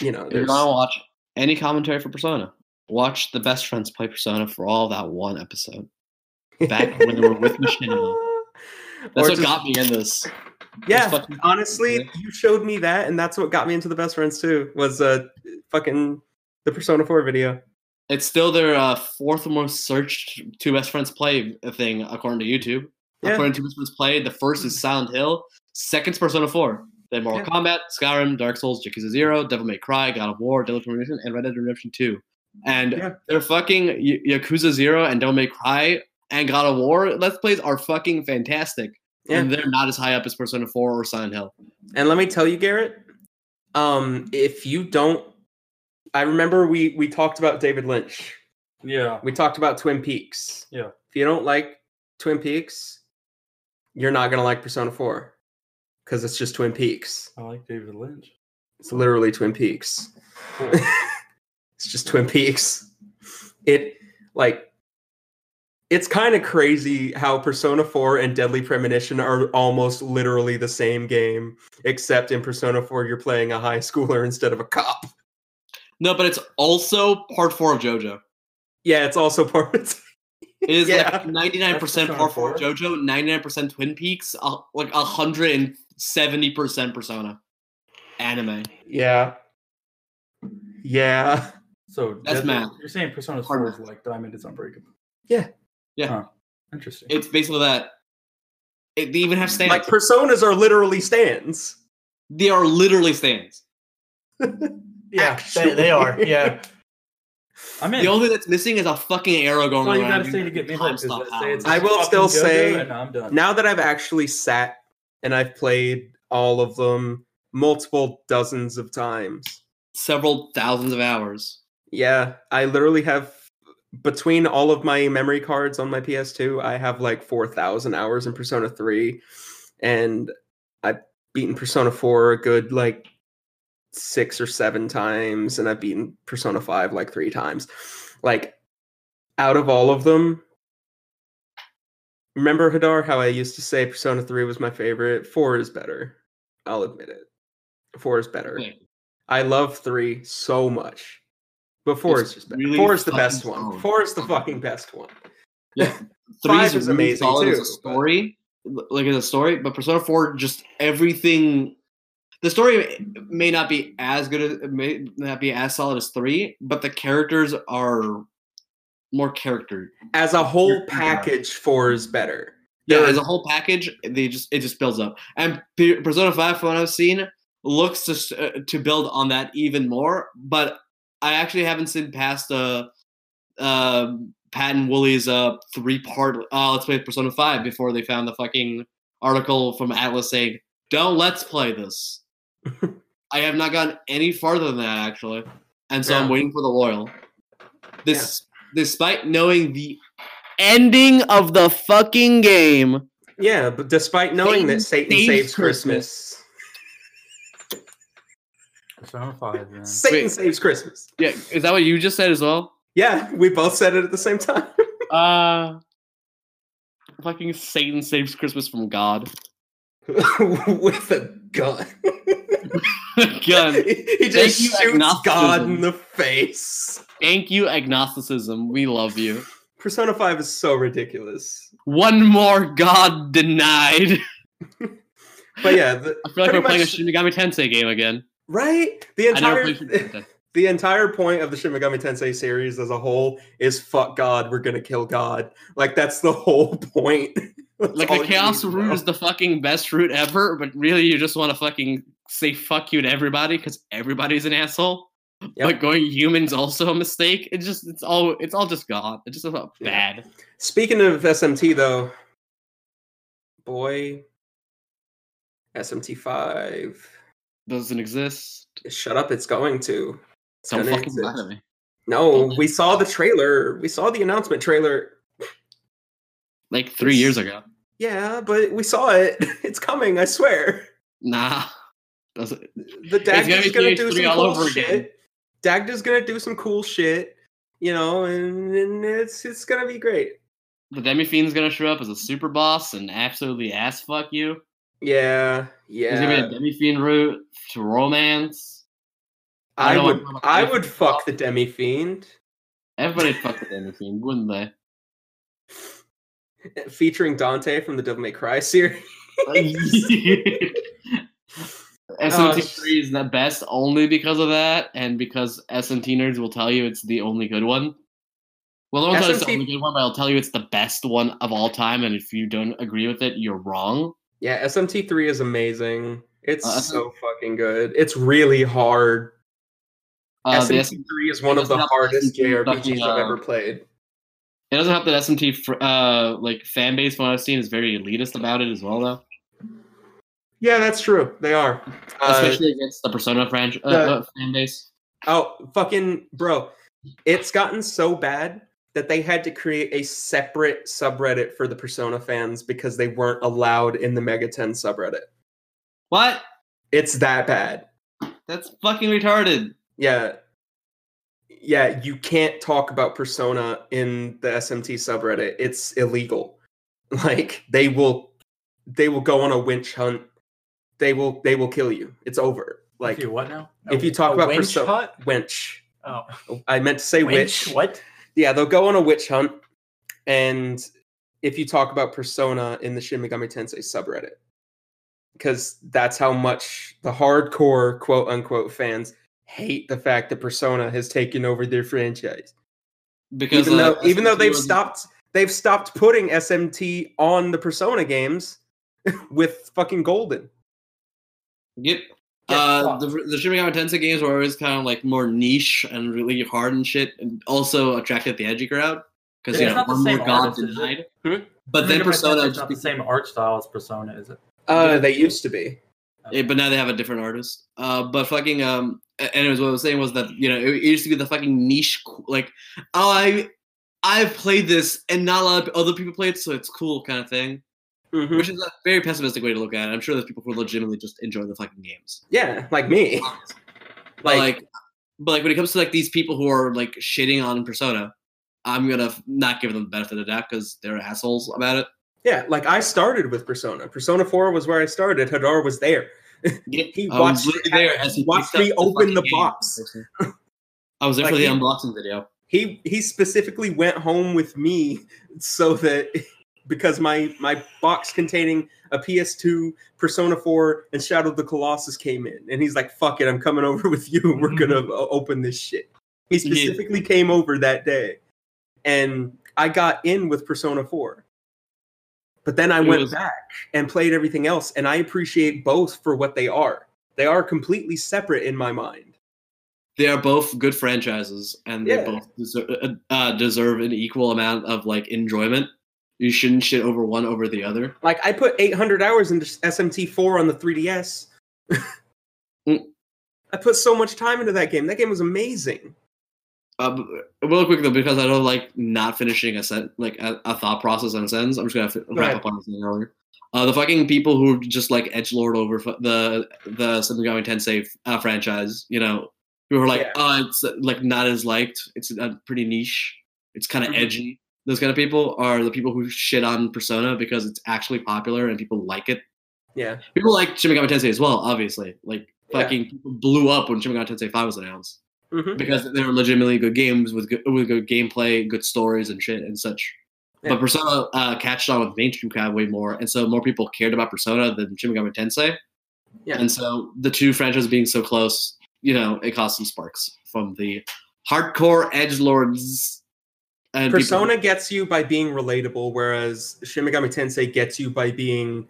C: you know,
D: If you
C: there's
D: want to watch any commentary for Persona, watch the best friends play Persona for all that one episode. back when they were with Machinima. That's
C: Or
D: what
C: just-
D: got me in this.
C: Yeah,
D: Just fucking-
C: honestly,
D: Yeah.
C: you showed me that, and that's what got me into the best friends too. Was uh, fucking the Persona Four video.
D: It's still their uh, fourth most searched two best friends play thing according to YouTube.
C: Yeah.
D: According to two best friends play, the first is Silent Hill, second's Persona 4, then Mortal
C: Yeah.
D: Kombat, Skyrim, Dark Souls, Yakuza Zero, Devil May Cry, God of War, Devil Termination, and Red Dead Redemption 2. And uh,
C: Yeah.
D: they're fucking Y- Yakuza Zero and Devil May Cry and God of War let's plays are fucking fantastic. And
C: Yeah.
D: they're not as high up as Persona 4 or Silent Hill.
C: And let me tell you, Garrett, um, if you don't, I remember we we talked about David Lynch.
E: Yeah.
C: We talked about Twin Peaks.
E: Yeah.
C: If you don't like Twin Peaks, you're not gonna like Persona Four. because it's just Twin Peaks.
E: I like David Lynch.
C: It's literally Twin Peaks. it's just Twin Peaks. It like it's kind of crazy how Persona 4 and Deadly Premonition are almost literally the same game, except in Persona 4 you're playing a high schooler instead of a cop.
D: No, but it's also part four of JoJo.
C: Yeah, it's also part of
D: It is
C: Yeah.
D: like 99%
E: That's
D: part four of
E: Persona
D: JoJo, 99% Twin Peaks, uh, like 170% Persona anime.
C: Yeah. Yeah.
E: So
D: That's
E: Deadly-
D: math.
E: You're saying Persona
D: Hard
E: Four is
D: math.
E: like Diamond is Unbreakable.
C: Yeah.
D: Yeah.
E: Huh. Interesting.
D: It's basically that. It, they even have stands.
C: Like personas are literally stands.
D: they are literally stands.
B: Yeah, they, they are. Yeah.
E: I'm in.
D: The only thing that's missing is a fucking arrow going
E: That's all you
D: around.
E: gotta say to get me hooked. Is
D: Time
E: that
D: stop
E: say it's
D: hours.
C: I will still
E: fucking JoJo
C: say-
E: and I'm done.
C: now that I've actually sat and I've played all of them multiple dozens of times,
D: several thousands of hours.
C: yeah, I literally have between all of my memory cards on my PS2, I have like 4,000 hours in Persona 3, and I've beaten Persona 4 a good like six or seven times, and I've beaten Persona 5 like three times. Like, out of all of them, Remember Hadar how I used to say Persona 3 was my favorite? 4 is better. I'll admit it. 4 is better.
D: Okay.
C: I love 3 so much. But 4
D: It's
C: is just better.
D: really
C: 4 is the
D: fucking
C: best one.
D: solid.
C: 4 is the fucking best one.
D: Three
C: Five
D: is,
C: is
D: really
C: amazing
D: solid as
C: too,
D: a
C: but-
D: story, l- like as a story, but Persona Four just everything. The story may not be as good, as, may not be as solid as three, but the characters are more character.
C: As a whole
E: You're-
C: package, 4 is better.
D: Yeah,
C: There-
D: as a whole package, they just it just builds up. And P- Persona Five, from what I've seen, looks to s- uh, to build on that even more. But I actually haven't seen past uh, uh Pat and Wooly's uh three part. Uh, let's play Persona Five before they found the fucking article from Atlas saying, "Don't let's play this." I have not gotten any farther than that actually, and so I'm
C: Yeah.
D: waiting for the royal. This, despite knowing the ending of the fucking game.
C: Yeah, but despite knowing that Satan
D: saves
C: saves
D: Christmas.
C: Christmas.
E: Persona Five. Man.
C: Satan
D: Wait.
C: saves Christmas.
D: Yeah, is that what you just said as well?
C: Yeah, we both said it at the same time.
D: Uh fucking Satan saves Christmas from God.
C: With a gun.
D: Gun.
C: he he just
D: you,
C: shoots God
D: agnosticism.
C: in the face.
D: Thank you, agnosticism. We love you.
C: Persona 5 is so ridiculous.
D: One more God denied.
C: But yeah, the,
D: I feel like
C: Pretty
D: we're playing a
C: much-
D: Shin Megami Tensei game again.
C: right? The
D: I never
C: entire
D: played Shin Megami Tensei.
C: the entire point of the Shin Megami Tensei series as a whole is fuck God, we're gonna kill God. Like that's the whole point. That's
D: Like
C: all
D: the
C: you need
D: chaos
C: to
D: route
C: know.
D: is the fucking best route ever, but really you just want to fucking say fuck you to everybody because everybody's an asshole. But going human's also a mistake. It's just it's all it's all just God. It's just about
C: Yeah.
D: bad.
C: Speaking of SMT though, boy, SMT five.
D: doesn't exist.
C: Shut up! It's going to. It's
D: Don't
C: gonna
D: fucking lie
C: exist.
D: to me.
C: No, we saw the trailer. We saw the announcement trailer.
D: Like three years ago.
C: Yeah, but we saw it. It's coming. I swear.
D: Nah. Doesn't
C: the
D: gonna
C: Dagda's
D: be
C: gonna
D: TH3
C: do some
D: all
C: cool
D: over again.
C: shit. Dagda's gonna do some cool shit, you know, and, and it's it's gonna be great.
D: the Demi Fiend's gonna show up as a super boss and absolutely ass fuck you.
C: Yeah,
D: There's gonna be a
C: yeah.
D: Demi Fiend route to romance. I
C: I
D: don't
C: would
D: know what-
C: I would fuck the Demi Fiend,
D: Everybody fuck with Demi Fiend, wouldn't they?
C: featuring Dante from the Devil May Cry series. Oh,
D: SMT3 is the best only because of that, and because SMT nerds will tell you it's the only good one. Well, they won't tell you it's the
C: SMT
D: only good one, but I'll tell you it's the best one of all time, and if you don't agree with it, you're wrong.
C: Yeah, SMT three is amazing. It's
D: Uh,
C: so fucking good. It's really hard.
D: Uh, the
C: SMT three is one of
D: it's
C: the
D: not
C: hardest
D: SMT
C: JRPGs
D: fucking,
C: I've
D: uh,
C: ever played.
D: It doesn't help that SMT fr- uh, like fan base from what I've seen is very elitist about it as well though,
C: Yeah, that's true. They are. Uh,
D: especially against the Persona franchise uh,
C: the-
D: uh, fan base.
C: Oh, fucking bro. It's gotten so bad that they had to create a separate subreddit for the Persona fans because they weren't allowed in the Mega 10 subreddit.
D: What?
C: It's that bad.
D: That's fucking retarded.
C: Yeah. Yeah, you can't talk about persona in the SMT subreddit. It's illegal. Like they will they will go on a winch hunt. They will they will kill you. It's over. Like
E: if you what now?
C: if you talk
B: A
C: about
B: winch
C: perso-
B: hut?
C: winch.
B: Oh,
C: I meant to say
B: winch?
C: witch.
B: What?
C: Yeah, they'll go on a witch hunt and if you talk about persona in the Shin Megami Tensei subreddit because that's how much the hardcore quote unquote fans hate the fact that persona has taken over their franchise.
D: Because
C: even
D: uh,
C: though even though
D: SMT
C: they've
D: was-
C: stopped they've stopped putting SMT on the Persona games with fucking Golden.
D: Yep.
B: Get
D: Uh,
B: fucked.
D: the the Shin Megami Tensei games were always kind of like more niche and really hard and shit, and also attracted the edgy crowd because you
E: It's
D: know
E: not the
D: one more
E: same
D: god
E: artist, is it?
D: denied.
E: Hmm?
D: But then Persona,
E: It's
D: just
E: not the same art style as Persona, is it?
C: Uh, they used to be.
D: Yeah, eh, but now they have a different artist. Uh, but fucking um, a- anyways, what I was saying was that you know it, it used to be the fucking niche, qu- like oh I, I've played this and not a lot of other people play it, so it's cool kind of thing,
C: Mhm.
F: mm-hmm.
D: which is a very pessimistic way to look at it. I'm sure there's people who legitimately just enjoy the fucking games.
C: Yeah, like me.
D: But
C: Like,
D: like, but like when it comes to like these people who are like shitting on Persona, I'm gonna f- not give them the benefit of the doubt because they're assholes about it.
C: yeah, like I started with Persona. Persona Four was where I started. Hadar was there. He
D: I was
C: watched
D: literally
C: it
D: there
C: happen.
D: as he
C: Watched
D: picked up
C: me open the
D: fucking game.
C: box.
D: I was there
C: Like
D: for the
C: he-
D: unboxing video.
C: He he specifically went home with me so that because my my box containing a PS2, Persona 4, and Shadow of the Colossus came in, and he's like, "Fuck it, I'm coming over with you. We're gonna o- open this shit." He
D: Mm-hmm. Yeah.
C: specifically came over that day, and I got in with Persona 4. But then I
D: It
C: went
D: was-
C: back and played everything else, and I appreciate both for what they are. They are completely separate in my mind.
D: they are both good franchises and
C: Yeah.
D: they both deserve, uh, deserve an equal amount of like enjoyment you shouldn't shit over one over the other
C: Like I put 800 hours into SMT4 on the 3DS.
D: Mm.
C: I put so much time into that game. That game was amazing.
D: uh, b- real quick though because i don't like not finishing a sen- like a, a thought process on a sentence i'm just gonna fi- wrap
C: ahead.
D: up on this thing earlier uh, the fucking people who just like edge lord over fu- the the Shin Megami Tensei uh, franchise, you know, who are like,
C: Yeah.
D: oh, it's uh, like not as liked. It's uh, pretty niche. It's kind of
C: Mhm.
D: edgy. Those kind of people are the people who shit on Persona because it's actually popular and people like it.
C: Yeah.
D: People like Shin Megami Tensei as well, obviously. Like
C: Yeah.
D: fucking people blew up when Shin Megami Tensei 5 was announced
C: Mhm.
D: because they were legitimately good games with good, with good gameplay, good stories and shit and such.
C: Yeah.
D: But Persona uh, catched on with mainstream kind of way more, and so more people cared about Persona than Shin Megami Tensei.
C: Yeah.
D: And so the two franchises being so close, you know, it caused some sparks from the hardcore edge lords. And people-
C: Persona gets you by being relatable, whereas Shin Megami Tensei gets you by being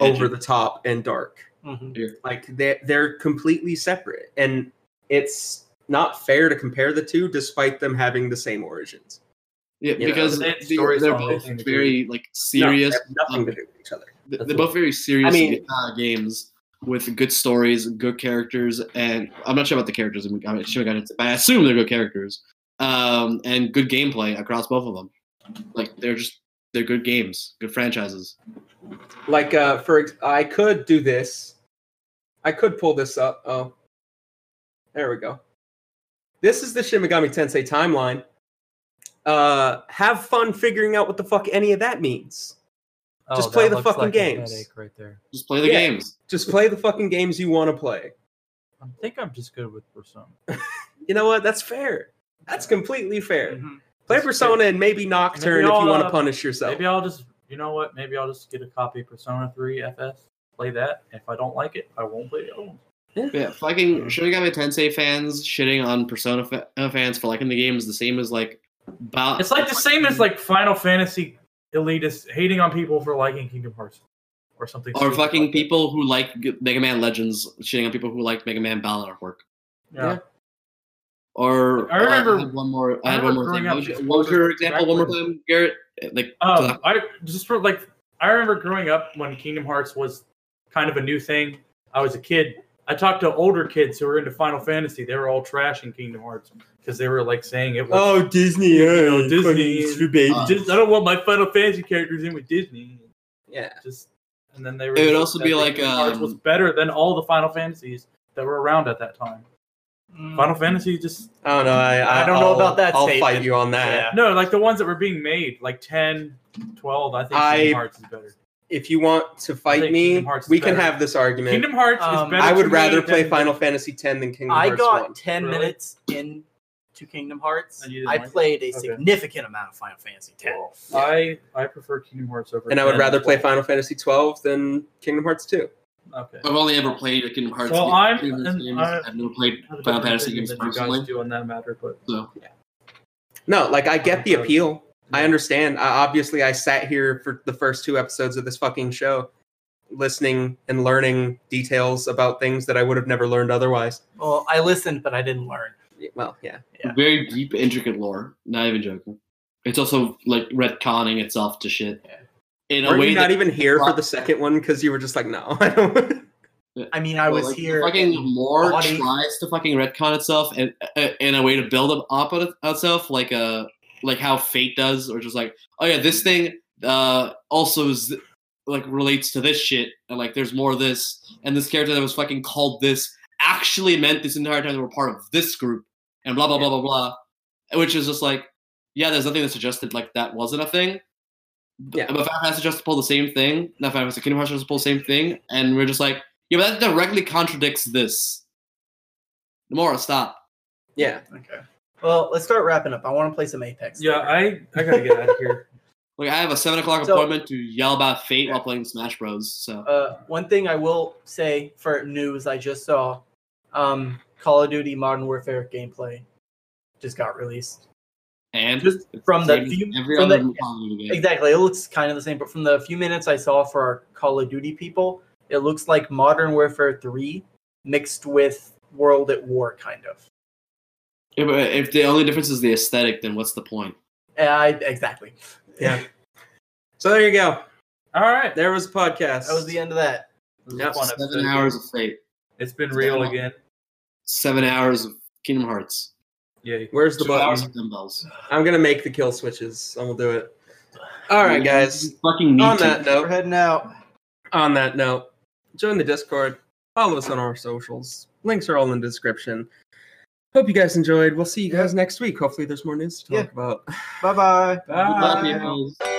D: Edgy.
C: over the top and dark.
B: Mhm.
C: Like they they're completely separate, and it's not fair to compare the two, despite them having the same origins.
D: yeah,
C: yeah,
D: because
E: but
D: they,
E: they- stories
D: are
E: don't have
D: both
E: anything to do
D: very like
C: No, they
D: serious.
C: have nothing to do with each other.
D: Th-
E: That's
D: They're
E: what-
D: both very serious
C: I mean-
D: uh, games with good stories, good characters, and I'm not sure about the characters. I mean, I should have got into, but I assume they're good characters um, and good gameplay across both of them. Like they're just they're good games, good franchises.
C: like uh for ex- i could do this i could pull this up oh there we go this is the Shin Megami tensei timeline uh have fun figuring out what the fuck any of that means
E: Oh,
C: Just play
E: that
C: the
E: looks
C: fucking
E: like a
C: games.
E: headache Right there.
D: Just play the
C: Yeah.
D: games.
C: just play the fucking games you want to play
E: I think I'm just good with Persona.
C: you know what that's fair that's completely fair
E: Mhm.
C: play
E: That's
C: persona and maybe nocturne if you
E: I'll,
C: want to
E: uh,
C: punish yourself
E: Maybe I'll just, you know what? Maybe I'll just get a copy of Persona 3 FS, play that. If I don't like it, I won't play the other one.
D: Yeah, fucking Shin Megami Tensei fans shitting on Persona fa- uh, fans for liking the game is the same as like. Ba-
E: It's like the same as like Final Fantasy elitists hating on people for liking Kingdom Hearts or something.
D: or
E: stupid
D: fucking
E: like that.
D: people who like Mega Man Legends shitting on people who like Mega Man Battle Network.
E: Yeah.
C: Yeah.
D: Or
E: I remember-
D: uh, had one more. I,
E: I
D: had one
E: remember
D: more thing.
E: growing
D: What
E: up
D: was,
E: just
D: your- what was your
E: going
D: example one more
E: backwards.
D: time, Garrett? Like
E: Um, I just for like I remember growing up when Kingdom Hearts was kind of a new thing. I was a kid. I talked to older kids who were into Final Fantasy. They were all trashing Kingdom Hearts because they were like saying it was.
C: oh disney oh,
E: Disney
C: fucking
E: is-
C: stupid.
D: Uh,
E: just I don't want my Final Fantasy characters in with Disney.
C: yeah
E: Just and then they
F: would
E: revealed
F: also
E: that
F: be
E: the
F: like,
E: Kingdom Hearts
F: um,
E: was better than all the Final Fantasies that were around at that time.
B: Mm.
F: Hmm.
E: Final Fantasy just
C: I don't know. I, I,
B: I don't know
C: I'll-
B: about that
C: I'll fight
B: statement.
C: you on that.
B: Yeah.
E: no, like the ones that were being made, like 10, 12, I think
C: I-
E: Kingdom Hearts is better.
C: If you want to fight
E: think
C: me,
E: Kingdom Hearts is
C: we can
E: better.
C: have this argument.
E: Kingdom Hearts
B: Um,
E: is better.
C: I
E: to
C: would
E: me
C: rather
E: than-
C: play Final Fantasy X than Kingdom
B: I
C: Hearts
B: got
C: 1.
B: 10
E: Really?
B: minutes into Kingdom Hearts.
E: And you didn't
B: I
E: like it?
B: played a
E: Okay.
B: significant amount of Final Fantasy 10.
E: I I prefer Kingdom Hearts over.
C: And I would
E: 10
C: rather play
E: 12.
C: Final Fantasy 12 than Kingdom Hearts 2.
E: Okay.
F: I've only ever played a Kingdom Hearts.
E: Well,
F: game-
E: I'm-
F: Kingdom Hearts
E: and
F: games.
E: I-
F: I've never played
E: I have a
F: Final
E: different
F: Fantasy
E: opinion
F: games
E: than you guys
F: personally.
E: do on that matter, but
F: So
C: No, like I get the
E: Okay.
C: appeal. I understand. I, obviously, I sat here for the first two episodes of this fucking show, listening and learning details about things that I would have never learned otherwise.
B: Well, I listened, but I didn't learn.
C: Yeah, Well, yeah.
B: Yeah.
F: very deep, intricate lore. Not even joking. It's also like retconning itself to shit. In a
C: Were
F: way
C: you not
F: that
C: even here for
F: Well-
C: the second one because you were just like, no, I don't.
B: I mean, I was
F: like, the
B: here.
F: Fucking
B: and-
F: lore
B: body-
F: tries to fucking retcon itself and uh, in a way to build up, up on it- itself, like uh like how fate does, or just like oh yeah, this thing uh also is like relates to this shit, and like there's more of this, and this character that was fucking called this actually meant this entire time they were part of this group, and blah blah blah blah blah, which is just like yeah, there's nothing that suggested like that wasn't a thing.
C: Yeah.
F: But Final Fantasy just pull the same thing. Not Final Fantasy, Kingdom Hearts just pull the same thing, and we're just like, yeah, but that directly contradicts this. Namora, stop.
C: Yeah.
E: okay.
B: Well, let's start wrapping up. I want to play some Apex.
E: Yeah,
B: later.
E: I I gotta get out of here.
F: Like I have a seven o'clock
B: So-
F: appointment to yell about fate while playing Smash Bros. So
B: uh, one thing I will say for news I just saw, um, Call of Duty Modern Warfare gameplay just got released.
F: and
B: Just from the
F: same as
B: few
F: every
B: from
F: other
B: the-
F: Call of Duty game.
B: exactly, it looks kind of the same. But from the few minutes I saw for our Call of Duty people, it looks like Modern Warfare Three mixed with World at War, kind of.
F: If, if the only difference is the aesthetic, then what's the point?
B: Uh, exactly.
C: Yeah. So there you go.
E: All right.
C: There was a podcast.
B: That was the end of that.
E: This was
C: Yep,
E: a fun
F: Seven
E: episode.
F: hours of fate.
E: It's been real again.
F: Seven hours of Kingdom Hearts.
E: Yay.
C: Where's the
F: Two hours
C: button?
F: of dumbbells.
C: I'm gonna make the kill switches. I'm gonna do it. All right, guys.
F: Fucking need
C: On
F: to.
C: that note,
B: We're heading out.
C: on that note, join the Discord. Follow us on our socials. Links are all in the description. Hope you guys enjoyed. We'll see you guys next week. Hopefully, there's more news to talk about.
B: Bye bye.
F: Good luck,
E: Bye.
F: people.